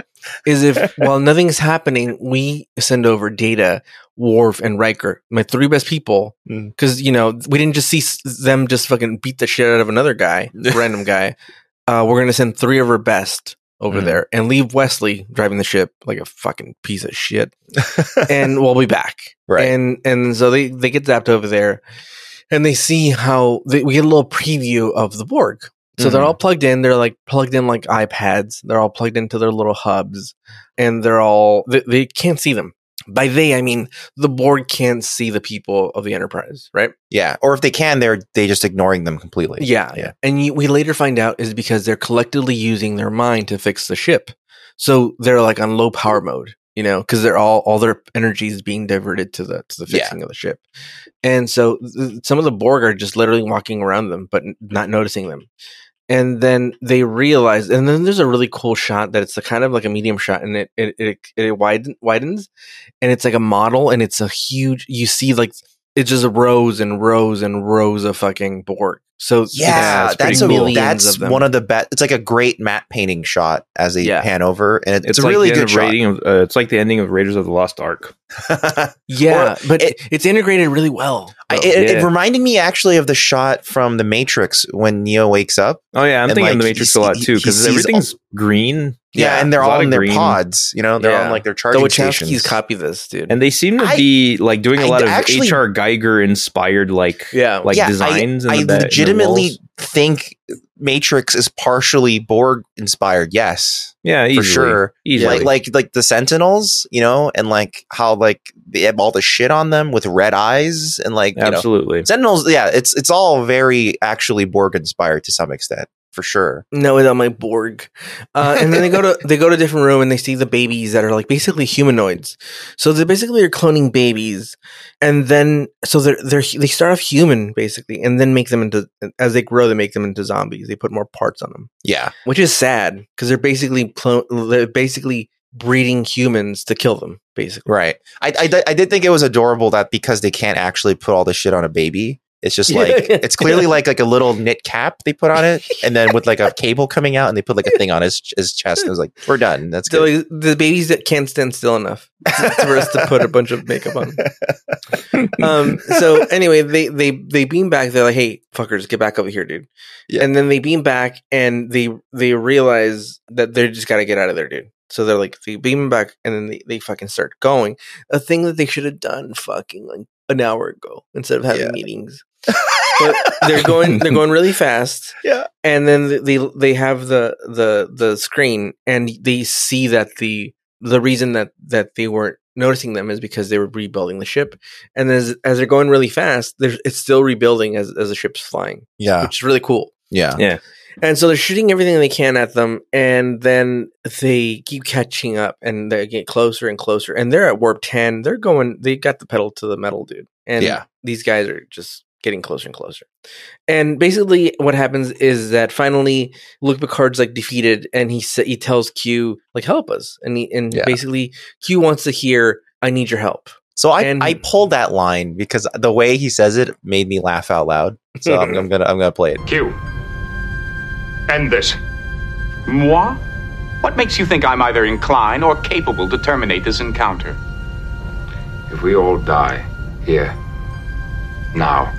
Speaker 1: Is if while nothing's happening, we send over Data, Worf, and Riker, my three best people,
Speaker 2: Mm.
Speaker 1: because you know we didn't just see s- them just fucking beat the shit out of another guy, random guy. Uh, we're gonna send three of our best over
Speaker 2: Mm.
Speaker 1: there and leave Wesley driving the ship like a fucking piece of shit, and we'll be back.
Speaker 2: right.
Speaker 1: And and so they they get zapped over there, and they see how they, we get a little preview of the Borg. So they're all plugged in. They're like plugged in like iPads. They're all plugged into their little hubs, and they're all they, they can't see them. By they, I mean the Borg can't see the people of the Enterprise, right?
Speaker 2: yeah. Or if they can, they're they just ignoring them completely.
Speaker 1: Yeah,
Speaker 2: Yeah.
Speaker 1: And you, we later find out is because they're collectively using their mind to fix the ship. So they're like on low power mode, you know, because they're all all their energy is being diverted to the to the
Speaker 2: Yeah.
Speaker 1: fixing of the ship. And so th- some of the Borg are just literally walking around them, but n- not noticing them. And then they realize, and then there's a really cool shot that it's a kind of like a medium shot, and it it it, it widen, widens, and it's like a model, and it's a huge. You see, like it's just rows and rows and rows of fucking Borg. So it's-
Speaker 2: Yeah,
Speaker 1: it's
Speaker 2: that's a
Speaker 1: pretty millions
Speaker 2: that's
Speaker 1: them.
Speaker 2: one of the best. It's like a great matte painting shot as they
Speaker 1: Yeah.
Speaker 2: pan over, and it's, a
Speaker 3: like
Speaker 2: really
Speaker 3: the end
Speaker 2: good
Speaker 3: of
Speaker 2: shot.
Speaker 3: rating of- uh, it's like the ending of Raiders of the Lost Ark.
Speaker 1: yeah, but
Speaker 2: it-
Speaker 1: it's integrated really well.
Speaker 2: I,
Speaker 1: though.
Speaker 2: it, it
Speaker 3: Oh, yeah.
Speaker 2: reminded me actually of the shot from The Matrix when Neo wakes up.
Speaker 3: Oh yeah, I'm
Speaker 2: And,
Speaker 3: thinking
Speaker 2: like,
Speaker 3: of the Matrix
Speaker 2: he-
Speaker 3: a lot
Speaker 2: he-
Speaker 3: too
Speaker 2: he
Speaker 3: because
Speaker 2: sees
Speaker 3: everything's green.
Speaker 2: Yeah, and they're
Speaker 3: There's a
Speaker 2: all
Speaker 3: lot
Speaker 2: in
Speaker 3: of
Speaker 2: their
Speaker 3: green.
Speaker 2: pods. You know, they're
Speaker 1: Yeah.
Speaker 2: on like their
Speaker 1: the
Speaker 2: charging
Speaker 1: Wachowskis
Speaker 2: stations.
Speaker 1: copy this, dude.
Speaker 3: And they seem to
Speaker 2: I-
Speaker 3: be like doing a
Speaker 2: I
Speaker 3: lot
Speaker 2: actually-
Speaker 3: of HR Geiger inspired like
Speaker 1: yeah,
Speaker 3: like
Speaker 2: Yeah, I-
Speaker 3: designs. in
Speaker 2: I
Speaker 3: the ba- in the
Speaker 2: legitimately
Speaker 3: walls.
Speaker 2: think Matrix is partially Borg inspired. Yes,
Speaker 3: yeah
Speaker 2: for
Speaker 3: easily.
Speaker 2: sure.
Speaker 3: Easily.
Speaker 2: Like like like the Sentinels, you know, and like how like they have all the shit on them with red eyes and like you know
Speaker 3: absolutely.
Speaker 2: Sentinels. Yeah, it's it's all very actually Borg inspired to some extent for sure.
Speaker 1: no, it's on my Borg. Uh, and then they go to they go to a different room and they see the babies that are like basically humanoids. So they basically are cloning babies, and then so they're they're they start off human basically, and then make them into as they grow they make them into zombies. They put more parts on them.
Speaker 2: Yeah,
Speaker 1: which is sad because they're basically pl- they're basically breeding humans to kill them. Basically,
Speaker 2: right. I, I I did think it was adorable that because they can't actually put all this shit on a baby. It's just like it's clearly like like a little knit cap they put on it, and then with like a cable coming out, and they put like a thing on his his chest. And it was like, we're done. That's
Speaker 1: So
Speaker 2: good.
Speaker 1: like, the babies that can't stand still enough for us to put a bunch of makeup on. Um, so anyway, they they they beam back. They're like, "Hey, fuckers, get back over here, dude!"
Speaker 2: Yeah.
Speaker 1: And then they beam back, and they they realize that they just got to get out of there, dude. So they're like, they beam back, and then they, they fucking start going. A thing that they should have done fucking like an hour ago instead of having
Speaker 2: Yeah.
Speaker 1: meetings. But they're going they're going really fast.
Speaker 2: Yeah.
Speaker 1: And then they they have the the the screen, and they see that the the reason that that they weren't noticing them is because they were rebuilding the ship and as as they're going really fast, there's it's still rebuilding as as the ship's flying,
Speaker 2: yeah,
Speaker 1: which is really cool.
Speaker 2: yeah,
Speaker 1: And so they're shooting everything they can at them, and then they keep catching up, and they get closer and closer, and they're at warp ten. They're going, they got the pedal to the metal, dude, and
Speaker 2: Yeah.
Speaker 1: these guys are just getting closer and closer. And basically, what happens is that finally Luke Picard's like defeated, and he sa- he tells Q like help us, and he, and
Speaker 2: Yeah.
Speaker 1: basically Q wants to hear I need your help.
Speaker 2: So I,
Speaker 1: And-
Speaker 2: I pulled that line because the way he says it made me laugh out loud. So I'm, I'm gonna I'm gonna play it.
Speaker 5: Q. End this. Moi? What makes you think I'm either inclined or capable to terminate this encounter?
Speaker 6: If we all die here, now,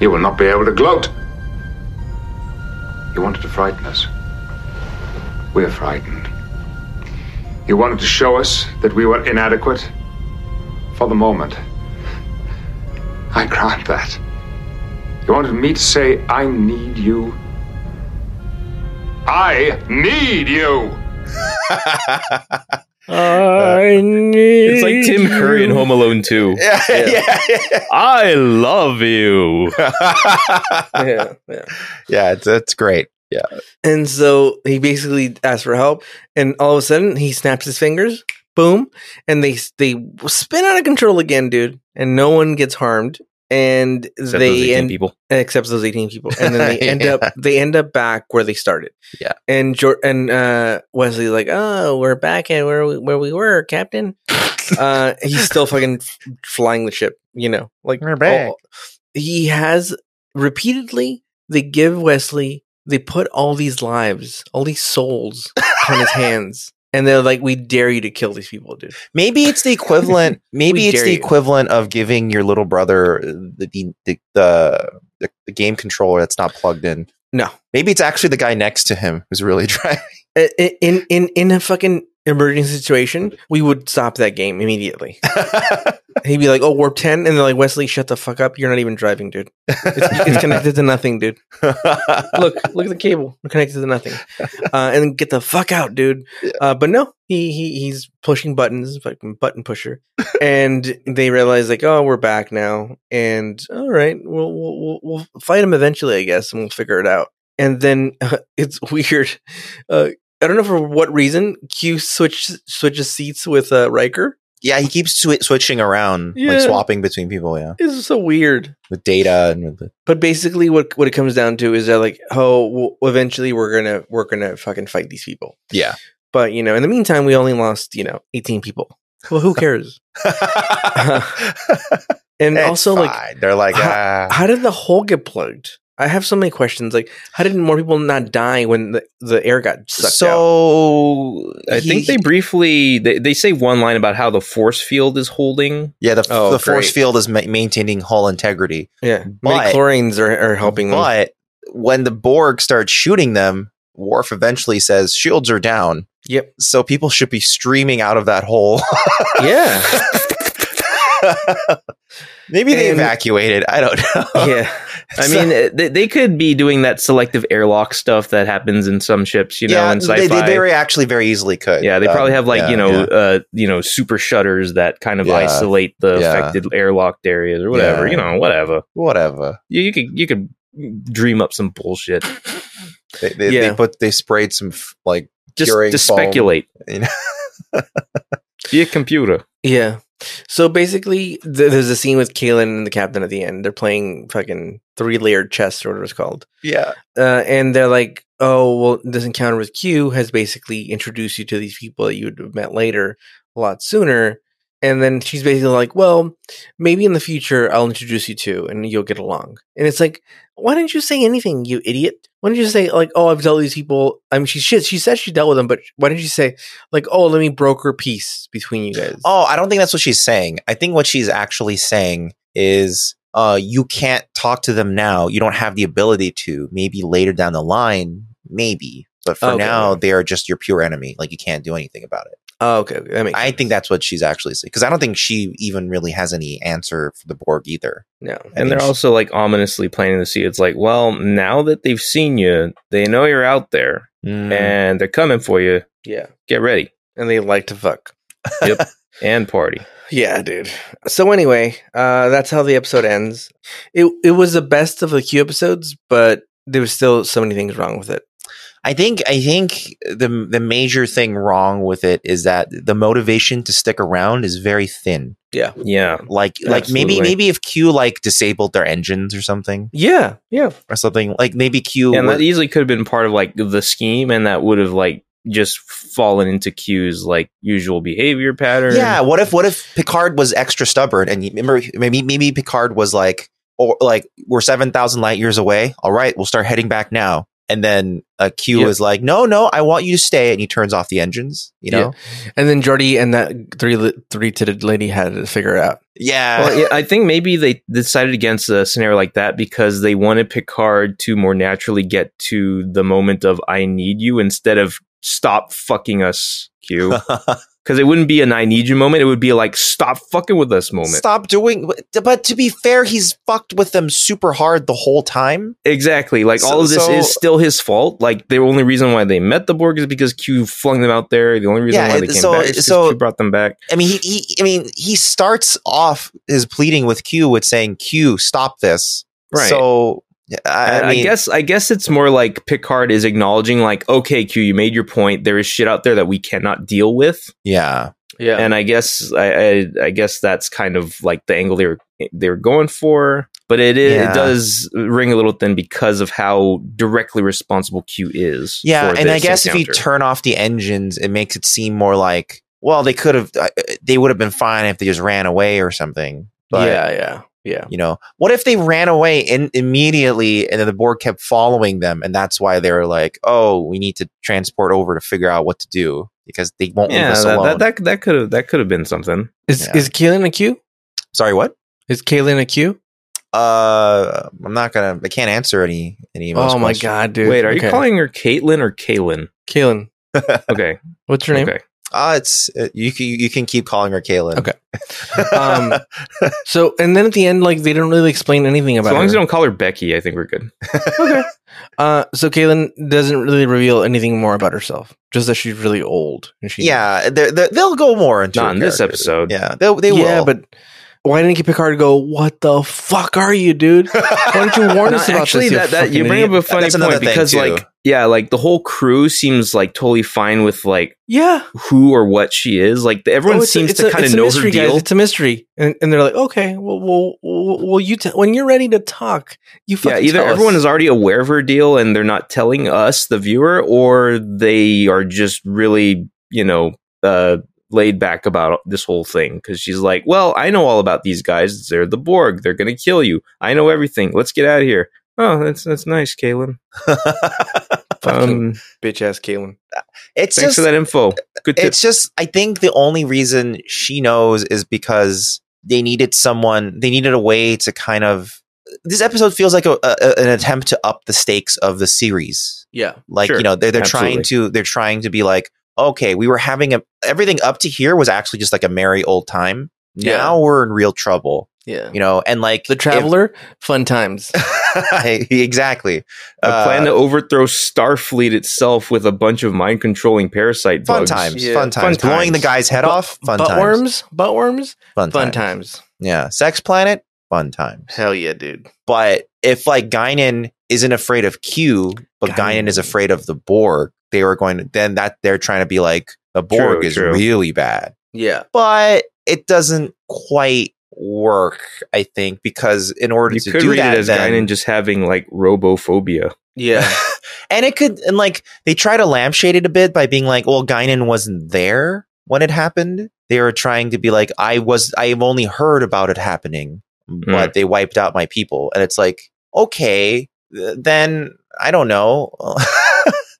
Speaker 6: you will not be able to gloat. You wanted to frighten us. We're frightened. You wanted to show us that we were inadequate for the moment. I grant that. You wanted me to say, I need you. I need you!
Speaker 1: I need.
Speaker 3: Uh, It's like Tim Curry in Home Alone 2.
Speaker 2: Yeah, yeah,
Speaker 3: I love you.
Speaker 2: yeah.
Speaker 1: yeah, yeah.
Speaker 2: yeah it's, it's great. Yeah,
Speaker 1: And so he basically asks for help, and all of a sudden he snaps his fingers, boom, and they they spin out of control again, dude. And no one gets harmed, and
Speaker 3: Except those
Speaker 1: they
Speaker 3: 18
Speaker 1: end
Speaker 3: people.
Speaker 1: except those eighteen people, and then they end
Speaker 2: Yeah.
Speaker 1: up they end up back where they started.
Speaker 2: Yeah.
Speaker 1: And Jor- and uh, Wesley's like, oh, we're back at where we where we were, Captain. uh, he's still fucking f- flying the ship, you know, like
Speaker 2: We're back.
Speaker 1: all- he has repeatedly they give Wesley they put all these lives, all these souls on his hands. And they're like, we dare you to kill these people, dude.
Speaker 2: maybe it's the equivalent. Maybe
Speaker 1: We
Speaker 2: it's
Speaker 1: dare
Speaker 2: the
Speaker 1: you.
Speaker 2: equivalent of giving your little brother uh, the the the, the, the, the game controller that's not plugged in.
Speaker 1: No.
Speaker 2: Maybe it's actually the guy next to him who's really driving.
Speaker 1: I- I- In in in a fucking emergency situation, we would stop that game immediately. He'd be like, "Oh, warp 10." And they're like, "Wesley, shut the fuck up. You're not even driving, dude. It's, it's connected to nothing, dude. Look, look at the cable. We're connected to nothing." Uh, and get the fuck out, dude. Uh, but no, he, he he's pushing buttons, fucking button pusher. And they realize like, "Oh, we're back now." And all right, we'll we'll we'll, we'll fight him eventually, I guess, and we'll figure it out. And then it's weird. Uh, I don't know for what reason Q switch switches seats with uh, Riker.
Speaker 2: yeah, he keeps swi- switching around,
Speaker 1: Yeah.
Speaker 2: like swapping between people. Yeah,
Speaker 1: It's so weird.
Speaker 2: with data and with the,
Speaker 1: But basically, what what it comes down to is that like, oh, well, eventually we're gonna we're gonna fucking fight these people.
Speaker 2: yeah.
Speaker 1: But you know, in the meantime, we only lost you know eighteen people. Well, who cares? and
Speaker 2: It's
Speaker 1: also, like,
Speaker 2: fine. they're like,
Speaker 1: how-
Speaker 2: ah,
Speaker 1: how did the hole get plugged? I have so many questions. Like, how did more people not die when the, the air got sucked out?
Speaker 2: so
Speaker 3: I think they briefly they, they say one line about how the force field is holding.
Speaker 2: yeah, the,
Speaker 1: Oh,
Speaker 2: the force
Speaker 1: great.
Speaker 2: field is ma- maintaining hull integrity,
Speaker 1: Yeah,
Speaker 2: But-
Speaker 1: but, chlorines are, are helping them.
Speaker 2: but when the Borg starts shooting them, Worf eventually says, "Shields are down."
Speaker 1: Yep.
Speaker 2: So people should be streaming out of that hole.
Speaker 1: Yeah,
Speaker 2: Maybe they
Speaker 1: And-
Speaker 2: evacuated. I don't know.
Speaker 1: yeah.
Speaker 3: I mean, uh, they, they could be doing that selective airlock stuff that happens in some ships, you know, in
Speaker 2: they,
Speaker 3: sci-fi.
Speaker 2: they very actually very easily could.
Speaker 3: yeah, they probably
Speaker 2: Um,
Speaker 3: have like
Speaker 2: yeah,
Speaker 3: you know
Speaker 2: yeah.
Speaker 3: uh you know super shutters that kind of
Speaker 2: Yeah.
Speaker 3: isolate the
Speaker 2: Yeah.
Speaker 3: affected airlocked areas or whatever.
Speaker 2: Yeah.
Speaker 3: You know, whatever.
Speaker 2: whatever.
Speaker 3: You, you could you could dream up some bullshit.
Speaker 2: They, they,
Speaker 1: Yeah.
Speaker 2: they put they sprayed some f- like
Speaker 3: Just
Speaker 2: Curing
Speaker 3: to
Speaker 2: foam.
Speaker 3: speculate.
Speaker 2: You know?
Speaker 3: Be a computer.
Speaker 1: Yeah. So basically, th- there's a scene with Kalen and the captain at the end. They're playing fucking three layered chess, or whatever it's called.
Speaker 2: yeah
Speaker 1: Uh, and they're like, oh, well, this encounter with Q has basically introduced you to these people that you would have met later a lot sooner. And then she's basically like, well, maybe in the future I'll introduce you to and you'll get along. And it's like, why didn't you say anything, you idiot? Why didn't you say, like, oh, I've dealt with these people? I mean, she, she, she said she dealt with them, but why didn't she say, like, oh, let me broker peace between you guys?
Speaker 2: Oh, I don't think that's what she's saying. I think what she's actually saying is uh, you can't talk to them now. You don't have the ability to. Maybe later down the line, maybe. But for
Speaker 1: Okay.
Speaker 2: now, they are just your pure enemy. Like you can't do anything about it.
Speaker 1: Oh, okay. okay, That makes
Speaker 2: I think that's what she's actually saying because I don't think she even really has any answer for the Borg either.
Speaker 1: no.
Speaker 2: I
Speaker 3: And they're
Speaker 2: mean,
Speaker 3: also like ominously planting the seed. It's like, well, now that they've seen you, they know you're out there
Speaker 2: Mm.
Speaker 1: Mm.
Speaker 3: and they're coming for you.
Speaker 1: Yeah.
Speaker 3: Get ready
Speaker 1: And they like to fuck.
Speaker 3: and party.
Speaker 1: Yeah, dude. So anyway, uh, that's how the episode ends. It it was the best of the Q episodes, but there was still so many things wrong with it.
Speaker 2: I think I think the the major thing wrong with it is that the motivation to stick around is very thin.
Speaker 3: Yeah.
Speaker 2: Like like maybe
Speaker 3: Absolutely.
Speaker 2: maybe if Q like disabled their engines or something
Speaker 1: Yeah, yeah,
Speaker 2: or something like maybe Q
Speaker 3: And
Speaker 2: was-
Speaker 3: that easily could have been part of like the scheme and that would have like just fallen into Q's like usual behavior pattern.
Speaker 2: Yeah, what if what if Picard was extra stubborn and you remember maybe maybe Picard was like or like we're 7,000 light years away. All right, we'll start heading back now. And then uh, Q
Speaker 1: Yeah.
Speaker 2: is like, "No, no, I want you to stay." And he turns off the engines, you know?
Speaker 1: And then Jordy and that three li- three titted lady had to figure it out.
Speaker 2: Yeah.
Speaker 3: Well, yeah, I think maybe they decided against a scenario like that because they wanted Picard to more naturally get to the moment of "I need you" instead of "Stop fucking us, Q." Because it wouldn't be an "I need you" moment; it would be like "Stop fucking with us" moment.
Speaker 2: Stop doing but to be fair, he's fucked with them super hard the whole time.
Speaker 3: Exactly. Like all
Speaker 2: So-
Speaker 3: of this
Speaker 2: so-
Speaker 3: is still his fault. Like the only reason why they met the Borg is because Q flung them out there. The only reason
Speaker 2: Yeah,
Speaker 3: why they
Speaker 2: it-
Speaker 3: came
Speaker 2: so-
Speaker 3: back is because
Speaker 2: so-
Speaker 3: Q brought them back.
Speaker 2: I mean, he, he I mean, he starts off his pleading with Q with saying, "Q, stop this."
Speaker 3: Right.
Speaker 2: So I,
Speaker 3: I, I
Speaker 2: mean,
Speaker 3: guess I guess it's more like Picard is acknowledging, like, okay, Q, you made your point. There is shit out there that we cannot deal with.
Speaker 2: yeah.
Speaker 1: Yeah,
Speaker 3: and I guess I, I I guess that's kind of like the angle they were they were going for. But it is,
Speaker 2: Yeah.
Speaker 3: it does ring a little thin because of how directly responsible Q is.
Speaker 2: Yeah,
Speaker 3: for
Speaker 2: and I
Speaker 3: this
Speaker 2: guess if you
Speaker 3: encounter.
Speaker 2: turn off the engines, it makes it seem more like well, they could have, uh, they would have been fine if they just ran away or something. But
Speaker 1: yeah, yeah, yeah.
Speaker 2: you know, what if they ran away in, immediately and then the board kept following them, and that's why they were like, oh, we need to transport over to figure out what to do because they won't leave
Speaker 3: yeah,
Speaker 2: us
Speaker 3: that,
Speaker 2: alone.
Speaker 3: that that that could have that could have been something.
Speaker 1: Is
Speaker 2: Yeah.
Speaker 1: is Kaylin a Q?
Speaker 2: Sorry, what?
Speaker 1: Is Kaylin a Q?
Speaker 2: Uh, I'm not gonna. I can't answer any any. of those
Speaker 1: Oh my
Speaker 2: questions.
Speaker 1: god, dude!
Speaker 3: Wait, are
Speaker 1: Okay.
Speaker 3: you calling her Caitlin or Kaylin?
Speaker 1: Kaylin?
Speaker 3: Okay,
Speaker 1: What's her name?
Speaker 3: okay.
Speaker 2: Uh, it's uh, you. can You can keep calling her Kaylin.
Speaker 1: Okay. Um, So, and then at the end, like they don't really explain anything
Speaker 3: As
Speaker 1: about.
Speaker 3: long
Speaker 1: her.
Speaker 3: as you don't call her Becky, I think we're good.
Speaker 1: Uh, so Kaylin doesn't really reveal anything more about herself, just that she's really old and she
Speaker 2: yeah, they're, they're, they'll go more into
Speaker 3: Not
Speaker 2: her
Speaker 3: in this
Speaker 2: character.
Speaker 3: episode.
Speaker 2: Yeah, they'll, they will.
Speaker 1: yeah, but why didn't Picard go? What the fuck are you, dude? Why don't you warn
Speaker 3: No,
Speaker 1: us about
Speaker 3: actually,
Speaker 1: this? you
Speaker 3: that, that you
Speaker 1: fucking
Speaker 3: bring up
Speaker 1: idiot?"
Speaker 3: a funny
Speaker 2: That's another
Speaker 3: point
Speaker 2: thing,
Speaker 3: because,
Speaker 2: too.
Speaker 3: like, yeah, like the whole crew seems like totally fine with like
Speaker 1: yeah.
Speaker 3: who or what she is. Like the, everyone
Speaker 1: Oh, it's a-
Speaker 3: seems
Speaker 1: it's
Speaker 3: to
Speaker 1: a-
Speaker 3: kind
Speaker 1: it's a
Speaker 3: of know her
Speaker 1: mystery, guys.
Speaker 3: deal.
Speaker 1: It's a mystery, and, and they're like, okay, well, well, well, well you t- when you're ready to talk, you
Speaker 3: Yeah,
Speaker 1: fucking
Speaker 3: either
Speaker 1: tell us.
Speaker 3: everyone is already aware of her deal and they're not telling us, the viewer, or they are just really, you know, uh, laid back about this whole thing. Because she's like, well, I know all about these guys. They're the Borg. They're going to kill you. I know everything. Let's get out of here. Oh, that's that's nice, Kaylin. Um,
Speaker 1: bitch ass Caitlin.
Speaker 2: it's
Speaker 3: thanks
Speaker 2: just,
Speaker 3: for that info. Good tip.
Speaker 2: it's just. I think the only reason she knows is because they needed someone. They needed a way to kind of. This episode feels like a, a, an attempt to up the stakes of the series.
Speaker 1: Yeah,
Speaker 2: Like
Speaker 3: Sure.
Speaker 2: you know, they're they're trying
Speaker 3: Absolutely.
Speaker 2: to they're trying to be like, okay, we were having a everything up to here was actually just like a merry old time.
Speaker 1: Yeah.
Speaker 2: Now we're in real trouble,
Speaker 1: yeah.
Speaker 2: you know, and like
Speaker 1: The
Speaker 2: if-
Speaker 1: Traveler, fun times.
Speaker 2: exactly.
Speaker 3: A plan
Speaker 2: Uh,
Speaker 3: to overthrow Starfleet itself with a bunch of mind controlling parasite
Speaker 2: fun
Speaker 3: bugs.
Speaker 2: times,
Speaker 1: Yeah.
Speaker 2: fun times,
Speaker 3: Fun
Speaker 2: blowing the
Speaker 3: times.
Speaker 2: guy's head off, fun
Speaker 1: butt
Speaker 2: times,
Speaker 1: worms, butt worms,
Speaker 2: fun,
Speaker 1: fun
Speaker 2: times.
Speaker 1: times.
Speaker 2: Yeah, Sex Planet, fun time.
Speaker 1: Hell yeah, dude.
Speaker 2: But if like Guinan isn't afraid of Q, but Guinan,
Speaker 1: Guinan.
Speaker 2: is afraid of the Borg, they were going to then that they're trying to be like the Borg is
Speaker 3: true.
Speaker 2: really bad.
Speaker 1: Yeah,
Speaker 2: But it doesn't quite work, I think, because in order
Speaker 3: You
Speaker 2: to
Speaker 3: could
Speaker 2: do
Speaker 3: read
Speaker 2: that,
Speaker 3: it as
Speaker 2: then,
Speaker 3: Guinan just having like robophobia.
Speaker 1: yeah.
Speaker 2: and it could and like they try to lampshade it a bit by being like, well, Guinan wasn't there. when it happened. They were trying to be like, I was, I have only heard about it happening,
Speaker 1: Hmm.
Speaker 2: but they wiped out my people. And it's like, okay, th- then I don't know.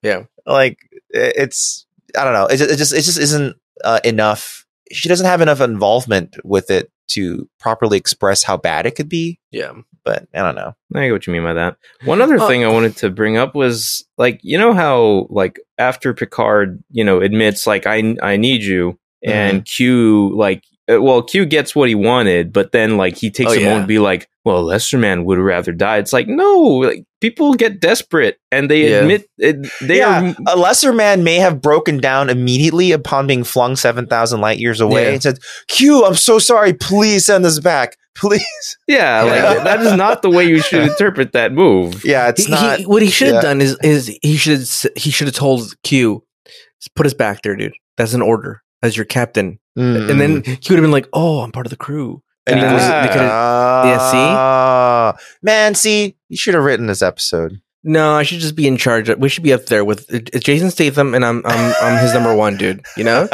Speaker 1: Yeah.
Speaker 2: Like i- it's, I don't know. It, ju- it just, it just isn't uh, enough. She doesn't have enough involvement with it to properly express how bad it could be.
Speaker 1: Yeah.
Speaker 2: But I don't know.
Speaker 3: I get what you mean by that. One other
Speaker 1: Uh,
Speaker 3: thing I wanted to bring up was like you know how like after Picard you know admits like I I need you
Speaker 1: Mm-hmm.
Speaker 3: and Q like uh, well Q gets what he wanted but then like he takes
Speaker 1: Oh,
Speaker 3: a moment
Speaker 1: yeah.
Speaker 3: to be like well Lesser Man would rather die. It's like no like people get desperate and they
Speaker 1: Yeah.
Speaker 3: admit it, they
Speaker 2: yeah,
Speaker 3: are
Speaker 2: a lesser man may have broken down immediately upon being flung 7,000 light years away
Speaker 1: Yeah.
Speaker 2: and said, Q, I'm so sorry. Please send us back. Please.
Speaker 3: yeah
Speaker 1: Yeah.
Speaker 3: like that is not the way you should interpret that move.
Speaker 2: Yeah, it's
Speaker 1: He-
Speaker 2: not.
Speaker 1: he- what he should have
Speaker 2: yeah.
Speaker 1: done is is he should he should have told Q, put us back there, dude. That's an order as your captain.
Speaker 2: Mm.
Speaker 1: And then he would have been like, "Oh, I'm part of the crew."
Speaker 2: And he
Speaker 1: Ah.
Speaker 2: was-
Speaker 1: they could've- yeah, see?
Speaker 2: Ah. Man, see, you should have written this episode.
Speaker 1: No, I should just be in charge. We should be up there with it's Jason Statham, and I'm I'm I'm his number one dude. You know,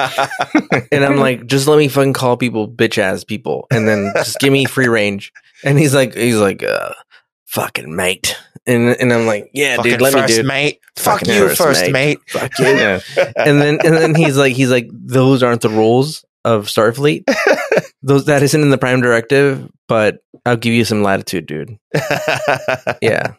Speaker 1: and I'm like, just let me fucking call people bitch ass people, and then just give me free range. And he's like, he's like, uh, fucking mate, and and I'm like, yeah,
Speaker 2: Fucking
Speaker 1: dude, let me
Speaker 2: first,
Speaker 1: do. it.
Speaker 2: mate. Fuck
Speaker 1: Fucking
Speaker 2: you,
Speaker 1: first,
Speaker 2: first, mate.
Speaker 1: Fuck you.
Speaker 3: Yeah.
Speaker 1: and then and then he's like he's like those aren't the rules of Starfleet. those that isn't in the prime directive, but I'll give you some latitude, dude. Yeah.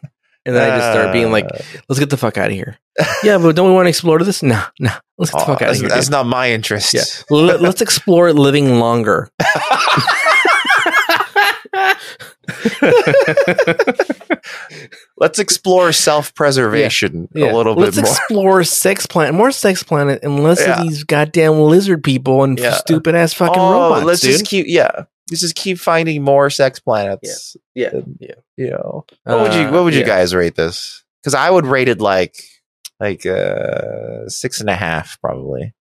Speaker 1: And then I just start being like, let's get the fuck out of here. Yeah, but don't we want to explore this? No, no. Let's get the
Speaker 2: Aw,
Speaker 1: fuck out of
Speaker 2: that's,
Speaker 1: here.
Speaker 2: that's
Speaker 1: dude.
Speaker 2: not my interest.
Speaker 1: Yeah. Let- Let's explore living longer.
Speaker 2: Let's explore self preservation
Speaker 1: Yeah.
Speaker 2: a little
Speaker 1: Let's
Speaker 2: bit more.
Speaker 1: explore sex planet, more sex planet, and less
Speaker 2: Yeah.
Speaker 1: of these goddamn lizard people and
Speaker 2: Yeah.
Speaker 1: stupid ass fucking
Speaker 2: Oh,
Speaker 1: robots,
Speaker 2: Let's
Speaker 1: dude.
Speaker 2: just keep, yeah. Let's just keep finding more sex planets.
Speaker 1: Yeah.
Speaker 2: And,
Speaker 1: Yeah.
Speaker 2: You know, what would you
Speaker 1: Uh,
Speaker 2: What would you guys rate this? Because I would rate it like like uh six and a half, probably.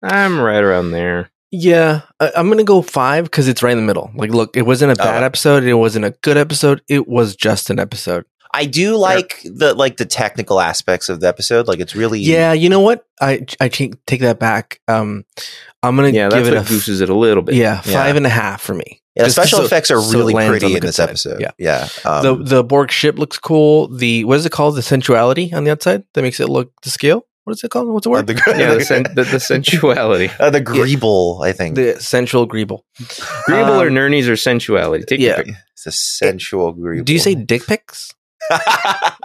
Speaker 3: I'm right around there.
Speaker 1: Yeah, I, I'm gonna go five because it's right in the middle. Like, look, it wasn't a bad
Speaker 2: Oh.
Speaker 1: episode. It wasn't a good episode. It was just an episode.
Speaker 2: I do like the like the technical aspects of the episode. Like it's really
Speaker 1: Yeah, you know what? I I ch- take that back. Um, I'm gonna
Speaker 3: Yeah, that's
Speaker 1: give it
Speaker 3: what
Speaker 1: a f-
Speaker 3: gooses it a little bit.
Speaker 1: yeah,
Speaker 2: Yeah.
Speaker 1: five and a half for me.
Speaker 2: Yeah, the
Speaker 1: Just
Speaker 2: special
Speaker 1: so-
Speaker 2: effects are
Speaker 1: so it
Speaker 2: really
Speaker 1: lands on
Speaker 2: pretty
Speaker 1: the
Speaker 2: in
Speaker 1: good
Speaker 2: this
Speaker 1: side.
Speaker 2: episode.
Speaker 1: Yeah.
Speaker 2: yeah. Um,
Speaker 1: the the Borg ship looks cool. The what is it called? The sensuality on the outside that makes it look the scale. What is it called? What's the
Speaker 2: uh,
Speaker 1: word?
Speaker 2: the,
Speaker 3: yeah, the, sen- the, the sensuality.
Speaker 2: uh, the Greeble, I think.
Speaker 1: the sensual greeble.
Speaker 3: Greeble or
Speaker 1: Um,
Speaker 3: Nernies or sensuality. Take
Speaker 1: yeah.
Speaker 3: your pick.
Speaker 2: it's a sensual Greeble.
Speaker 1: Do you say dick pics?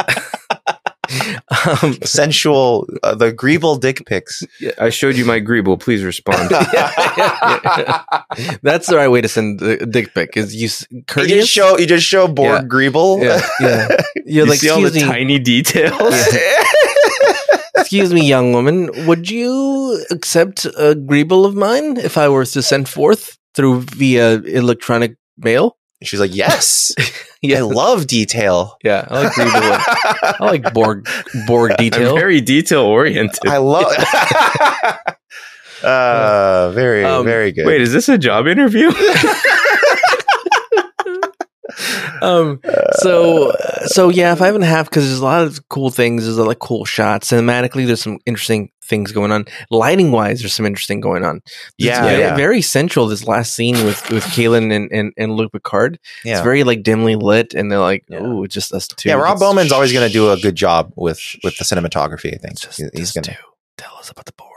Speaker 1: um,
Speaker 2: sensual? Uh, the Greeble dick pics.
Speaker 3: I showed you my Greeble. Please respond.
Speaker 1: that's the right way to send a dick pic. Is you s-
Speaker 2: You
Speaker 1: courteous?
Speaker 2: just show you just show Borg
Speaker 1: Yeah.
Speaker 2: Greeble.
Speaker 1: Yeah, yeah. You're
Speaker 3: you
Speaker 1: like,
Speaker 3: see all the
Speaker 1: excuse me,
Speaker 3: tiny details.
Speaker 1: excuse me, young woman. Would you accept a greeble of mine if I were to send forth through via electronic mail?
Speaker 2: She's like, yes, I
Speaker 1: Yeah,
Speaker 2: love detail.
Speaker 1: yeah. I like greeble. I like Borg Borg
Speaker 3: I'm
Speaker 1: detail.
Speaker 3: very detail oriented.
Speaker 2: I love. uh, very,
Speaker 1: Um,
Speaker 2: very good.
Speaker 3: Wait, is this a job interview?
Speaker 1: um.
Speaker 2: Uh,
Speaker 1: So so yeah, five and a half because there's a lot of cool things. There's a lot of cool shots. Cinematically, there's some interesting things going on. Lighting wise, there's some interesting going on.
Speaker 2: yeah,
Speaker 1: it's very,
Speaker 2: yeah,
Speaker 1: very central. This last scene with with Kalen and, and and Luke Picard.
Speaker 2: yeah.
Speaker 1: It's very like dimly lit, and they're like,
Speaker 2: Yeah.
Speaker 1: "Oh, it's just us two.
Speaker 2: yeah, Rob
Speaker 1: It's-
Speaker 2: Bowman's always going to do a good job with with the cinematography. I think
Speaker 1: It's just
Speaker 2: He- he's
Speaker 1: us
Speaker 2: going to.
Speaker 1: two. Tell us about the Borg.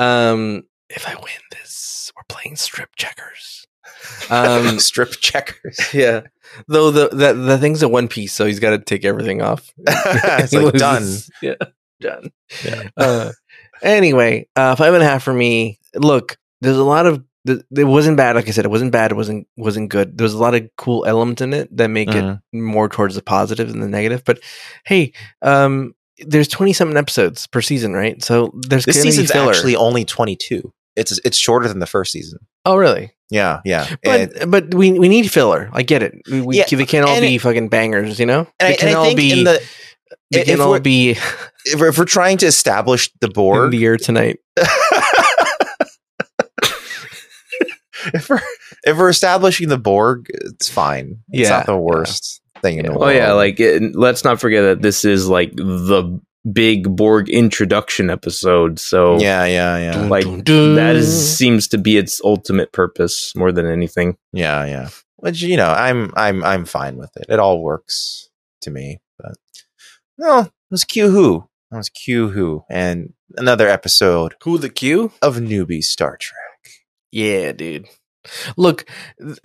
Speaker 1: um, if I win this, we're playing strip checkers. Um,
Speaker 2: Strip checkers.
Speaker 1: yeah. Though the, the the thing's a one piece, so he's got to take everything off.
Speaker 2: it's
Speaker 1: He
Speaker 2: like
Speaker 1: loses-
Speaker 2: done.
Speaker 1: Yeah, done. Uh, anyway, uh, five and a half for me. Look, there's a lot of. th- It wasn't bad, like I said. It wasn't bad. It wasn't wasn't good. There's a lot of cool elements in it that make
Speaker 2: Mhm.
Speaker 1: it more towards the positive than the negative. But hey, um, there's twenty something episodes per season, right? So there's
Speaker 2: This
Speaker 1: gonna be
Speaker 2: season's
Speaker 1: filler.
Speaker 2: actually only twenty two. It's it's shorter than the first season.
Speaker 1: oh really?
Speaker 2: Yeah, yeah.
Speaker 1: But
Speaker 2: And-
Speaker 1: but we we need filler. I get it. We, we
Speaker 2: Yeah,
Speaker 1: they can't all
Speaker 2: and
Speaker 1: be
Speaker 2: it-
Speaker 1: fucking bangers, you know.
Speaker 2: and,
Speaker 1: they
Speaker 2: I,
Speaker 1: can
Speaker 2: and I
Speaker 1: all
Speaker 2: think
Speaker 1: be
Speaker 2: in the
Speaker 1: they
Speaker 2: if
Speaker 1: can all
Speaker 2: we're-
Speaker 1: be
Speaker 2: if we're, if we're trying to establish the
Speaker 1: in
Speaker 2: Borg,
Speaker 1: the air tonight.
Speaker 2: if we're if we're establishing the Borg, it's fine. It's
Speaker 1: Yeah, Oh,
Speaker 2: not the worst thing in the
Speaker 1: Yeah.
Speaker 2: world.
Speaker 3: eh, oh yeah, like it, let's not forget that this is like the big Borg introduction episode.
Speaker 1: oh.
Speaker 3: So
Speaker 2: Yeah, yeah, yeah.
Speaker 3: like
Speaker 1: Dun, dun,
Speaker 3: that
Speaker 1: dun.
Speaker 3: is seems to be its ultimate purpose more than anything.
Speaker 2: Yeah, yeah. Which you know, I'm I'm I'm fine with it. It all works to me. But no, it was Q Who. It was Q Who and another episode
Speaker 1: who the Q?
Speaker 2: of newbie Star Trek.
Speaker 1: Yeah, dude. Look,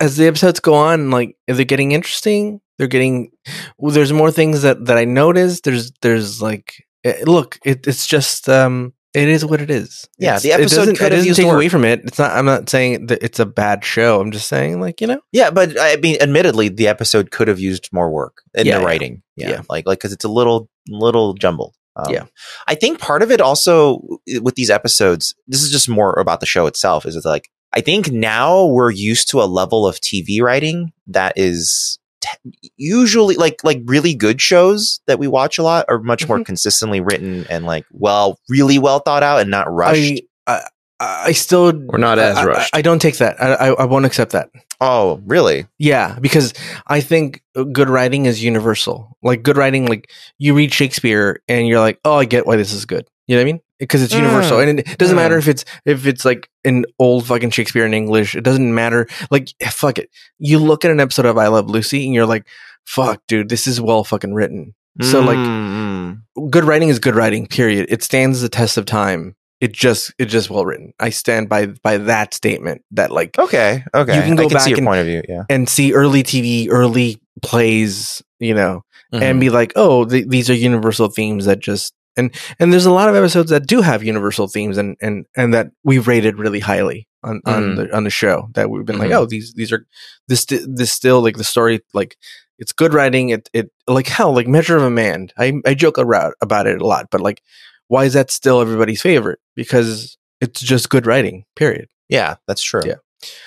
Speaker 1: as the episodes go on, like they're getting interesting. They're getting well, there's more things that that I noticed. There's there's like eh, look, it, it's just um it is what it is.
Speaker 2: Yeah,
Speaker 1: It's-
Speaker 2: the episode
Speaker 1: it doesn't, it
Speaker 2: could have
Speaker 1: doesn't
Speaker 2: used
Speaker 1: take
Speaker 2: work.
Speaker 1: away from it. It's not. I'm not saying that it's a bad show. I'm just saying like you know.
Speaker 2: Yeah, but I mean, admittedly, the episode could have used more work in
Speaker 1: Yeah,
Speaker 2: the
Speaker 1: yeah.
Speaker 2: writing. Yeah,
Speaker 1: Yeah.
Speaker 2: like like because it's a little little jumbled. Um,
Speaker 1: Yeah.
Speaker 2: I think part of it also with these episodes, this is just more about the show itself. Is it's like I think now we're used to a level of TV writing that is te- usually like like really good shows that we watch a lot are much more
Speaker 1: Mhm.
Speaker 2: consistently written and like well really well thought out and not rushed.
Speaker 1: I, I I still
Speaker 3: We're not as
Speaker 1: I- I-
Speaker 3: rushed.
Speaker 1: I, don't take that. I, I I won't accept that.
Speaker 2: oh, really?
Speaker 1: Yeah, because I think uh, good writing is universal. Like good writing, like you read Shakespeare and you're like, oh, I get why this is good. You know what I mean? Because it's
Speaker 2: Mm.
Speaker 1: universal, and it doesn't
Speaker 2: Mm.
Speaker 1: matter if it's if it's like an old fucking Shakespeare in English. It doesn't matter. Like eh, fuck it. You look at an episode of I Love Lucy and you're like, fuck, dude, this is well fucking written. So, like,
Speaker 2: Mm, mm.
Speaker 1: Good writing is good writing. Period. It stands the test of time. It just it just well written. I stand by by that statement. That like
Speaker 2: okay, okay,
Speaker 1: You can
Speaker 2: I
Speaker 1: go
Speaker 2: can see
Speaker 1: back
Speaker 2: your
Speaker 1: and-
Speaker 2: point of view. Yeah.
Speaker 1: and see early TV, early plays, you know,
Speaker 2: Mm-hmm.
Speaker 1: and be like, oh, th- these are universal themes that just and and there's a lot of episodes that do have universal themes and and and that we've rated really highly on on
Speaker 2: Mm-hmm.
Speaker 3: Mhm.
Speaker 1: the on the show that we've been like,
Speaker 3: Mhm.
Speaker 1: oh, these these are this this still like the story like it's good writing. It it like hell like Measure of a Man. I I joke around about it a lot, but like, why is that still everybody's favorite? Because it's just good writing. Period.
Speaker 2: Yeah, that's true.
Speaker 1: Yeah.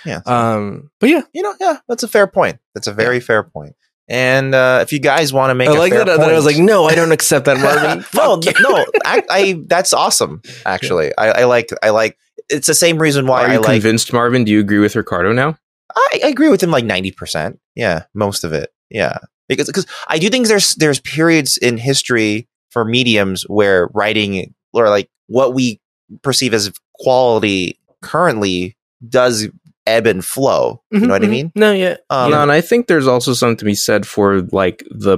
Speaker 2: Yeah.
Speaker 1: Um, but yeah,
Speaker 2: you know, yeah, that's a fair point. That's a very fair point. And uh, if you guys want to make,
Speaker 1: I
Speaker 2: a
Speaker 1: like
Speaker 2: fair
Speaker 1: that. that I was like,
Speaker 2: point-
Speaker 1: no, I don't accept that, Marvin.
Speaker 2: no,
Speaker 1: Fuck you.
Speaker 2: no, I, I that's awesome. Actually, I, I like, I like. It's the same reason why
Speaker 3: Are
Speaker 2: I
Speaker 3: you
Speaker 2: like.
Speaker 3: convinced, Marvin? Do you agree with Ricardo now?
Speaker 2: I, I agree with him like ninety percent. Yeah, most of it. Yeah, because because I do think there's there's periods in history for mediums where writing or like what we perceive as quality currently does ebb and flow. You know what I mean?
Speaker 1: No, Mm-hmm, yeah.
Speaker 2: Um,
Speaker 3: no, and I think there's also something to be said for like the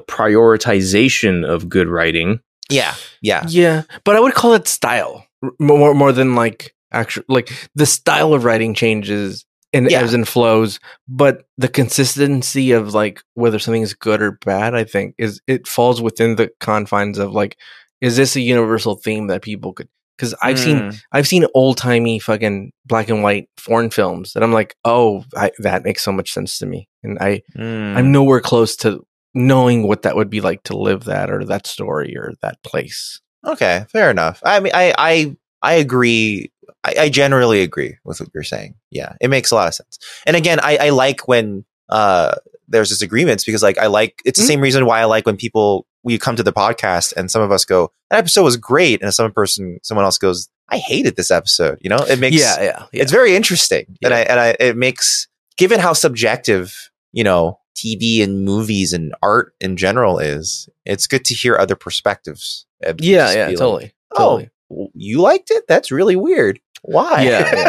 Speaker 3: prioritization of good writing.
Speaker 2: Yeah, yeah.
Speaker 1: Yeah. But I would call it style r- more more than like actual like the style of writing changes and
Speaker 2: Yeah.
Speaker 1: ebbs and flows, but the consistency of like whether something is good or bad, I think is it falls within the confines of like is this a universal theme that people could cuz I've
Speaker 2: Hmm.
Speaker 1: seen I've seen old-timey fucking black and white foreign films and I'm like, "Oh, I, that makes so much sense to me." And I
Speaker 2: Hmm.
Speaker 1: I'm nowhere close to knowing what that would be like to live that or that story or that place.
Speaker 2: Okay, fair enough. I mean, I I I agree. I, I generally agree with what you're saying. Yeah, it makes a lot of sense. And again, I I like when uh there's disagreements because like I like it's the
Speaker 1: Mhm.
Speaker 2: same reason why I like when people we come to the podcast and some of us go that episode was great and some person someone else goes I hated this episode. You know, it makes
Speaker 1: yeah, yeah, yeah.
Speaker 2: it's very interesting and I and I it makes given how subjective you know TV and movies and art in general is it's good to hear other perspectives and
Speaker 1: yeah,
Speaker 2: just
Speaker 1: yeah,
Speaker 2: be like,
Speaker 1: totally.
Speaker 2: oh
Speaker 1: Totally.
Speaker 2: w- you liked it that's really weird why
Speaker 1: Yeah,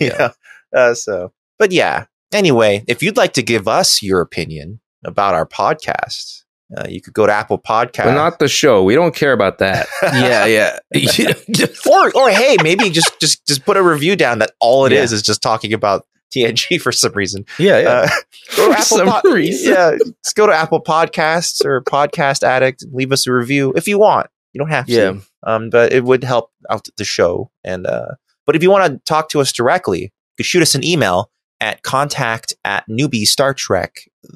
Speaker 1: yeah,
Speaker 2: yeah uh, so but yeah anyway if you'd like to give us your opinion about our podcast uh, you could go to Apple Podcast
Speaker 3: But not the show. We don't care about that.
Speaker 1: yeah, yeah. You know, just-
Speaker 2: or or hey, maybe just just just put a review down that all it is
Speaker 3: Yeah.
Speaker 2: is just talking about TNG for some reason.
Speaker 1: yeah,
Speaker 2: Uh, go
Speaker 3: For
Speaker 2: to Apple
Speaker 3: some
Speaker 2: Pod-
Speaker 3: reason.
Speaker 2: Yeah, just go to Apple Podcasts or Podcast Addict. and Leave us a review if you want. You don't have to.
Speaker 1: yeah.
Speaker 2: Um, but it would help out the show. And uh, but if you want to talk to us directly, you could shoot us an email at contact at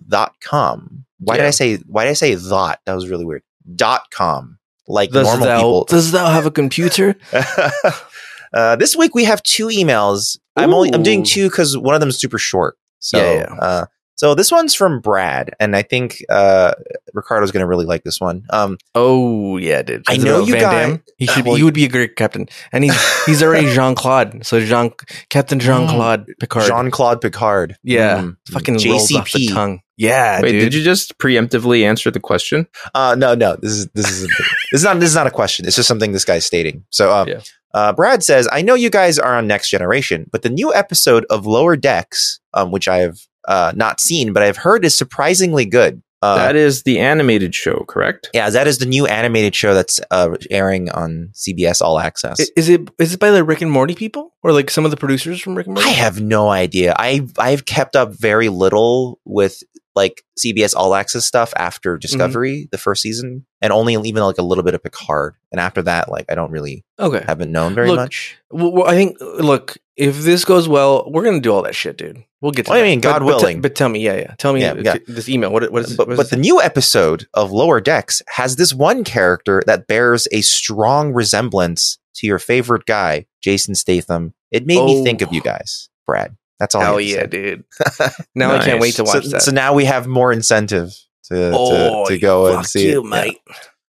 Speaker 2: newbiestartrek.com. Why did
Speaker 1: Yeah.
Speaker 2: I say why did I say that? That was really weird. Dot com. Like
Speaker 1: Does
Speaker 2: normal
Speaker 1: thou,
Speaker 2: people.
Speaker 1: does thou have a computer?
Speaker 2: uh, this week we have two emails. I'm only I'm doing
Speaker 1: Ooh.
Speaker 2: two because one of them is super short. So
Speaker 1: Yeah, yeah.
Speaker 2: Uh, so this one's from Brad, and I think uh, Ricardo's going to really like this one. Um,
Speaker 1: Oh yeah, dude.
Speaker 2: I
Speaker 1: Is it
Speaker 2: know
Speaker 1: about
Speaker 2: you guy-
Speaker 1: Damme? He should. be
Speaker 2: Well,
Speaker 1: he would be a great captain, and he's he's already Jean Claude. So Jean Captain Jean Claude Picard.
Speaker 2: Oh, Jean Claude Picard.
Speaker 1: yeah,
Speaker 2: Mm.
Speaker 1: fucking rolls off the
Speaker 2: JCP.
Speaker 1: tongue. Yeah,
Speaker 3: Wait,
Speaker 1: dude.
Speaker 3: did you just preemptively answer the question?
Speaker 2: Uh, no, no, this is this is This is not this is not a question. It's just something this guy's stating. So, um,
Speaker 1: Yeah.
Speaker 2: uh, Brad says, "I know you guys are on Next Generation, but the new episode of Lower Decks, um, which I have uh, not seen, but I've heard is surprisingly good. Uh,
Speaker 3: that is the animated show, correct?
Speaker 2: yeah, that is the new animated show that's uh, airing on CBS All Access.
Speaker 1: I- Is it is it by the Rick and Morty people or like some of the producers from Rick and Morty?
Speaker 2: I have no idea. I I've kept up very little with like CBS All Access stuff
Speaker 1: Mm-hmm.
Speaker 2: after Discovery, the first season, and only even like a little bit of Picard. And after that, like I don't really
Speaker 1: Okay.
Speaker 2: haven't known very
Speaker 1: Look,
Speaker 2: much.
Speaker 1: Well, well, I think look, if this goes well, we're gonna do all that shit, dude. We'll get. to
Speaker 2: Well, I
Speaker 1: that.
Speaker 2: mean,
Speaker 1: But-
Speaker 2: God
Speaker 1: but te-
Speaker 2: willing.
Speaker 1: But, tell me, yeah, yeah. Tell me
Speaker 2: Yeah, yeah.
Speaker 1: this email. What? What is?
Speaker 2: But,
Speaker 1: what is
Speaker 2: but the
Speaker 1: it?
Speaker 2: new episode of Lower Decks has this one character that bears a strong resemblance to your favorite guy, Jason Statham. It made me
Speaker 1: Oh.
Speaker 2: think of you guys, Brad. That's all. I
Speaker 1: Hell
Speaker 2: have to
Speaker 1: yeah,
Speaker 2: say.
Speaker 1: dude! Now I
Speaker 3: Nice.
Speaker 1: can't wait to watch
Speaker 2: so,
Speaker 1: that.
Speaker 2: so now we have more incentive to, to-
Speaker 1: Oh,
Speaker 2: to, go and
Speaker 1: Fuck
Speaker 2: see
Speaker 1: you,
Speaker 2: it. Yeah.
Speaker 1: mate.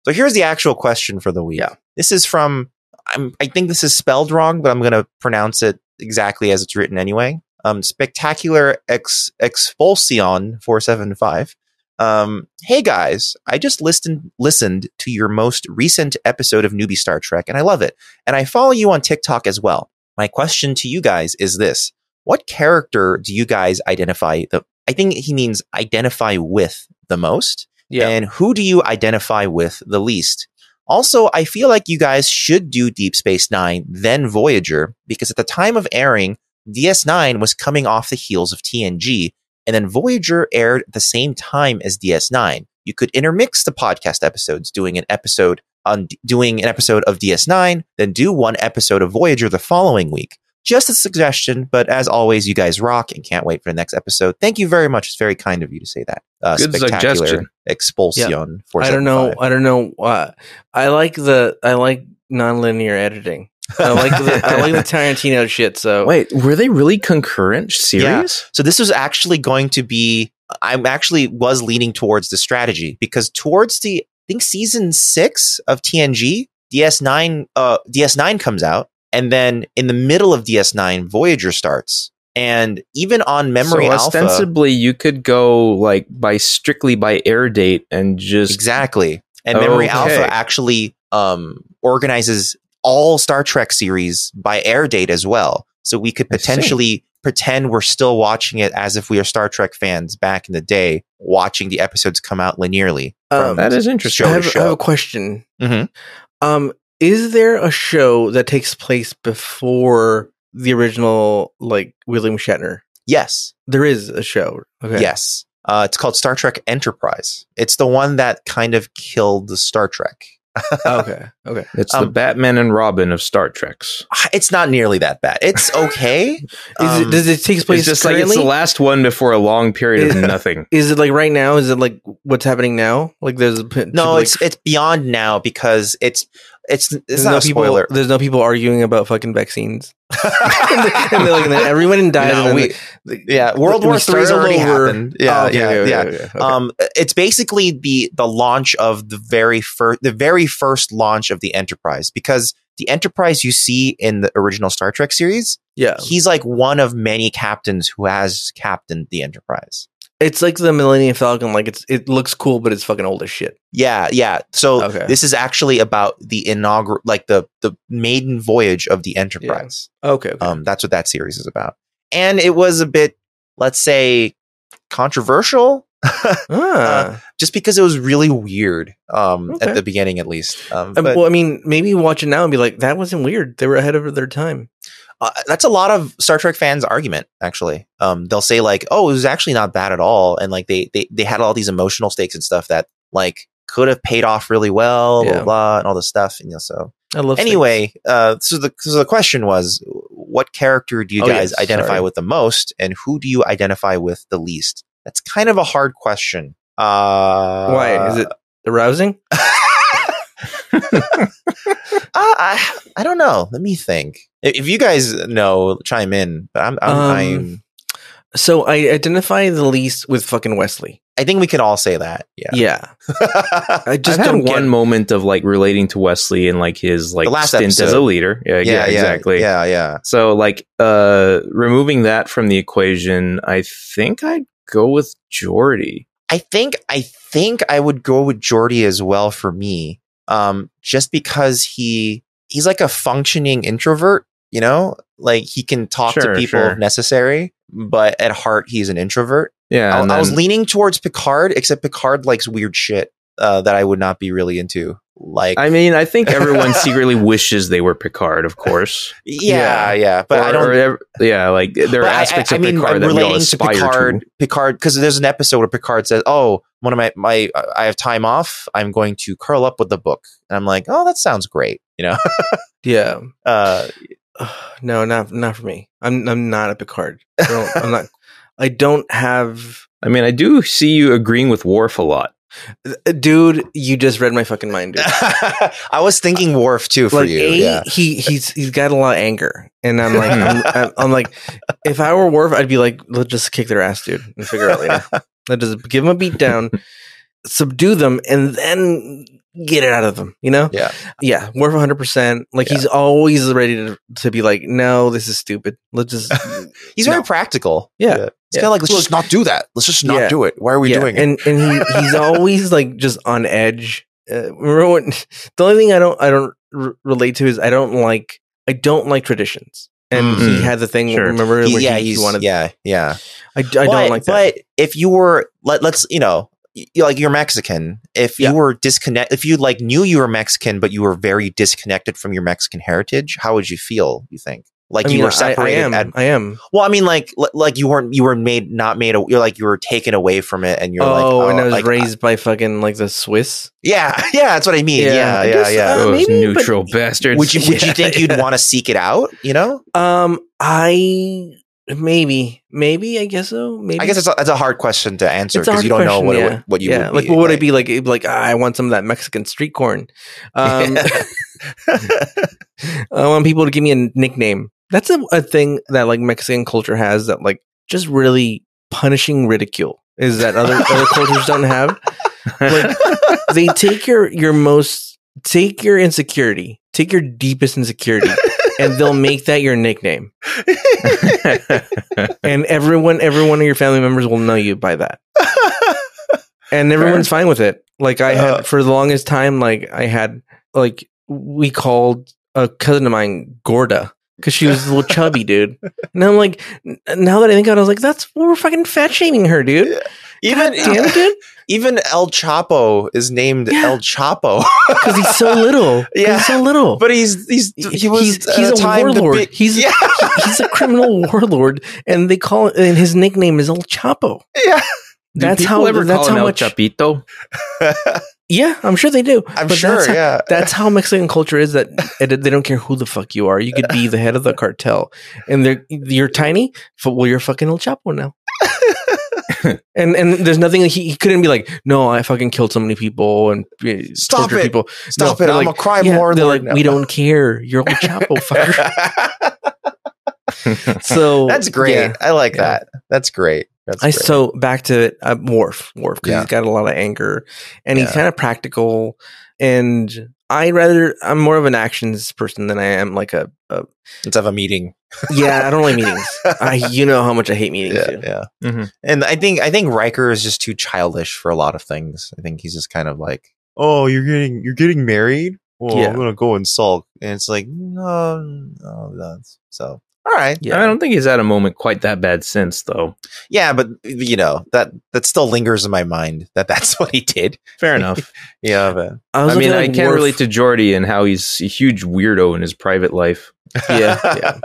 Speaker 2: So here's the actual question for the week.
Speaker 1: Yeah.
Speaker 2: This is from I'm, I think this is spelled wrong, but I'm going to pronounce it exactly as it's written anyway. Um, spectacular ex expulsion four seven five. Um, hey guys, I just listened listened to your most recent episode of Newbie Star Trek, and I love it. And I follow you on TikTok as well. My question to you guys is this: What character do you guys identify the? I think he means identify with the most
Speaker 1: Yeah.
Speaker 2: and who do you identify with the least? Also, I feel like you guys should do Deep Space Nine, then Voyager, because at the time of airing, DS9 was coming off the heels of TNG, and then Voyager aired at the same time as DS9. You could intermix the podcast episodes, doing an episode on doing an episode of DS9, then do one episode of Voyager the following week. Just a suggestion, but as always, you guys rock and can't wait for the next episode. Thank you very much. It's very kind of you to say that. Uh,
Speaker 3: Good
Speaker 2: spectacular
Speaker 3: suggestion.
Speaker 2: Expulsion.
Speaker 1: I don't know. I don't know. Uh, I like the. I like nonlinear editing. I like the. I like the Tarantino shit. So
Speaker 3: Wait, were they really concurrent series?
Speaker 2: So this was actually going to be. I'm actually was leaning towards the strategy because towards the I think season six of TNG, DS9, uh, DS9 comes out, and then in the middle of DS9, Voyager starts, and even on Memory
Speaker 3: so
Speaker 2: Alpha,
Speaker 3: ostensibly you could go like by strictly by air date and just
Speaker 2: exactly, and Memory
Speaker 3: Okay.
Speaker 2: Alpha actually um, organizes all Star Trek series by air date as well, so we could
Speaker 3: I see.
Speaker 2: potentially pretend we're still watching it as if we are Star Trek fans back in the day, watching the episodes come out linearly.
Speaker 1: Um,
Speaker 3: that is
Speaker 1: I
Speaker 3: interesting. Mm-hmm.
Speaker 2: show to
Speaker 1: have, I have
Speaker 2: show.
Speaker 1: a question.
Speaker 2: Mhm.
Speaker 1: Um, is there a show that takes place before the original, like William Shatner?
Speaker 2: Yes,
Speaker 1: There is a show. Okay.
Speaker 2: yes. Uh, it's called Star Trek Enterprise. It's the one that kind of killed the Star Trek.
Speaker 1: okay. Okay.
Speaker 3: It's the
Speaker 2: um,
Speaker 3: Batman and Robin of Star Trek's.
Speaker 2: It's not nearly that bad. It's okay.
Speaker 1: Is
Speaker 2: Um,
Speaker 1: it, does it take place
Speaker 3: It's just like it's
Speaker 1: currently?
Speaker 3: the last one before a long period of nothing.
Speaker 1: is it like right now? Is it like what's happening now? Like there's a p-
Speaker 2: no,
Speaker 1: like,
Speaker 2: it's it's beyond now because it's it's it's
Speaker 1: there's
Speaker 2: not
Speaker 1: no
Speaker 2: a spoiler.
Speaker 1: people. There's no people arguing about fucking vaccines. and, then, and then, like, and then everyone dies.
Speaker 2: No,
Speaker 1: and then
Speaker 2: we-
Speaker 1: the- the-
Speaker 2: yeah, World
Speaker 1: we
Speaker 2: War Three
Speaker 1: start
Speaker 2: already
Speaker 1: all
Speaker 2: happened. Yeah,
Speaker 1: Oh, okay,
Speaker 2: yeah,
Speaker 1: okay,
Speaker 2: yeah.
Speaker 1: okay, okay.
Speaker 2: Um, it's basically the the launch of the very first the very first launch of the Enterprise because the Enterprise you see in the original Star Trek series,
Speaker 1: yeah.
Speaker 2: he's like one of many captains who has captained the Enterprise.
Speaker 1: It's like the Millennium Falcon. Like it's it looks cool, but it's fucking old as shit.
Speaker 2: Yeah, yeah. So
Speaker 1: Okay.
Speaker 2: this is actually about the inaugural, like the the maiden voyage of the Enterprise.
Speaker 1: Okay. okay.
Speaker 2: Um, that's what that series is about. And it was a bit, let's say, controversial,
Speaker 1: Ah.
Speaker 2: just because it was really weird um,
Speaker 1: Okay.
Speaker 2: at the beginning, at least. Um,
Speaker 1: Um,
Speaker 2: but,
Speaker 1: well, I mean, maybe watch it now and be like, that wasn't weird. They were ahead of their time.
Speaker 2: uh, that's a lot of Star Trek fans' argument. Actually, um, they'll say like, "Oh, it was actually not bad at all," and like they they they had all these emotional stakes and stuff that like could have paid off really well, blah
Speaker 1: Yeah.
Speaker 2: blah, and all this stuff. And, you know, so
Speaker 1: I love.
Speaker 2: anyway, uh, so the so the question was, what character do you
Speaker 1: Oh,
Speaker 2: guys
Speaker 1: yes,
Speaker 2: identify
Speaker 1: sorry.
Speaker 2: with the most, and who do you identify with the least? That's kind of a hard question. Uh,
Speaker 1: things. why is it arousing?
Speaker 2: Uh, I I don't know. Let me think. If if you guys know, chime in. But I'm, I'm,
Speaker 1: Um,
Speaker 2: I'm
Speaker 1: So I identify the least with fucking Wesley.
Speaker 2: I think we can all say that. Yeah.
Speaker 1: Yeah, I just
Speaker 3: I've had
Speaker 1: don't
Speaker 3: one
Speaker 1: get.
Speaker 3: moment of like relating to Wesley and like his like
Speaker 2: The last
Speaker 3: stint as
Speaker 2: episode.
Speaker 3: a leader. Yeah, yeah, exactly.
Speaker 2: Yeah, yeah.
Speaker 3: So like uh removing that from the equation, I think I'd go with Jordy.
Speaker 2: I think I think I would go with Jordy as well for me. um, just because he he's like a functioning introvert, you know, like he can talk
Speaker 3: Sure,
Speaker 2: to people
Speaker 3: sure.
Speaker 2: if necessary, but at heart he's an introvert.
Speaker 3: Yeah,
Speaker 2: I,
Speaker 3: and
Speaker 2: I was
Speaker 3: then-
Speaker 2: leaning towards Picard, except Picard likes weird shit uh, that I would not be really into. Like,
Speaker 3: I mean, I think everyone secretly wishes they were Picard, of course.
Speaker 2: yeah, yeah, but
Speaker 3: Or-
Speaker 2: I don't.
Speaker 3: or ev- yeah, like there are
Speaker 2: but I-
Speaker 3: aspects
Speaker 2: I, I
Speaker 3: of
Speaker 2: mean,
Speaker 3: Picard that we all
Speaker 2: relating to
Speaker 3: aspire to.
Speaker 2: Picard, Picard, because there's an episode where Picard says, "Oh, one of my my I have time off. I'm going to curl up with the book," and I'm like, "Oh, that sounds great," you know.
Speaker 1: Yeah.
Speaker 2: Uh,
Speaker 1: No, not not for me. I'm I'm not a Picard. I don't, I'm not. I don't have.
Speaker 3: I mean, I do see you agreeing with Worf a lot.
Speaker 1: uh, Dude, you just read my fucking mind, dude.
Speaker 2: I was thinking Worf too for
Speaker 1: like
Speaker 2: you.
Speaker 1: A,
Speaker 2: yeah.
Speaker 1: he he's he's got a lot of anger, and I'm like I'm, I'm, I'm like if I were Worf, I'd be like let's just kick their ass, dude, and figure it out later. Let's just give them a beat down, subdue them, and then get it out of them. You know?
Speaker 2: Yeah.
Speaker 1: Yeah. Worf 100. percent Like he's always ready to to be like, no, this is stupid. Let's just
Speaker 2: He's very
Speaker 1: No.
Speaker 2: practical.
Speaker 1: Yeah.
Speaker 2: It's
Speaker 1: Yeah.
Speaker 2: kind of like let's just not do that. Let's just not
Speaker 1: Yeah.
Speaker 2: do it. Why are we
Speaker 1: yeah.
Speaker 2: doing it?
Speaker 1: and and he he's always like just on edge. Uh, remember when, the only thing I don't I don't r- relate to is I don't like I don't like traditions. And he
Speaker 3: Mhm.
Speaker 1: had the thing.
Speaker 3: Sure.
Speaker 1: Remember,
Speaker 2: Mm-hmm. He-
Speaker 1: where
Speaker 2: yeah,
Speaker 1: he, he
Speaker 2: he's-
Speaker 1: wanted
Speaker 2: yeah, yeah.
Speaker 1: I, I don't like that.
Speaker 2: But if you were let, let's you know y- like you're Mexican, if
Speaker 1: Yeah.
Speaker 2: you were disconnect, if you like knew you were Mexican but you were very disconnected from your Mexican heritage, how would you feel? You think like
Speaker 1: I mean,
Speaker 2: you
Speaker 1: I-
Speaker 2: were separated?
Speaker 1: I, am.
Speaker 2: at-
Speaker 1: I am.
Speaker 2: well, I mean, like li- like you weren't you were made not made. a- You're like you were taken away from it, and you're
Speaker 1: oh,
Speaker 2: like
Speaker 1: and I was
Speaker 2: like,
Speaker 1: raised by fucking like the Swiss.
Speaker 2: yeah, yeah. That's what I mean.
Speaker 1: Yeah,
Speaker 2: Yeah, yeah,
Speaker 1: I
Speaker 2: yeah.
Speaker 1: guess, uh,
Speaker 3: Those
Speaker 1: maybe, but-
Speaker 3: neutral bastards.
Speaker 2: would you would you
Speaker 1: yeah,
Speaker 2: think you'd
Speaker 1: yeah.
Speaker 2: want to seek it out? You know,
Speaker 1: Um, I maybe, maybe I guess so. Maybe
Speaker 2: I guess it's a, that's a hard question to answer
Speaker 1: It's a
Speaker 2: because you don't
Speaker 1: hard
Speaker 2: know what
Speaker 1: question,
Speaker 2: it would, what you
Speaker 1: yeah.
Speaker 2: would
Speaker 1: like,
Speaker 2: be,
Speaker 1: what would it be like? It'd be like, ah, I want some of that Mexican street corn. Um, I want people to give me a nickname. That's a, a thing that like Mexican culture has that like just really punishing ridicule is that other other cultures don't have. Like they take your your most take your insecurity, take your deepest insecurity, and they'll make that your nickname. And everyone every one of your family members will know you by that. and everyone's fine with it. Like I
Speaker 2: Uh.
Speaker 1: had for the longest time, like I had like we called a cousin of mine Gorda because she was a little chubby, dude. And I'm like, n- now that I think about it, I was like, that's we're fucking fat shaming her, dude.
Speaker 2: even
Speaker 1: Damn, dude,
Speaker 2: even El Chapo is named
Speaker 1: Yeah.
Speaker 2: El Chapo,
Speaker 1: because he's so little. 'Cause
Speaker 2: Yeah.
Speaker 1: he's so little.
Speaker 2: but he's he's he was
Speaker 1: he's,
Speaker 2: at
Speaker 1: he's
Speaker 2: the
Speaker 1: a
Speaker 2: time the
Speaker 1: warlord.
Speaker 2: big-
Speaker 1: he's
Speaker 2: yeah,
Speaker 1: he's a criminal warlord, and they call and his nickname is El Chapo.
Speaker 2: yeah.
Speaker 3: Do
Speaker 1: That's
Speaker 3: people
Speaker 1: how-
Speaker 3: ever
Speaker 1: that's
Speaker 3: call
Speaker 1: how
Speaker 3: him El
Speaker 1: much-
Speaker 3: Chapito?
Speaker 1: Yeah, I'm sure they do.
Speaker 2: I'm
Speaker 1: But
Speaker 2: sure.
Speaker 1: that's how-
Speaker 2: yeah,
Speaker 1: That's how Mexican culture is. That it, they don't care who the fuck you are. You could be the head of the cartel, and they're you're tiny. f- Well, you're fucking El Chapo now. and and there's nothing he, he couldn't be like. No, I fucking killed so many people and uh,
Speaker 2: Stop
Speaker 1: tortured
Speaker 2: it.
Speaker 1: people.
Speaker 2: stop
Speaker 1: no,
Speaker 2: it!
Speaker 1: they're
Speaker 2: I'm
Speaker 1: like,
Speaker 2: a crime
Speaker 1: Yeah,
Speaker 2: lord.
Speaker 1: they're like, we don't care. You're El Chapo, fucker. So
Speaker 2: That's great.
Speaker 1: yeah.
Speaker 2: I like
Speaker 1: Yeah.
Speaker 2: that. That's great. That's
Speaker 1: I
Speaker 2: great.
Speaker 1: so back to uh, Worf, Worf, because he's got a lot of anger, and he's
Speaker 2: Yeah.
Speaker 1: kind of practical. And I rather I'm more of an actions person than I am like a, a
Speaker 2: Let's have a meeting.
Speaker 1: yeah. I don't like meetings. I you know how much I hate meetings.
Speaker 2: yeah,
Speaker 1: dude.
Speaker 2: yeah.
Speaker 3: Mhm.
Speaker 2: And I think I think Riker is just too childish for a lot of things. I think he's just kind of like, oh, you're getting you're getting married. Well,
Speaker 1: Yeah.
Speaker 2: I'm gonna go and sulk, and it's like, no, no, that's so. All right,
Speaker 1: Yeah.
Speaker 3: I don't think he's had a moment quite that bad since, though.
Speaker 2: yeah, but you know that that still lingers in my mind that that's what he did.
Speaker 3: Fair enough.
Speaker 2: Yeah, but
Speaker 1: was
Speaker 3: I mean,
Speaker 1: looking
Speaker 3: I
Speaker 1: at
Speaker 3: can
Speaker 1: Worf-
Speaker 3: relate to Jordy and how he's a huge weirdo in his private life.
Speaker 1: yeah, yeah.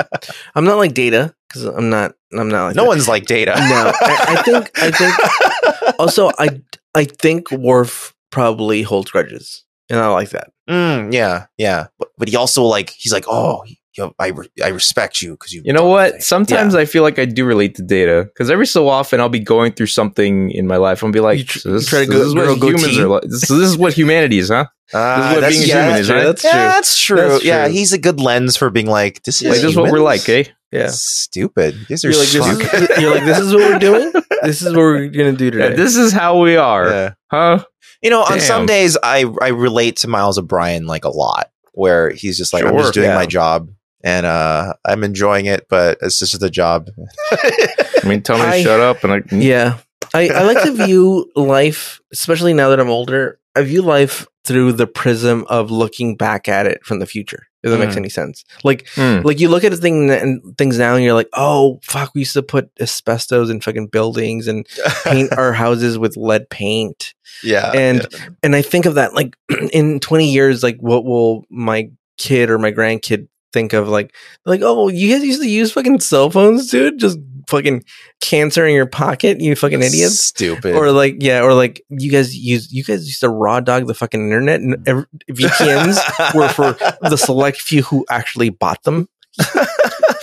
Speaker 1: I'm not like Data because I'm not. I'm not like
Speaker 2: no
Speaker 1: that.
Speaker 2: one's like Data.
Speaker 1: No, I, I think. I think. Also, I I think Worf probably holds grudges, and I like that.
Speaker 2: Mm, yeah, yeah, but, but he also like he's like, oh, yo, I re- I respect you because you.
Speaker 3: You know what? Sometimes I feel like I do relate to data because every so often I'll be going through something in my life and be like,
Speaker 1: You tr-
Speaker 3: so this,
Speaker 1: try to
Speaker 3: this
Speaker 1: go-
Speaker 3: is
Speaker 1: grow
Speaker 3: what humans
Speaker 1: goatee?
Speaker 3: are like. So this is what humanity is, huh?
Speaker 2: Ah,
Speaker 3: This is what
Speaker 2: that's-
Speaker 3: being
Speaker 2: yeah,
Speaker 3: human is, right?
Speaker 1: That's
Speaker 2: yeah,
Speaker 1: true.
Speaker 2: that's true.
Speaker 1: That's
Speaker 2: Yeah,
Speaker 1: true.
Speaker 2: he's a good lens for being like, this is
Speaker 3: Like, this is what we're
Speaker 2: humans?
Speaker 3: like, eh?
Speaker 1: Yeah.
Speaker 2: Stupid. These are
Speaker 1: You're like, this
Speaker 2: schmuck.
Speaker 1: is, you're like, this is what we're doing. This is what we're gonna do today.
Speaker 3: Yeah, this is how we are,
Speaker 2: Yeah.
Speaker 3: huh?
Speaker 2: You know, on some
Speaker 3: Damn.
Speaker 2: days I I relate to Miles O'Brien like a lot, where he's just like, I'm
Speaker 3: Sure,
Speaker 2: just doing
Speaker 1: yeah.
Speaker 2: my job and uh I'm enjoying it, but it's just the job.
Speaker 3: I mean, tell me
Speaker 1: I-
Speaker 3: to shut up and I,
Speaker 1: yeah, I, I like to view life, especially now that I'm older, I view life through the prism of looking back at it from the future. If that makes
Speaker 3: Mm.
Speaker 1: any sense, like
Speaker 3: Mm.
Speaker 1: like you look at a thing that- and things now, and you're like, oh fuck, we used to put asbestos in fucking buildings and paint our houses with lead paint.
Speaker 2: yeah.
Speaker 1: And and I think of that like in 20 years, like what will my kid or my grandkid think of? Like like oh, you guys used to use fucking cell phones, dude. Just fucking cancer in your pocket, you fucking idiots
Speaker 2: Stupid.
Speaker 1: or like yeah or like you guys use you guys used to raw dog the fucking internet and ev- vpns were for the select few who actually bought them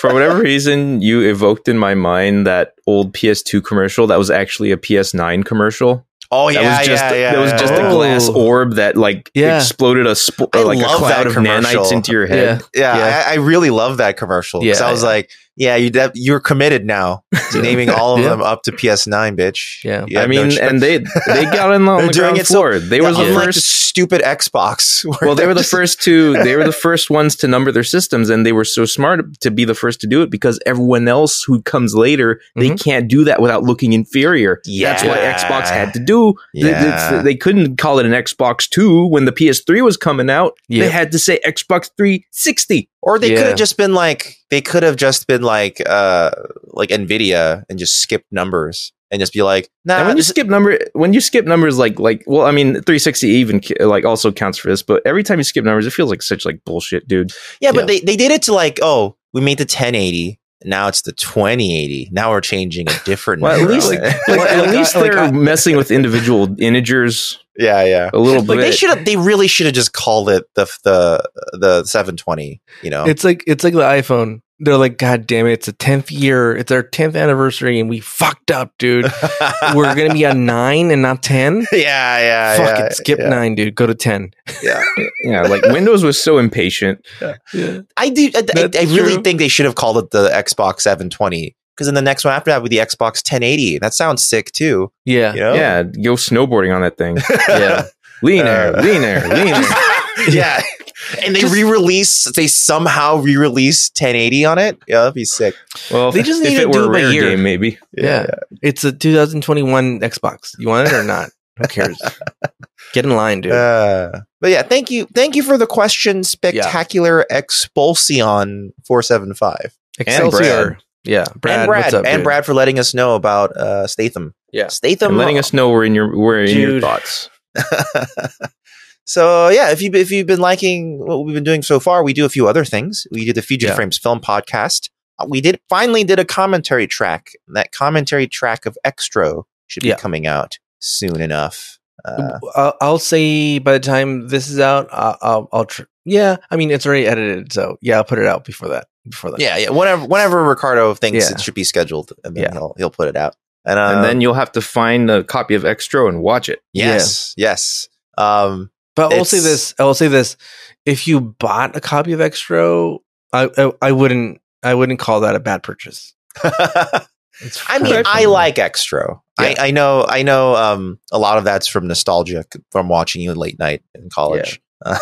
Speaker 3: For whatever reason, you evoked in my mind that old PS2 commercial that was actually a PS9 commercial.
Speaker 2: oh
Speaker 3: That
Speaker 2: yeah,
Speaker 3: was just
Speaker 2: yeah, yeah.
Speaker 3: that was
Speaker 2: yeah,
Speaker 3: just
Speaker 2: yeah.
Speaker 3: a glass
Speaker 1: Oh.
Speaker 3: orb that like
Speaker 1: Yeah.
Speaker 3: exploded a sp-
Speaker 2: I
Speaker 3: like a
Speaker 2: love
Speaker 3: cloud
Speaker 2: that
Speaker 3: of nanites
Speaker 2: commercial.
Speaker 3: into your head.
Speaker 2: Yeah,
Speaker 1: Yeah.
Speaker 2: I, I really love that commercial because
Speaker 1: Yeah,
Speaker 2: I was like, yeah, you def- you're committed now to naming all of
Speaker 1: Yeah.
Speaker 2: them up to PS9, bitch.
Speaker 1: Yeah.
Speaker 2: You have
Speaker 3: I
Speaker 2: no
Speaker 3: mean,
Speaker 2: choice.
Speaker 3: and they they got in on
Speaker 2: They're
Speaker 3: the
Speaker 2: doing
Speaker 3: ground
Speaker 2: it so-
Speaker 3: floor. they
Speaker 2: Yeah,
Speaker 3: were the
Speaker 2: unlike
Speaker 3: first
Speaker 2: the stupid Xbox. where
Speaker 3: well, they
Speaker 2: they're
Speaker 3: were the
Speaker 2: just-
Speaker 3: first to they were the first ones to number their systems, and they were so smart to be the first to do it because everyone else who comes later they
Speaker 1: Mhm.
Speaker 3: can't do that without looking inferior. That's what
Speaker 2: Mm-hmm. Yeah.
Speaker 3: Xbox had to do. Th- th-
Speaker 2: Yeah.
Speaker 3: They couldn't call it an Xbox Two when the PS3 was coming out.
Speaker 1: Yeah.
Speaker 3: They had to say Xbox 360.
Speaker 2: Or they
Speaker 1: Yeah.
Speaker 2: could have just been like they could have just been like uh like Nvidia and just skipped numbers and just be like nah
Speaker 1: Uh,
Speaker 3: and when you
Speaker 2: this-
Speaker 3: skip number, when you skip numbers, like like well, I mean, 360 even ca- like also counts for this, but every time you skip numbers, it feels like such like bullshit, dude.
Speaker 2: yeah, but
Speaker 1: yeah.
Speaker 2: they they did it to like oh we made the 1080 now it's the 2080 now we're changing a different
Speaker 3: Well, at
Speaker 2: number.
Speaker 3: least,
Speaker 2: yeah
Speaker 3: like, at
Speaker 1: like,
Speaker 3: least
Speaker 1: I- like,
Speaker 3: they're
Speaker 1: I-
Speaker 3: messing with individual integers
Speaker 2: yeah
Speaker 3: a little
Speaker 2: like
Speaker 3: bit.
Speaker 2: they should have they really should have just called it the the the 720 you know
Speaker 1: it's like it's like the iphone they're like god damn it it's the 10th year it's our 10th anniversary and we fucked up dude we're gonna be on 9 and not 10
Speaker 2: yeah yeah
Speaker 1: fuck
Speaker 2: yeah,
Speaker 1: it skip
Speaker 2: yeah.
Speaker 1: 9 dude go to 10
Speaker 3: yeah, like Windows was so impatient.
Speaker 1: yeah
Speaker 2: I do. I, I,
Speaker 1: That's
Speaker 2: I really
Speaker 1: true.
Speaker 2: think they should have called it the Xbox 720 because then the next one after that would be the Xbox 1080. That sounds sick too.
Speaker 1: yeah
Speaker 2: You know?
Speaker 3: Yeah, go snowboarding on that thing.
Speaker 1: yeah
Speaker 3: Lean air,
Speaker 2: Uh.
Speaker 3: lean air, lean air.
Speaker 2: yeah. And they re-release. They somehow re-release 1080 on it. Yeah, that'd be sick.
Speaker 3: Well,
Speaker 1: They just
Speaker 3: if
Speaker 1: need to
Speaker 3: it were
Speaker 1: do
Speaker 3: a
Speaker 1: it by
Speaker 3: rare
Speaker 1: year.
Speaker 3: game, maybe.
Speaker 1: Yeah. it's a 2021 xbox you want it or not who cares get in line dude
Speaker 2: Uh, but yeah, thank you, thank you for the question, spectacular Expulsion 475,
Speaker 1: Excelsior. yeah brad,
Speaker 2: and Brad,
Speaker 1: what's up,
Speaker 2: and
Speaker 1: dude?
Speaker 2: Brad for letting us know about uh, Statham.
Speaker 1: Yeah.
Speaker 2: Statham, uh,
Speaker 3: And letting us know we're in your we're in your
Speaker 1: Dude.
Speaker 3: thoughts.
Speaker 2: so yeah, if you if you've been liking what we've been doing so far, we do a few other things. We did the Future
Speaker 1: Yeah.
Speaker 2: Frames Film Podcast. Uh, We did finally did a commentary track. That commentary track of Extro should be
Speaker 1: Yeah.
Speaker 2: coming out soon enough. Uh,
Speaker 1: I'll, I'll say by the time this is out, I'll, I'll, I'll tr- yeah. I mean, it's already edited, so yeah, I'll put it out before that. Before that,
Speaker 2: yeah, yeah. Whenever whenever Ricardo thinks
Speaker 1: Yeah.
Speaker 2: it should be scheduled, and then
Speaker 1: Yeah.
Speaker 2: he'll he'll put it out. And,
Speaker 3: and
Speaker 1: Uh,
Speaker 2: um,
Speaker 3: then you'll have to find a copy of Extro and watch it.
Speaker 2: yes, yes. Um,
Speaker 1: But I'll say
Speaker 2: It's-
Speaker 1: this. I'll say this. If you bought a copy of Extro, I, I, I wouldn't. I wouldn't call that a bad purchase. It's
Speaker 2: I mean,
Speaker 1: fine.
Speaker 2: I like Extro. I, I know, I know. Um, a lot of that's from nostalgia c- from watching you late night in college.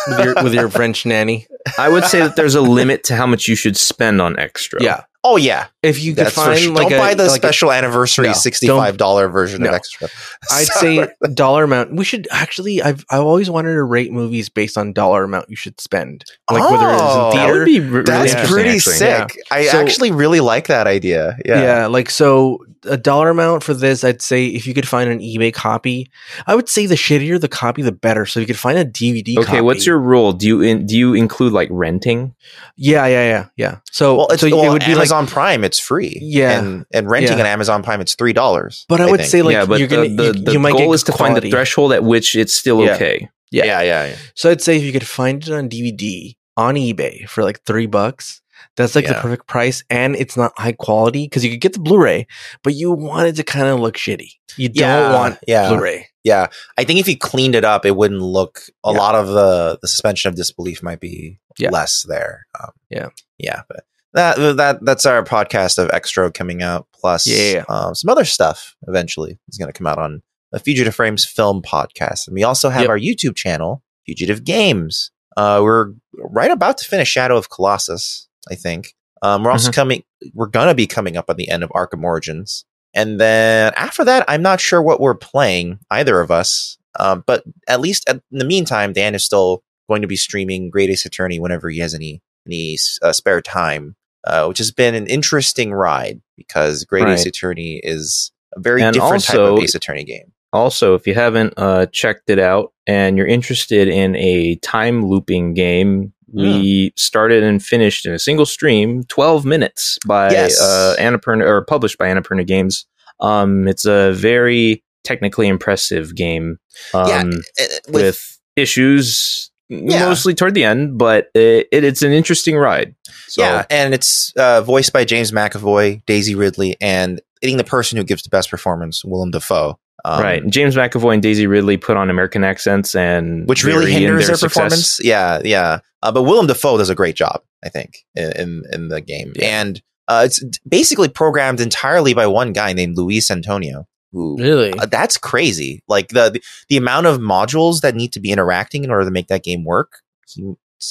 Speaker 1: with your, with your French nanny.
Speaker 3: I would say that there's a limit to how much you should spend on Extro.
Speaker 1: Yeah,
Speaker 2: Oh yeah,
Speaker 1: if you could
Speaker 2: that's for
Speaker 1: find
Speaker 2: sure.
Speaker 1: like
Speaker 2: don't
Speaker 1: a,
Speaker 2: buy the
Speaker 1: like a-
Speaker 2: special anniversary
Speaker 1: No,
Speaker 2: sixty-five dollar version
Speaker 1: no.
Speaker 2: of Extra.
Speaker 1: I'd
Speaker 2: Sorry.
Speaker 1: say dollar amount. We should actually. I've I've always wanted to rate movies based on dollar amount you should spend, like whether
Speaker 2: Oh.
Speaker 1: it's in
Speaker 3: that
Speaker 1: theater.
Speaker 3: would be re- really
Speaker 2: that's
Speaker 3: interesting,
Speaker 2: pretty
Speaker 3: actually.
Speaker 2: sick. I
Speaker 1: So-
Speaker 2: actually really like that idea.
Speaker 1: Yeah.
Speaker 2: Yeah,
Speaker 1: like so a dollar amount for this, I'd say if you could find an eBay copy, I would say the shittier the copy, the better. So if you could find a DVD.
Speaker 3: Okay,
Speaker 1: copy-
Speaker 3: what's your rule? Do you in, do you include like renting?
Speaker 1: Yeah, yeah, yeah, yeah. So
Speaker 2: Well, it's,
Speaker 1: so
Speaker 2: well,
Speaker 1: it would be like,
Speaker 2: Amazon Prime. It's free.
Speaker 1: Yeah.
Speaker 2: and, and renting
Speaker 1: Yeah.
Speaker 2: an Amazon Prime, it's three dollars.
Speaker 1: but I, would say like
Speaker 3: yeah, but
Speaker 1: you're
Speaker 3: the,
Speaker 1: gonna
Speaker 3: the,
Speaker 1: you,
Speaker 3: the
Speaker 1: you might
Speaker 3: goal
Speaker 1: get
Speaker 3: is to find the
Speaker 1: quality.
Speaker 3: threshold at which it's still
Speaker 1: Yeah.
Speaker 3: okay.
Speaker 1: yeah.
Speaker 2: yeah, yeah. yeah.
Speaker 1: So I'd say if you could find it on DVD on eBay for like three bucks, that's like
Speaker 2: Yeah.
Speaker 1: the perfect price, and it's not high quality because you could get the Blu-ray, but you want it to kind of look shitty. You don't
Speaker 2: Yeah,
Speaker 1: want
Speaker 2: yeah.
Speaker 1: Blu-ray.
Speaker 2: Yeah, I think if you cleaned it up, it wouldn't look. A
Speaker 1: Yeah.
Speaker 2: lot of the the suspension of disbelief might be
Speaker 1: Yeah.
Speaker 2: less there. Um,
Speaker 1: Yeah.
Speaker 2: yeah, but that that that's our podcast of Extro coming out. Plus,
Speaker 1: Yeah.
Speaker 2: um, some other stuff eventually is going to come out on a Fugitive Frames film podcast, and we also have
Speaker 1: Yep.
Speaker 2: our YouTube channel, Fugitive Games. Uh, we're right about to finish Shadow of Colossus, I think. Um, we're
Speaker 1: Mm-hmm.
Speaker 2: also coming. We're gonna be coming up on the end of Arkham Origins, and then after that, I'm not sure what we're playing either of us. Um, but at least at, in the meantime, Dan is still going to be streaming Great Ace Attorney whenever he has any any uh, spare time, uh, which has been an interesting ride because Great Ace
Speaker 1: Right.
Speaker 2: Attorney is a very
Speaker 3: And
Speaker 2: different type
Speaker 3: also-
Speaker 2: of Ace Attorney game.
Speaker 3: Also, if you haven't uh, checked it out and you're interested in a time looping game,
Speaker 1: Hmm.
Speaker 3: we started and finished in a single stream, 12 minutes by
Speaker 2: Yes.
Speaker 3: uh, Annapurna or published by Annapurna Games. Um, it's a very technically impressive game. Um,
Speaker 2: Yeah, Uh,
Speaker 3: with, issues
Speaker 2: Yeah.
Speaker 3: mostly toward the end, but it, it, it's an interesting ride. So,
Speaker 2: Yeah, and it's uh, voiced by James McAvoy, Daisy Ridley, and I think the person who gives the best performance, Willem Dafoe. Um,
Speaker 3: right. James McAvoy and Daisy Ridley put on American accents, and
Speaker 2: Which really
Speaker 3: vary in
Speaker 2: hinders their,
Speaker 3: success.
Speaker 2: performance. Yeah, yeah. Uh, but Willem Dafoe does a great job, I think, in in, in the game. And uh, it's basically programmed entirely by one guy named Luis Antonio, who
Speaker 7: Really?
Speaker 2: Uh, that's crazy. Like the, the amount of modules that need to be interacting in order to make that game work. It's,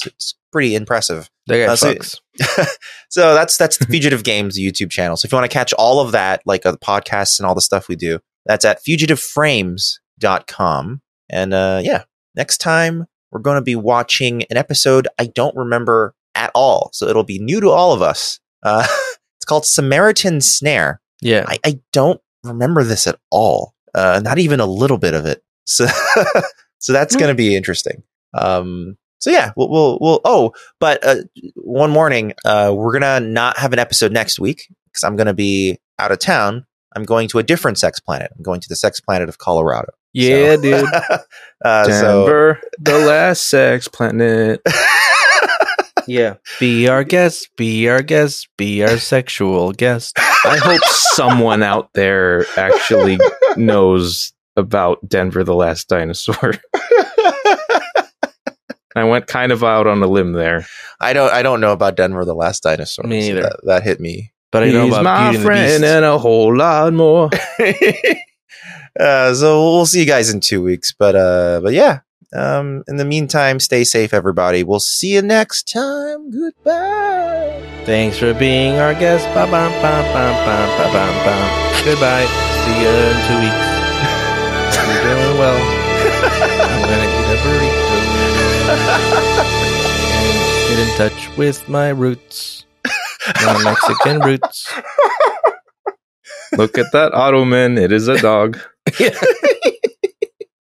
Speaker 2: it's pretty impressive.
Speaker 1: That guy
Speaker 2: Uh, so-
Speaker 1: fucks.
Speaker 2: so that's that's the Fugitive Games YouTube channel. So if you want to catch all of that, like uh, the podcasts and all the stuff we do, that's at fugitiveframes.com. And uh, yeah, next time we're going to be watching an episode I don't remember at all. So it'll be new to all of us. Uh, it's called Samaritan Snare.
Speaker 7: Yeah.
Speaker 2: I, I don't remember this at all. Uh, not even a little bit of it. So, so that's going to be interesting. Um, so yeah, we'll, we'll, we'll, oh, but, uh, one morning, uh, we're going to not have an episode next week because I'm going to be out of town. I'm going to a different sex planet. I'm going to the sex planet of Colorado.
Speaker 1: Yeah,
Speaker 2: So-
Speaker 1: dude.
Speaker 2: uh, so,
Speaker 3: Denver, the last sex planet.
Speaker 1: Yeah. Be our guest. Be our guest. Be our sexual guest.
Speaker 3: I hope someone out there actually knows about Denver, the last dinosaur. I went kind of out on a limb there.
Speaker 2: I don't, I don't know about Denver, the last dinosaur.
Speaker 1: Me
Speaker 2: So
Speaker 1: neither.
Speaker 2: that, that hit me.
Speaker 1: But I know
Speaker 3: He's
Speaker 1: about
Speaker 3: my
Speaker 1: Beauty
Speaker 3: friend
Speaker 1: and the Beast.
Speaker 3: and a whole lot more.
Speaker 2: uh, so we'll see you guys in two weeks. But uh, but yeah. Um, in the meantime, stay safe, everybody. We'll see you next time. Goodbye.
Speaker 1: Thanks for being our guest. Ba-bum, bum, bum, bum, ba-bum, bum. Goodbye. See you in two weeks. You're doing well. I'm gonna get a burrito and get in touch with my roots, my Mexican roots.
Speaker 3: Look at that Ottoman. It is a dog.